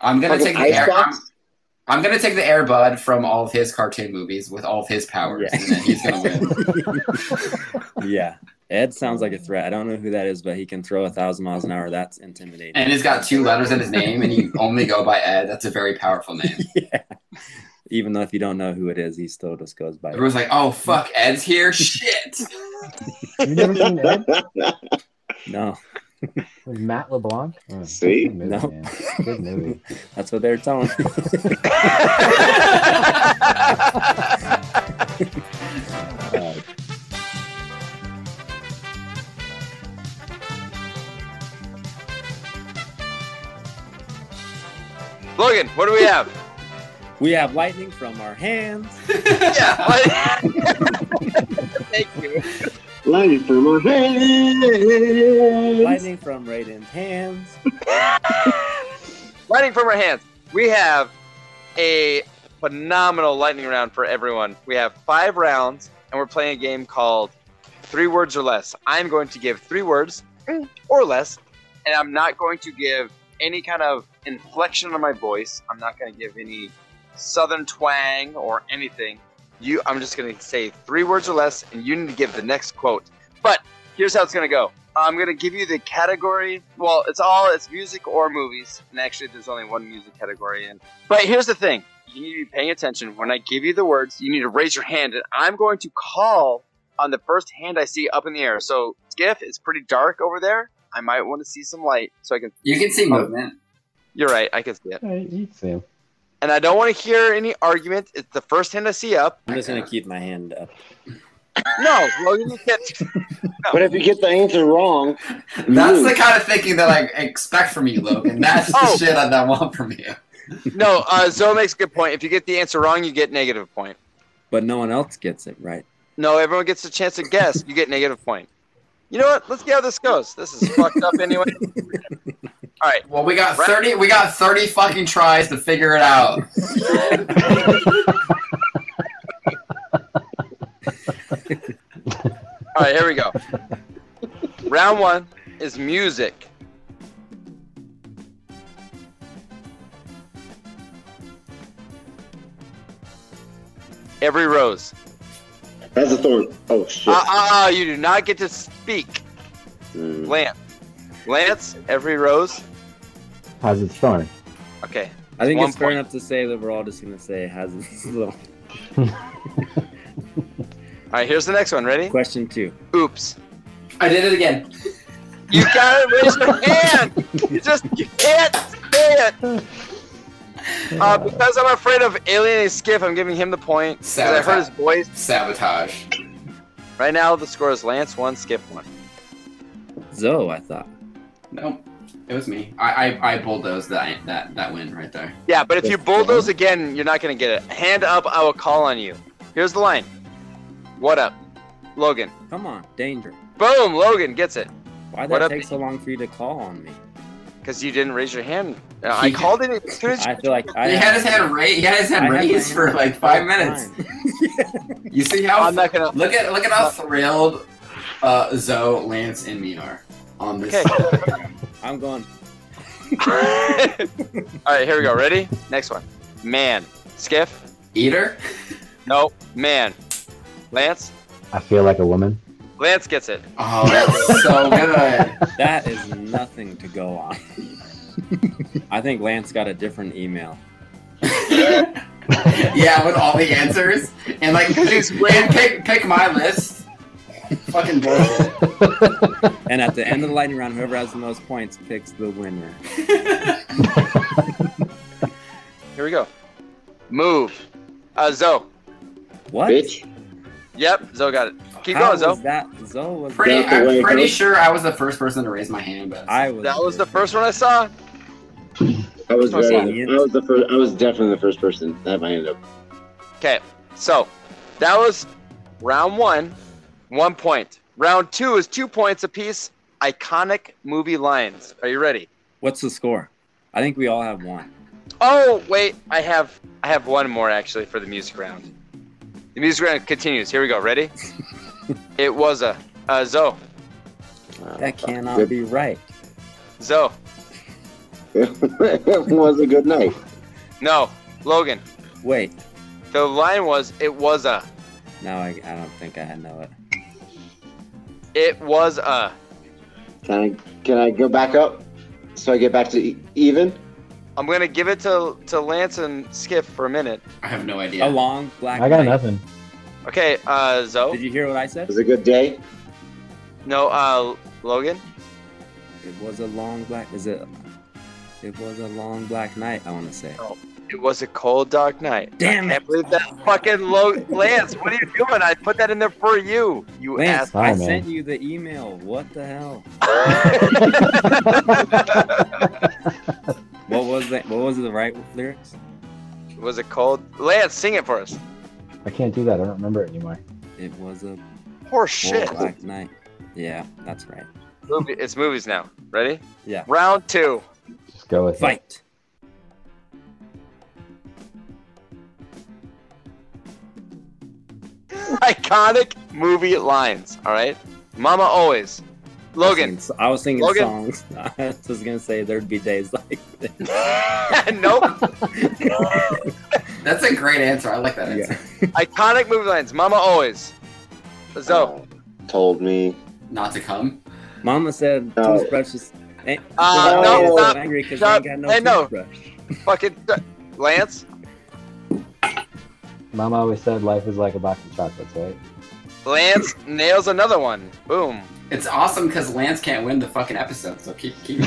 S3: I'm gonna take
S5: Fucking
S3: the air. I'm,
S5: icebox.
S3: I'm gonna take the air bud from all of his cartoon movies with all of his powers,
S2: Yeah.
S3: and then he's gonna win.
S2: yeah, Ed sounds like a threat. I don't know who that is, but he can throw a thousand miles an hour. That's intimidating.
S3: And he's got two letters in his name, and you only go by Ed. That's a very powerful name.
S2: [laughs] yeah. Even though if you don't know who it is, he still just goes by.
S3: Everyone's like, "Oh fuck, Ed's here! Shit!"
S11: You [laughs]
S3: [laughs]
S11: never seen Ed
S5: [laughs]
S2: No,
S11: with Matt LeBlanc? Oh,
S5: See?
S11: good movie,
S2: No.
S11: man. Good movie.
S2: that's what they're telling. me.
S11: Uh,
S1: Logan, what do we have?
S2: we have lightning from our hands.
S1: [laughs] yeah. like- Thank you.
S5: Lightning from our hands.
S2: Lightning from Raiden's hands.
S1: Lightning from our hands. We have a phenomenal lightning round for everyone. We have five rounds, and we're playing a game called three words or less. I'm going to give three words or less, and I'm not going to give any kind of inflection on my voice. I'm not going to give any southern twang or anything. You, I'm just going to say three words or less, and you need to give the next quote. But here's how it's going to go. I'm going to give you the category. Well, it's all it's music or movies, and actually, there's only one music category. And but here's the thing: you need to be paying attention. When I give you the words, you need to raise your hand, and I'm going to call on the first hand I see up in the air. So, Skiff, it's pretty dark over there. I might want to see some light so I can.
S3: You can see
S1: Oh,
S3: movement.
S1: You're right. I can see it.
S11: Sam.
S1: And I don't want to hear any argument. It's the first hand I see up.
S2: I'm just gonna keep my hand up.
S1: No, Logan, you can't.
S5: But if you get the answer wrong,
S3: That's
S5: you
S3: the
S5: lose.
S3: kind of thinking that I expect from you, Logan. That's
S2: [laughs]
S3: the
S1: Oh.
S3: shit I don't want from you.
S1: No, uh, Zoe makes a good point. If you get the answer wrong, you get negative point.
S2: But no one else gets it right.
S1: No, everyone gets a chance to guess. You get negative point. You know what? Let's get how this goes. This is fucked up anyway. All right.
S3: Well, we got
S1: Right.
S3: thirty. We got thirty fucking tries to figure it out.
S1: All right, here we go. Round one is music. Every rose.
S5: That's a thorn. Oh shit.
S3: Uh,
S1: Ah, ah, ah, you do not get to speak.
S5: Mm.
S1: Lance. Lance, every rose.
S11: How's it starting?
S1: Okay.
S2: I think
S1: One
S2: it's fair
S1: point.
S2: enough to say that we're all just gonna say it has this [laughs] little
S1: All right, here's the next one. Ready?
S2: question two.
S1: Oops.
S3: I did it again.
S1: You gotta raise your hand. You just you can't say it. Uh, because I'm afraid of alienating Skiff, I'm giving him the point. 'Cause I heard his voice.
S3: Sabotage.
S1: Right now, the score is Lance one, Skip one.
S2: Zoe, I thought.
S3: Nope. It was me. I I, I bulldozed that that that win right there.
S1: Yeah, but if you
S2: That's
S1: bulldoze again, you're not gonna get it. Hand up, I will call on you. Here's the line. What up, Logan?
S2: Come on, danger.
S1: Boom! Logan gets it
S2: Why
S1: What
S2: did
S1: up,
S2: it take so long for you to call on me?
S1: because you didn't raise your hand. Uh, I called it as soon as
S2: I feel like I
S3: he had his hand raised. He had his
S2: I
S3: hand
S2: had my
S3: raised
S2: hand
S3: for
S2: up
S3: like five minutes. You see
S1: [laughs]
S3: how
S1: I'm not gonna. [laughs]
S3: Look at look at how thrilled uh, Zoe, Lance, and me are on this.
S1: Okay.
S2: I'm going.
S1: All right, here we go. Ready? Next one. Man, Skiff.
S3: Eater.
S1: No, man. Lance.
S11: I feel like a woman.
S1: Lance gets it.
S3: Oh, that was
S2: [laughs]
S3: so good.
S2: That is nothing to go on. I think Lance got a different email.
S3: [laughs] yeah, with all the answers and like just and pick pick my list. Fucking bullshit.
S2: And at the end of the lightning round, whoever has the most points picks the winner.
S1: Here we go. Move. Uh, Zoe.
S2: What?
S5: Bitch.
S1: Yep, Zoe got it. Keep
S2: How
S1: going, Zoe.
S2: was that Zoe was
S3: Pretty,
S5: That's the way
S3: I'm
S5: it
S3: pretty
S5: goes.
S3: sure I was the first person to raise my hand, but
S2: I was.
S1: That was the first one I saw.
S5: I was
S1: That's
S5: very,
S2: not-
S5: I was the first. I was definitely the first person that had my hand up.
S1: Okay, so that was round one, one point. Round two is two points apiece. Iconic movie lines. Are you ready?
S2: What's the score? I think we all have one.
S1: Oh wait, I have I have one more actually for the music round. The music round continues. Here we go. Ready? it was a uh, Zoe.
S2: That
S5: uh,
S2: cannot
S5: Good.
S2: be right.
S1: Zoe.
S5: [laughs] it was a good night.
S1: No, Logan.
S2: Wait,
S1: The line was it was a
S2: no, I, I don't think I know it.
S1: it was a
S5: Can I can I go back up so I get back to e- even?
S1: I'm gonna give it to to Lance and Skiff for a minute.
S3: I have no idea.
S2: A long black.
S11: I got
S2: night.
S11: nothing.
S1: Okay, uh
S2: Did
S1: Zoe.
S2: you hear what I said?
S5: It was a good day.
S1: No, uh Logan.
S2: It was a long black. Is it? It was a long black night. I want to say.
S1: Oh, It was a cold dark night.
S2: Damn
S1: I
S2: it,
S1: can't believe that fucking lo- Lance. What are you doing? I put that in there for you. You
S2: Lance!
S11: Sorry,
S2: I
S11: Oh, man.
S2: sent you the email. What the hell? What was that? What was the right lyrics?
S1: [laughs] It was a cold. Lance, sing it for us.
S11: I can't do that. I don't remember it anymore.
S2: It was a
S1: Horse
S2: long
S1: shit.
S2: black night. Yeah, that's right.
S1: Movie, it's movies now. Ready?
S2: Yeah.
S1: Round two. [laughs]
S11: Just go with it.
S2: Fight.
S1: Iconic movie lines. All right, Mama always. Logan.
S2: I was thinking
S1: Logan.
S2: songs. [laughs] I was gonna say there'd be days like this.
S1: [laughs] nope.
S3: That's a great answer. I like that answer.
S1: Iconic movie lines. Mama always.
S5: Oh.
S1: So
S5: Uh, Told me.
S3: Not to come.
S2: Mama said
S5: No.
S2: toothbrush is. ain't-
S1: Uh,
S2: Mama
S1: no,
S2: was
S1: stop,
S2: angry 'cause
S1: stop.
S2: they ain't
S1: Hey,
S2: got
S1: no.
S2: no toothbrush.
S1: fucking Lance.
S11: Mom always said life is like a box of chocolates, right?
S1: Lance nails another one. Boom.
S3: It's awesome because Lance can't win the fucking episode, so keep keep. it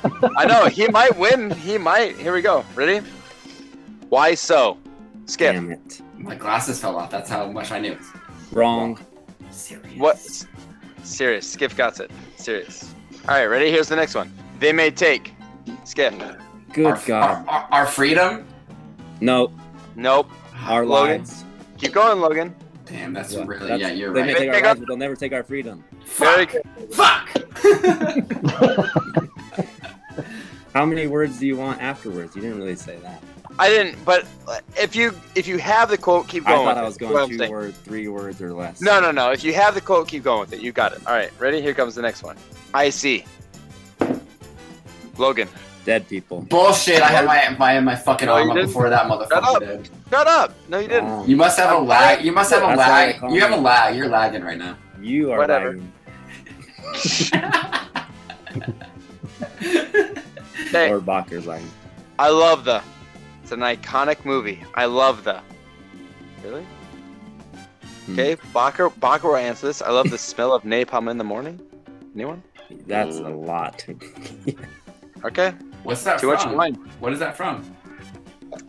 S2: [laughs]
S3: going.
S1: I know he might win. He might. Here we go. Ready? Why so? Skip.
S2: Damn it!
S3: My glasses fell off. That's how much I knew.
S2: Wrong.
S3: Serious.
S1: What? Serious. Skip got it. Serious. All right. Ready? Here's the next one. They may take. Skip.
S2: Good
S3: Our-
S2: God.
S3: Our, our, our freedom.
S2: No.
S1: Nope.
S2: Our
S1: Logan?
S2: lives.
S1: Keep going, Logan.
S3: Damn, that's
S2: Yeah,
S3: really
S2: that's-
S3: yeah. You're
S2: they
S3: right.
S2: may
S1: They-
S2: take
S1: they
S2: our
S1: got-
S2: lives, but they'll never take our freedom.
S1: Very
S3: Fuck.
S1: good.
S3: Fuck. [laughs]
S2: How many words do you want afterwards? You didn't really say that.
S1: I didn't, but if you if you have the quote, keep
S2: I
S1: going.
S2: thought
S1: with
S2: I
S1: it.
S2: was
S1: What I'm
S2: going two
S1: saying.
S2: words, three words, or less.
S1: No, no, no. If you have the quote, keep going with it. You got it. All right. Ready? Here comes the next one. I see. Logan.
S2: Dead people.
S3: Bullshit. I had my my my fucking
S1: No, you
S3: arm up
S1: didn't.
S3: before that motherfucker
S1: up.
S3: did.
S1: Shut up. No, you didn't.
S2: Wrong.
S3: You must have a lag. You must have a
S2: That's why they
S3: lag.
S2: call
S3: You have a
S2: me-
S3: lag. You're lagging right now.
S2: You are
S1: Whatever.
S2: lagging.
S1: Hey,
S2: Or Bacher's lagging.
S1: I love the. It's an iconic movie. I love the. Really?
S2: Hmm.
S1: Okay, Bacher, Bacher will answer this. I love the smell of napalm in the morning. Anyone?
S2: That's a lot. [laughs]
S1: Okay.
S3: What's that
S1: Too
S3: from?
S1: much wine.
S3: What is that from?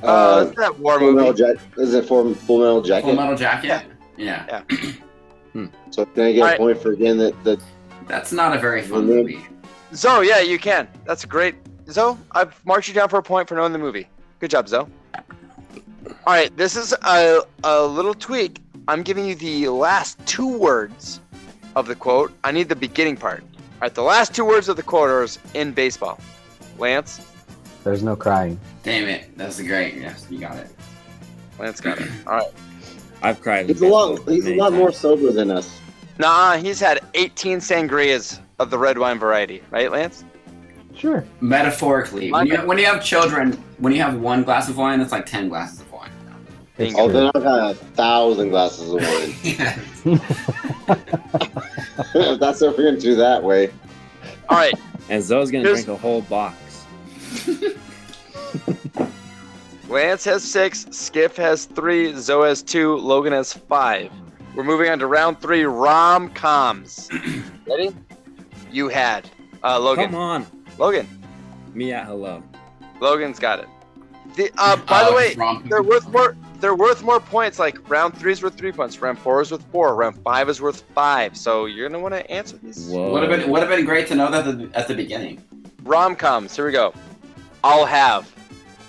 S1: Uh, is that a war
S5: Full Metal
S1: movie?
S5: Jacket. Is it for Full Metal Jacket?
S3: Full Metal Jacket. yeah.
S5: So can I get
S1: Alright.
S5: a point for again that that
S3: That's not a very fun
S2: Mm-hmm.
S5: Mhm.
S3: movie.
S1: Zoe, yeah, you can. That's great. Zoe, I've marked you down for a point for knowing the movie. Good job, Zoe. All right, this is a, a little tweak. I'm giving you the last two words of the quote. I need the beginning part. All right, the last two words of the quote are in baseball. Lance,
S11: There's no crying.
S3: Damn it. That's great. Yes, you got it.
S1: Lance got it. All right.
S2: I've cried. in
S5: he's a lot
S2: baseball
S5: he's a
S2: many
S5: lot more
S2: times.
S5: sober than us.
S1: Nah, he's had 18 sangrias of the red wine variety, right, Lance?
S11: Sure.
S3: [clears throat] Metaphorically, when you, when you have children, when you have one glass of wine, that's like ten glasses
S1: [laughs]
S3: of wine.
S11: It's
S5: Oh, then
S11: true.
S5: I've had a thousand glasses of wine. [laughs] if that's if we're gonna do that way.
S1: All right,
S2: And Zoe's gonna
S1: Here's-
S2: drink a whole box.
S1: Lance has six, Skiff has three, Zoe has two, Logan has five. We're moving on to round three rom coms. Ready? You had. Uh,
S2: Come
S1: Logan.
S2: on,
S1: Logan.
S2: me at hello.
S1: Logan's got it. The, uh, by
S3: Uh,
S1: the way,
S3: rom-
S1: they're worth more. They're worth more points. Like round three is worth three points. Round four is worth four. Round five is worth five. So you're gonna want to answer these.
S2: Whoa.
S3: Would have been would have been great to know that at the, at the beginning.
S1: Rom coms. Here we go. I'll have.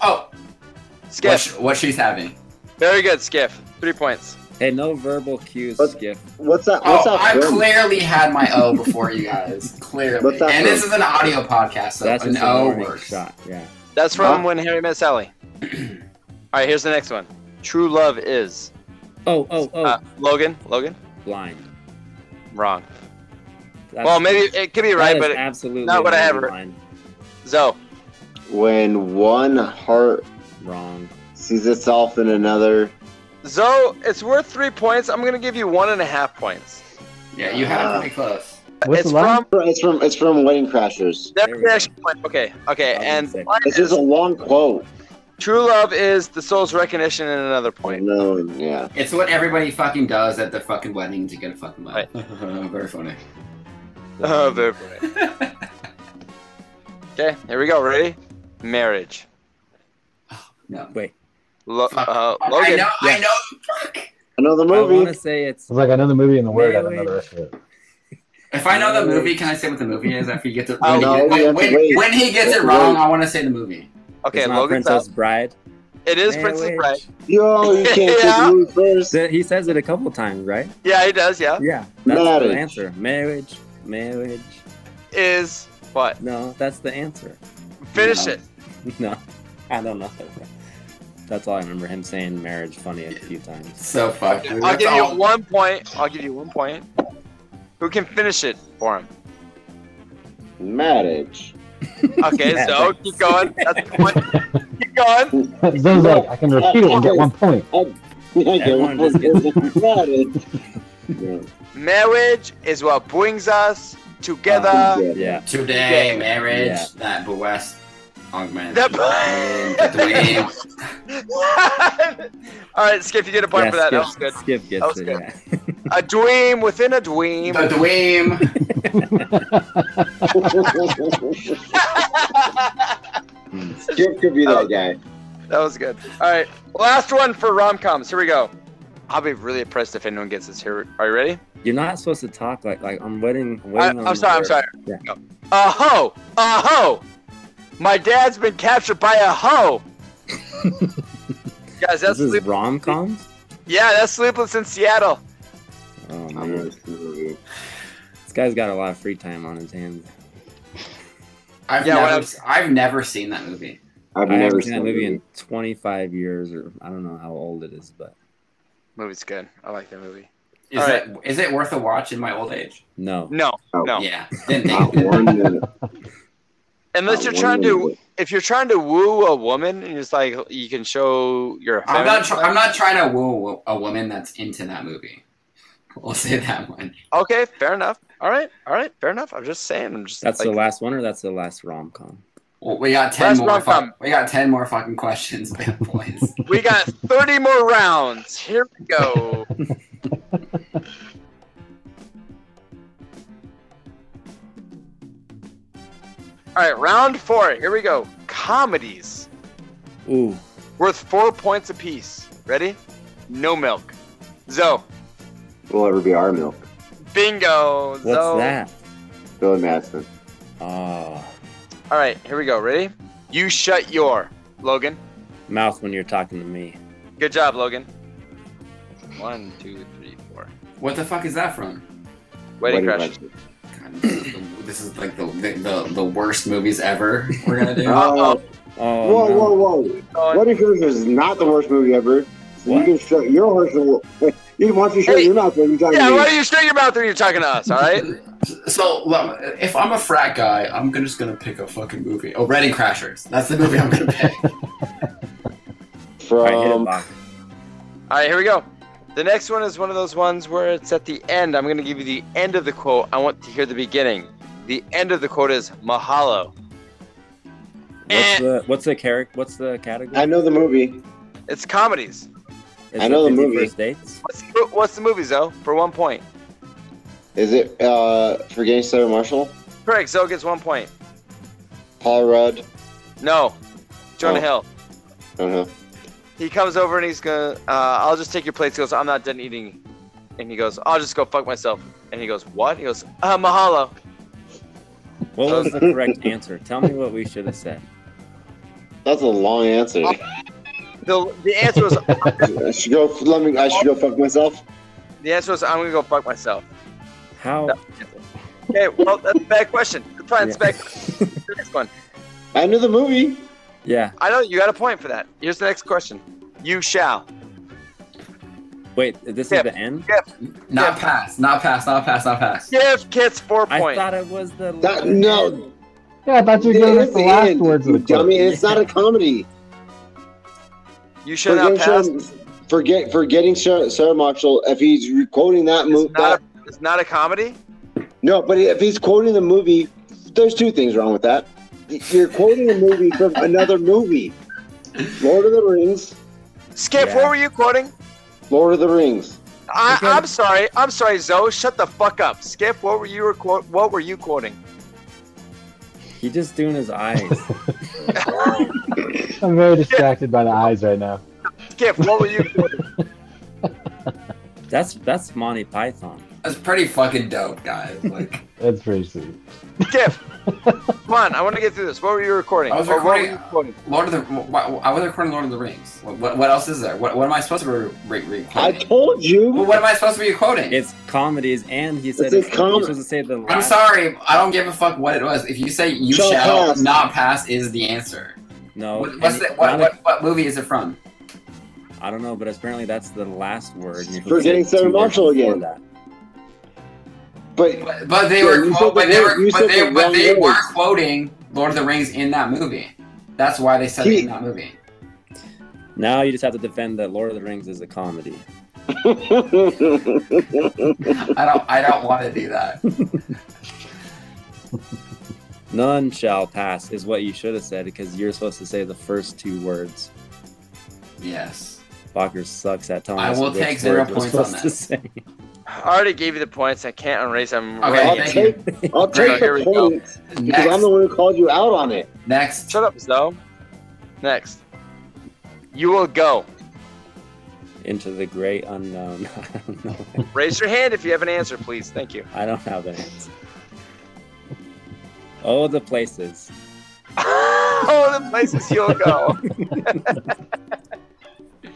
S3: Oh,
S1: Skiff.
S3: what, sh- what she's having.
S1: Very good, Skiff. Three points.
S2: Hey, no verbal cues,
S5: Let's-
S2: Skip.
S5: What's that?
S3: Oh,
S5: What's that?
S3: I
S5: film?
S3: clearly had my O before you
S5: [laughs]
S3: guys. Clearly,
S5: What's that
S3: and this
S5: from?
S3: is an audio podcast, so
S2: That's
S3: an
S2: just a
S3: O
S2: warning
S3: works.
S2: shot. Yeah.
S1: That's from
S5: Huh?
S1: When Harry Met
S2: [clears throat]
S1: Sally. All right, here's the next one. True love is.
S2: Oh, oh, oh.
S1: Uh, Logan, Logan,
S2: blind.
S1: wrong.
S2: That's,
S1: well, maybe it could be right,
S2: that is
S1: but it,
S2: absolutely
S1: not what I have
S2: another
S1: heard.
S2: line.
S1: Zoe,
S5: When one heart
S2: Wrong.
S5: sees itself in another.
S1: Zoe, it's worth three points. I'm gonna give you one and a half points.
S3: Yeah, you had it pretty
S5: Uh,
S3: close.
S11: What's
S1: it's
S11: the line?
S1: from.
S5: It's from it's from Wedding Crashers.
S1: There
S2: There we
S1: we
S2: go.
S1: point. Okay, okay,
S2: I'll
S1: and
S2: be sick.
S1: mine
S5: It's just
S1: is,
S5: a long quote.
S1: true love is the soul's recognition and another
S2: [laughs]
S1: point.
S5: No, yeah.
S3: It's what everybody fucking does at their fucking wedding to get a fucking wedding. [laughs] Very funny.
S1: Oh, very funny. okay, here we go. Ready? Marriage.
S3: No.
S1: Lo- uh,
S3: I
S1: Logan.
S3: know. I know. Fuck.
S5: Another
S2: I want
S5: movie.
S2: to say it's
S11: It's like another movie in the word. I don't know
S2: Marriage.
S11: the rest of [laughs] it.
S3: If I know the
S2: Wait.
S3: movie, can I say what the movie is after you
S5: [laughs]
S3: get the
S1: Oh,
S3: when, he
S1: no,
S3: get-
S5: we have
S3: when,
S5: to
S3: when,
S5: wait.
S3: when he gets it
S5: Wait.
S3: wrong, I want to say the movie.
S1: Okay,
S2: it's not
S1: Logan's
S2: Princess Bride.
S1: out. It is Princess
S2: Marriage.
S1: Bride. [laughs]
S5: Yo, you can't pick
S1: Yeah.
S5: the movie first.
S2: Th- He says it a couple times, right?
S1: Yeah, he does. Yeah,
S2: Yeah. That's
S5: Marriage.
S2: the answer. Marriage. Marriage.
S1: is what?
S2: No, that's the answer. [laughs]
S1: Finish
S3: No.
S1: it.
S2: No, I don't know. That's all I remember him saying marriage funny a few times.
S3: So fucked.
S1: I'll give you one point. I'll give you one point. Who can finish it for him?
S5: Marriage. [laughs]
S1: Okay,
S5: Yeah,
S1: so keep going. That's one. Keep going.
S11: Zoe's like, I can repeat it and get one point.
S1: Everyone
S5: [laughs]
S1: just
S2: [laughs]
S1: Marriage is what brings us
S5: Uh,
S1: together.
S2: Yeah.
S3: Today,
S1: Yeah.
S3: marriage,
S1: Yeah.
S3: that West augment.
S1: That- [laughs]
S3: Dwayne.
S1: All right, Skip, you get a point
S2: Yeah,
S1: for that.
S2: Skip-
S1: that was good.
S2: Skip gets
S1: that was
S2: it,
S1: good. A dweem within a dweem.
S3: A dweem.
S5: Skip could be that guy.
S1: That was good. All right, last one for rom coms. Here we go. I'll be really impressed if anyone gets this. Here, are you ready?
S2: [laughs] You're not supposed to talk like like I'm waiting. I'm,
S1: I,
S2: waiting on
S1: I'm sorry. I'm
S2: the-
S1: sorry.
S2: Yeah.
S1: A ho! A ho! My dad's been captured by a
S2: [laughs]
S1: hoe. Guys, that's
S2: This is
S1: sleep-
S2: rom coms.
S1: yeah, that's sleepless in Seattle.
S2: Oh man, this guy's got a lot of free time on his hands.
S3: I've
S2: Yeah,
S3: never,
S2: well-
S3: s- I've never seen that movie.
S2: I haven't that movie in 25 years, or I don't know how old it is, but
S1: Movie's good. I like that movie.
S3: Is
S1: All
S3: it is it worth a watch in my old age?
S2: no,
S1: No,
S2: Oh,
S1: no.
S3: Yeah. Then
S5: [laughs] Not
S3: they,
S5: one minute.
S1: [laughs] Unless
S2: Oh,
S1: you're trying to, if you're trying to woo a woman, and it's like you can show your.
S3: I'm
S1: feminine-
S3: not. Try, I'm not trying to woo a woman that's into that movie. I'll say that one.
S1: okay, fair enough. All right, all right, fair enough. I'm just saying. I'm just.
S2: that's
S1: like,
S2: the last one, or that's the last rom com.
S3: Well, we got ten
S1: Last
S3: more.
S1: round
S3: fuck-
S1: come.
S3: we got ten more fucking questions, boys.
S1: We got 30 more rounds. Here we go. All right, round four. Here we go. Comedies
S2: Ooh,
S1: worth four points apiece. Ready? No milk. Zo.
S5: Will ever be our milk.
S1: Bingo.
S2: what's
S1: Zo.
S2: that?
S5: Billy Madison.
S2: Oh,
S1: All right, here we go. Ready? You shut your. Logan.
S2: mouth when you're talking to me.
S1: Good job, Logan. One, two, three, four.
S3: What the fuck is that from?
S1: Wedding,
S5: Wedding
S1: Crash.
S5: Crashers.
S3: God, this is the- this is like the, the the the worst movies ever. We're gonna
S5: [laughs]
S3: do.
S5: Uh,
S1: Uh-oh.
S2: Oh,
S5: whoa,
S2: no.
S5: whoa, whoa! Wedding Crashers is not the worst movie ever. So
S2: What?
S5: you can shut your horse. [laughs] and- You can watch you shut
S1: Hey.
S5: your mouth when you're talking
S1: Yeah,
S5: to me.
S1: why do you shut your mouth when you're talking to us, all right?
S3: So well, if I'm a frat guy, I'm gonna- just gonna pick a fucking movie. Oh, Redding Crashers. That's the movie I'm
S1: [laughs]
S3: gonna pick.
S2: All right, hit it,
S5: From
S2: Bach.
S1: All right, here we go. The next one is one of those ones where it's at the end. I'm going to give you the end of the quote. I want to hear the beginning. The end of the quote is Mahalo.
S2: What's the what's the character? What's the category?
S5: eh. I know the movie.
S1: It's comedies.
S2: Is
S5: I
S2: it
S5: know the
S2: 50
S5: movie.
S2: First dates.
S1: What's, what's the movie, Zoe? For one point.
S5: Is it uh, Forgetting Sarah Marshall?
S1: Correct. Zoe gets one point.
S5: Paul Rudd?
S1: No. Jonah
S5: Oh.
S1: Hill.
S5: I don't know.
S1: He comes over and he's going to, uh, I'll just take your plates. He goes, I'm not done eating. And he goes, I'll just go fuck myself. And he goes, What? He goes, uh, Mahalo.
S2: What was the
S5: [laughs]
S2: correct answer? Tell me what we should have said.
S5: That's a long answer.
S1: The, the answer was,
S5: I should go. Let me. I should go fuck myself.
S1: the answer was, I'm going to go fuck myself.
S2: How?
S1: Okay, well, that's a bad question. Good plan. It's a bad question. The next one.
S5: I knew the movie.
S2: Yeah.
S1: I know you got a point for that. Here's the next question. You shall.
S2: Wait, this
S1: Skip.
S2: is the end.
S3: Not pass. Not pass. Not pass. Not pass.
S1: Give kids four
S2: I
S1: points.
S2: thought it was the.
S5: That, no,
S11: Yeah, I thought you were giving us
S5: it's
S11: the
S5: the
S11: last
S5: end.
S11: words of
S5: You
S11: the
S5: dummy!
S11: clip.
S5: It's not a comedy.
S1: you shall not pass.
S5: Sarah- forget forgetting Sarah, Sarah Marshall. If he's re- quoting that movie,
S1: It's not, a, it's not a comedy.
S5: no, but if he's quoting the movie, there's two things wrong with that. You're quoting a movie from another movie. Lord of the Rings.
S1: Skip,
S2: Yeah.
S1: what were you quoting?
S5: Lord of the Rings.
S1: I,
S2: Okay.
S1: I'm sorry. I'm sorry, Zoe. Shut the fuck up. Skip, what were you were quote? What were you quoting?
S2: He just doing his eyes.
S11: I'm very distracted by the eyes right now.
S1: Skip, what were [laughs] you quoting?
S2: that's that's Monty Python.
S3: That's pretty fucking dope,
S5: [laughs]
S3: guys. Like
S11: That's pretty sweet.
S1: Skip, come on. I want to get through this. What were you recording?
S3: I was
S1: Or
S3: recording-
S1: What were you quoting?
S3: Lord of the. wh- wh- I was recording Lord of the Rings. What, what, what else is there? What, what am I supposed to re, re, re-
S5: I
S3: quoting?
S5: told
S3: Well,
S5: you.
S3: what am I supposed to be quoting?
S2: It's comedies, and he said
S5: It's a
S2: it's,
S5: com-
S2: you're supposed to say the.
S3: I'm
S2: last-
S3: sorry. I don't give a fuck what it was. If you say you
S5: Shall
S3: shall,
S5: pass.
S3: not pass is the answer.
S2: No.
S3: What, what's
S2: and
S3: the, what,
S2: not a-
S3: what, what movie is it from?
S2: I don't know, but apparently that's the last word. and you
S5: We're getting
S2: said two
S5: Sarah
S2: words
S5: Marshall
S2: before
S5: again.
S2: that.
S5: But
S3: But they
S5: Yeah,
S3: were,
S5: you
S3: quote,
S5: said
S3: but
S5: the
S3: they
S5: wrong-
S3: were,
S5: you
S3: but
S5: said
S3: they,
S5: the
S3: but they
S5: wrong
S3: were
S5: words.
S3: quoting Lord of the Rings in that movie. That's why they said it in that movie.
S2: Now you just have to defend that Lord of the Rings is a comedy.
S5: [laughs]
S3: I don't, I don't want to do
S5: [laughs]
S3: that.
S2: None shall pass is what you should have said because you're supposed to say the first two words.
S3: Yes.
S2: Fokker sucks at telling
S3: I
S2: us
S3: will
S2: which
S3: take zero
S2: words we're
S3: points on
S2: supposed
S3: that.
S2: to say.
S1: I already gave you the points. I can't erase them.
S3: Okay,
S1: right
S5: I'll
S1: here.
S5: take, I'll
S1: Great,
S5: take
S1: here we
S5: the
S1: go.
S5: point because I'm the one who called you out on it.
S3: Next.
S1: Shut up, Zoe. Next. You will go.
S2: Into the great unknown. [laughs] I don't know.
S1: Raise your hand if you have an answer, please. Thank you.
S2: I don't have an answer. Oh, the places.
S1: [laughs] Oh, the places you'll go. [laughs]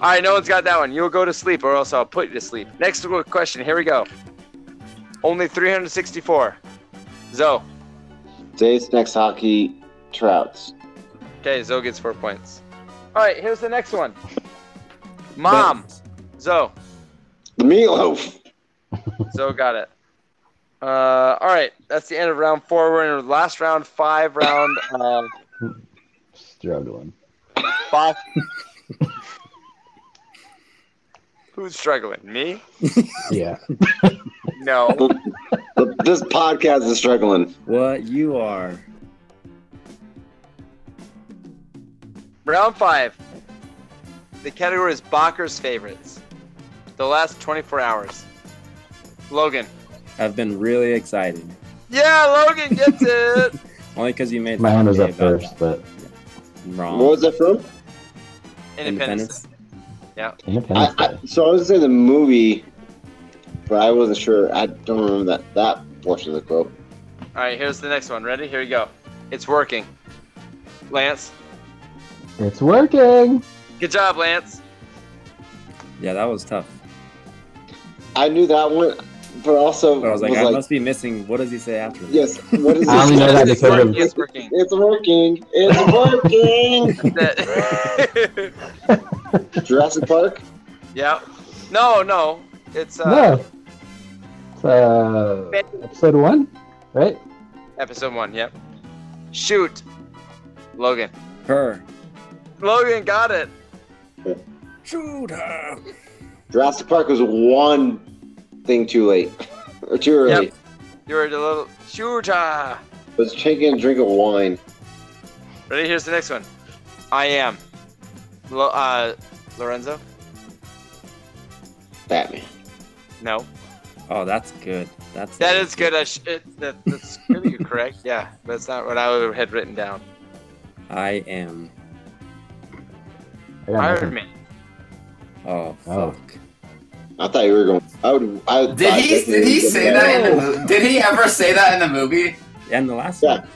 S1: All right, no one's got that one. You'll go to sleep, or else I'll put you to sleep. Next question. Here we go. Only 364. Zoe.
S5: Today's next hockey trouts.
S1: Okay, Zoe gets four points. All right, here's the next one. Mom. Zoe.
S5: The meatloaf.
S1: Zoe got it. Uh, all right, that's the end of round four. We're in last round, five round. Uh,
S11: Struggling.
S1: five. Who's struggling? Me?
S5: [laughs]
S11: Yeah.
S1: No.
S5: The- this podcast is struggling.
S2: What you are.
S1: Round five. The category is Bakker's favorites. The last 24 hours. Logan.
S2: I've been really excited.
S1: Yeah, Logan gets [laughs] it.
S2: Only because you made
S11: My
S2: fun
S11: hand
S2: of
S11: was
S2: me
S11: up
S2: about
S11: first, but
S2: that. wrong.
S5: What was that from?
S1: Independence. Yeah.
S5: I,
S11: Independence
S5: I, so I was in the movie, but I wasn't sure. I don't remember that that portion of the quote.
S1: All right, here's the next one. Ready? Here you go. It's working. Lance.
S11: Day. It's working.
S1: Good job, Lance.
S2: Yeah, that was tough.
S5: I knew that one, but also
S2: But I was like, I
S5: like,
S2: must be missing. What does he say after? that?
S5: [laughs] yes, what is
S11: I only
S5: this?
S11: know that
S1: It's
S11: because
S1: working.
S11: of
S1: It's working.
S5: It's working. It's [laughs] working.
S1: [laughs] That-
S5: Jurassic Park.
S1: yeah. No, no. It's uh,
S11: no. It's, uh, episode one, right?
S1: episode one. Yep. Shoot. Logan.
S2: Her.
S1: Logan got it.
S2: Shoot her.
S5: Jurassic Park was one thing too late [laughs] or too early.
S1: Yep. You're a little shoot. ah.
S5: It was taking a drink of wine.
S1: Ready? Here's the next one. I am. Lo- uh, Lorenzo.
S5: Batman.
S1: No.
S2: Oh, that's good. That's
S1: That is good. I sh- it, that, that's pretty good, correct. Yeah, that's not what I had written down.
S2: I am.
S11: I got
S1: Iron
S11: nothing.
S1: Man.
S2: Oh fuck.
S11: Oh.
S5: I thought you were going. I would. I
S3: Did
S5: thought
S3: he?
S5: Batman
S3: Did he
S5: was
S3: say
S5: the
S3: that in the
S5: best.
S3: movie? Did he ever say that in the movie?
S2: And the last
S5: Yeah.
S2: one.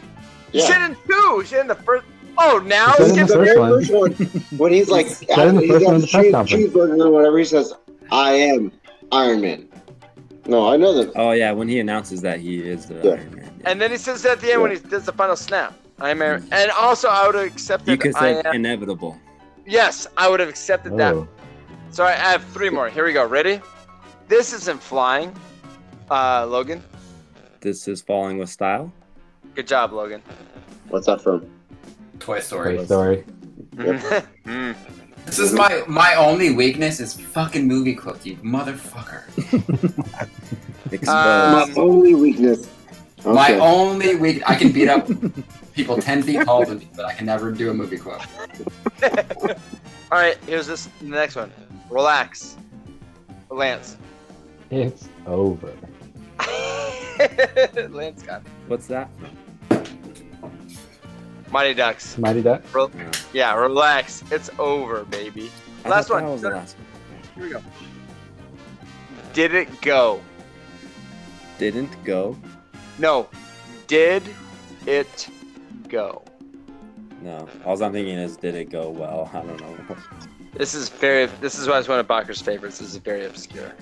S5: Yeah.
S1: She didn't do. She didn't the first. Oh, now
S11: She
S1: it's
S11: didn't
S5: the
S1: gonna-
S11: the
S5: very
S11: first one.
S5: first one when he's like
S11: Said in the
S5: he's
S11: first
S5: got
S11: one at
S5: the
S11: the press
S5: cheese-
S11: conference.
S5: cheeseburger or whatever he says I am Iron Man no I know that
S2: Oh yeah, when he announces that he is the
S5: Yeah.
S2: Iron Man. Yeah.
S1: and then he says at the end when he does the final snap. I'm Iron. And also, I would have
S2: You
S1: accepted.
S2: could
S1: I
S2: say
S1: am.
S2: inevitable.
S1: Yes, I would have accepted that.
S11: Oh,
S1: So I I have three more. Here we go. Ready? This isn't flying. Uh, Logan.
S2: This is falling with style.
S1: Good job, Logan.
S5: what's that from
S3: Toy
S11: great
S3: Story.
S11: story.
S1: [laughs]
S5: Yep.
S1: Mm.
S3: This is my my only weakness is fucking movie quotes, you motherfucker.
S2: Exposed.
S5: my
S1: Um,
S5: only weakness okay.
S3: My only weak. I can beat up people ten feet tall with me, but I can never do a movie quote.
S1: all right. Here's this the next one. Relax, Lance. [laughs]
S11: It's over.
S1: Lance got it.
S2: What's that? from?
S1: Mighty Ducks.
S11: Mighty Duck.
S2: No.
S1: Yeah, relax. It's over, baby.
S2: I
S1: Last
S2: thought
S1: one.
S2: That was the last one.
S1: Here we go. Did it go?
S2: Didn't go.
S1: No. Did it go?
S2: No. All I'm thinking is, did it go well? [laughs] I don't know.
S1: This is very. This is why it's one of Bakker's favorites. This is very obscure.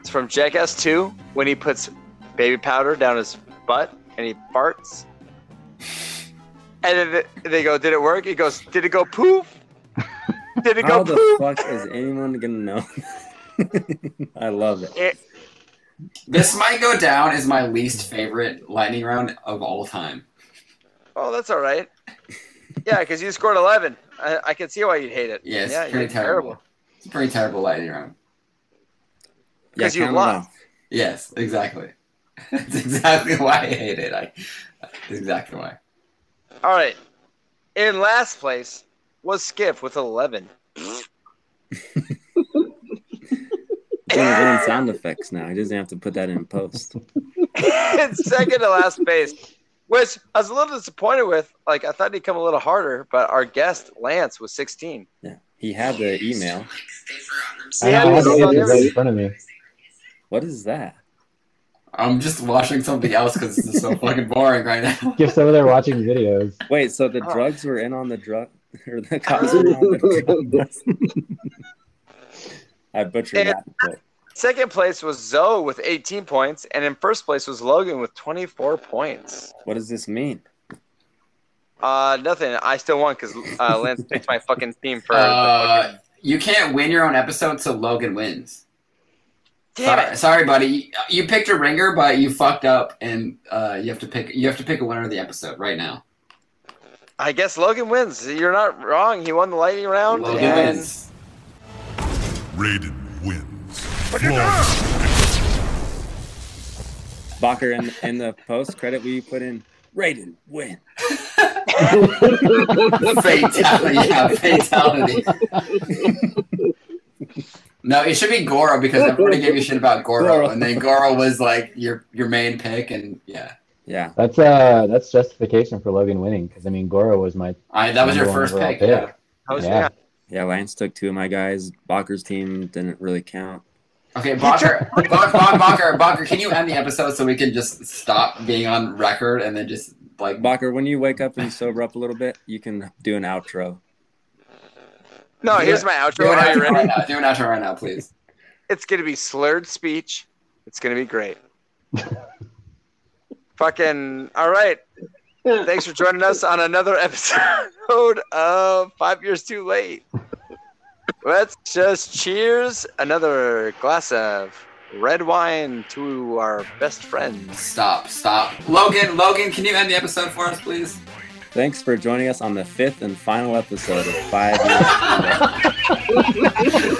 S1: It's from Jackass 2 when he puts baby powder down his butt and he farts.
S2: [laughs]
S1: And then they- they go, "Did it work?" He goes, "Did it go poof?" Did it
S2: How
S1: go
S2: the
S1: poop?
S2: fuck is anyone gonna know? [laughs] I love it.
S3: This might go down as my least favorite lightning round of all time.
S1: Oh, that's all right. Yeah, because you scored 11. I, I can see why you'd hate it.
S3: Yeah, it's
S1: yeah, you're
S3: pretty terrible. It's a pretty terrible lightning round.
S1: Because you lost.
S3: Yes, exactly. [laughs] That's exactly why I hate it. I, that's exactly why.
S1: All right. In last place was Skiff with 11.
S2: Doing his own sound effects now. He doesn't have to put that in
S1: [laughs]
S2: post.
S1: in second to last place, which I was a little disappointed with. Like, I thought he'd come a little harder, but our guest, Lance, was 16.
S2: He had the email.
S11: I know, I have the images right in front of me.
S2: What is that?
S3: I'm just watching something else because this is so fucking boring right now.
S11: Gifts over there watching videos.
S2: Wait, so
S1: Oh.
S2: the drugs were in on the drug, [laughs] or the cops were in
S5: [laughs]
S2: on the drug? I butchered that. But
S1: Second place was Zoe with 18 points, and in first place was Logan with 24 points.
S2: what does this mean?
S1: Uh, nothing. I still won because uh, Lance picked my fucking theme for. the
S3: Uh, you can't win your own episode, so Logan wins.
S1: Damn
S3: sorry, sorry, buddy. You, you picked a ringer, but you fucked up, and uh, you have to pick. You have to pick a winner of the episode right now.
S1: I guess Logan wins. You're not wrong. He won the lightning round.
S3: Logan
S1: and-
S11: [laughs]
S3: wins.
S13: Raiden wins.
S2: Bakker, in, in the post credit, we put in Raiden win.
S3: fatality,
S11: [laughs]
S3: yeah, fatality. no, it should be Goro because everybody gave you shit about Goro,
S2: Goro.
S3: and then Goro was like your your main pick, and yeah,
S2: Yeah.
S11: That's uh that's justification for Logan winning because I mean Goro was my
S3: I that was your
S11: number one
S3: first
S11: overall
S3: pick. Yeah.
S11: Yeah.
S2: Yeah, Lance took two of my guys. Bakker's team didn't really count.
S3: Okay, Bonker, Bonker, Bonker, Bonker, can you end the episode so we can just stop being on record and then just like
S2: Bakker, when you wake up and you sober up a little bit, you can do an outro.
S1: No,
S3: Do
S1: here's
S3: it.
S1: my
S3: do
S1: outro.
S3: an
S1: Are you
S3: outro right
S1: ready?
S3: now? Do an outro right now, please.
S1: It's gonna be slurred speech. It's gonna be great. Fucking all right. Thanks for joining us on another episode [laughs] of Five Years Too Late. Let's just cheers another glass of red wine to our best friends.
S3: Stop, stop. Logan, Logan, can you end the episode for us, please?
S2: Thanks for joining us on the fifth and final episode of Five Years.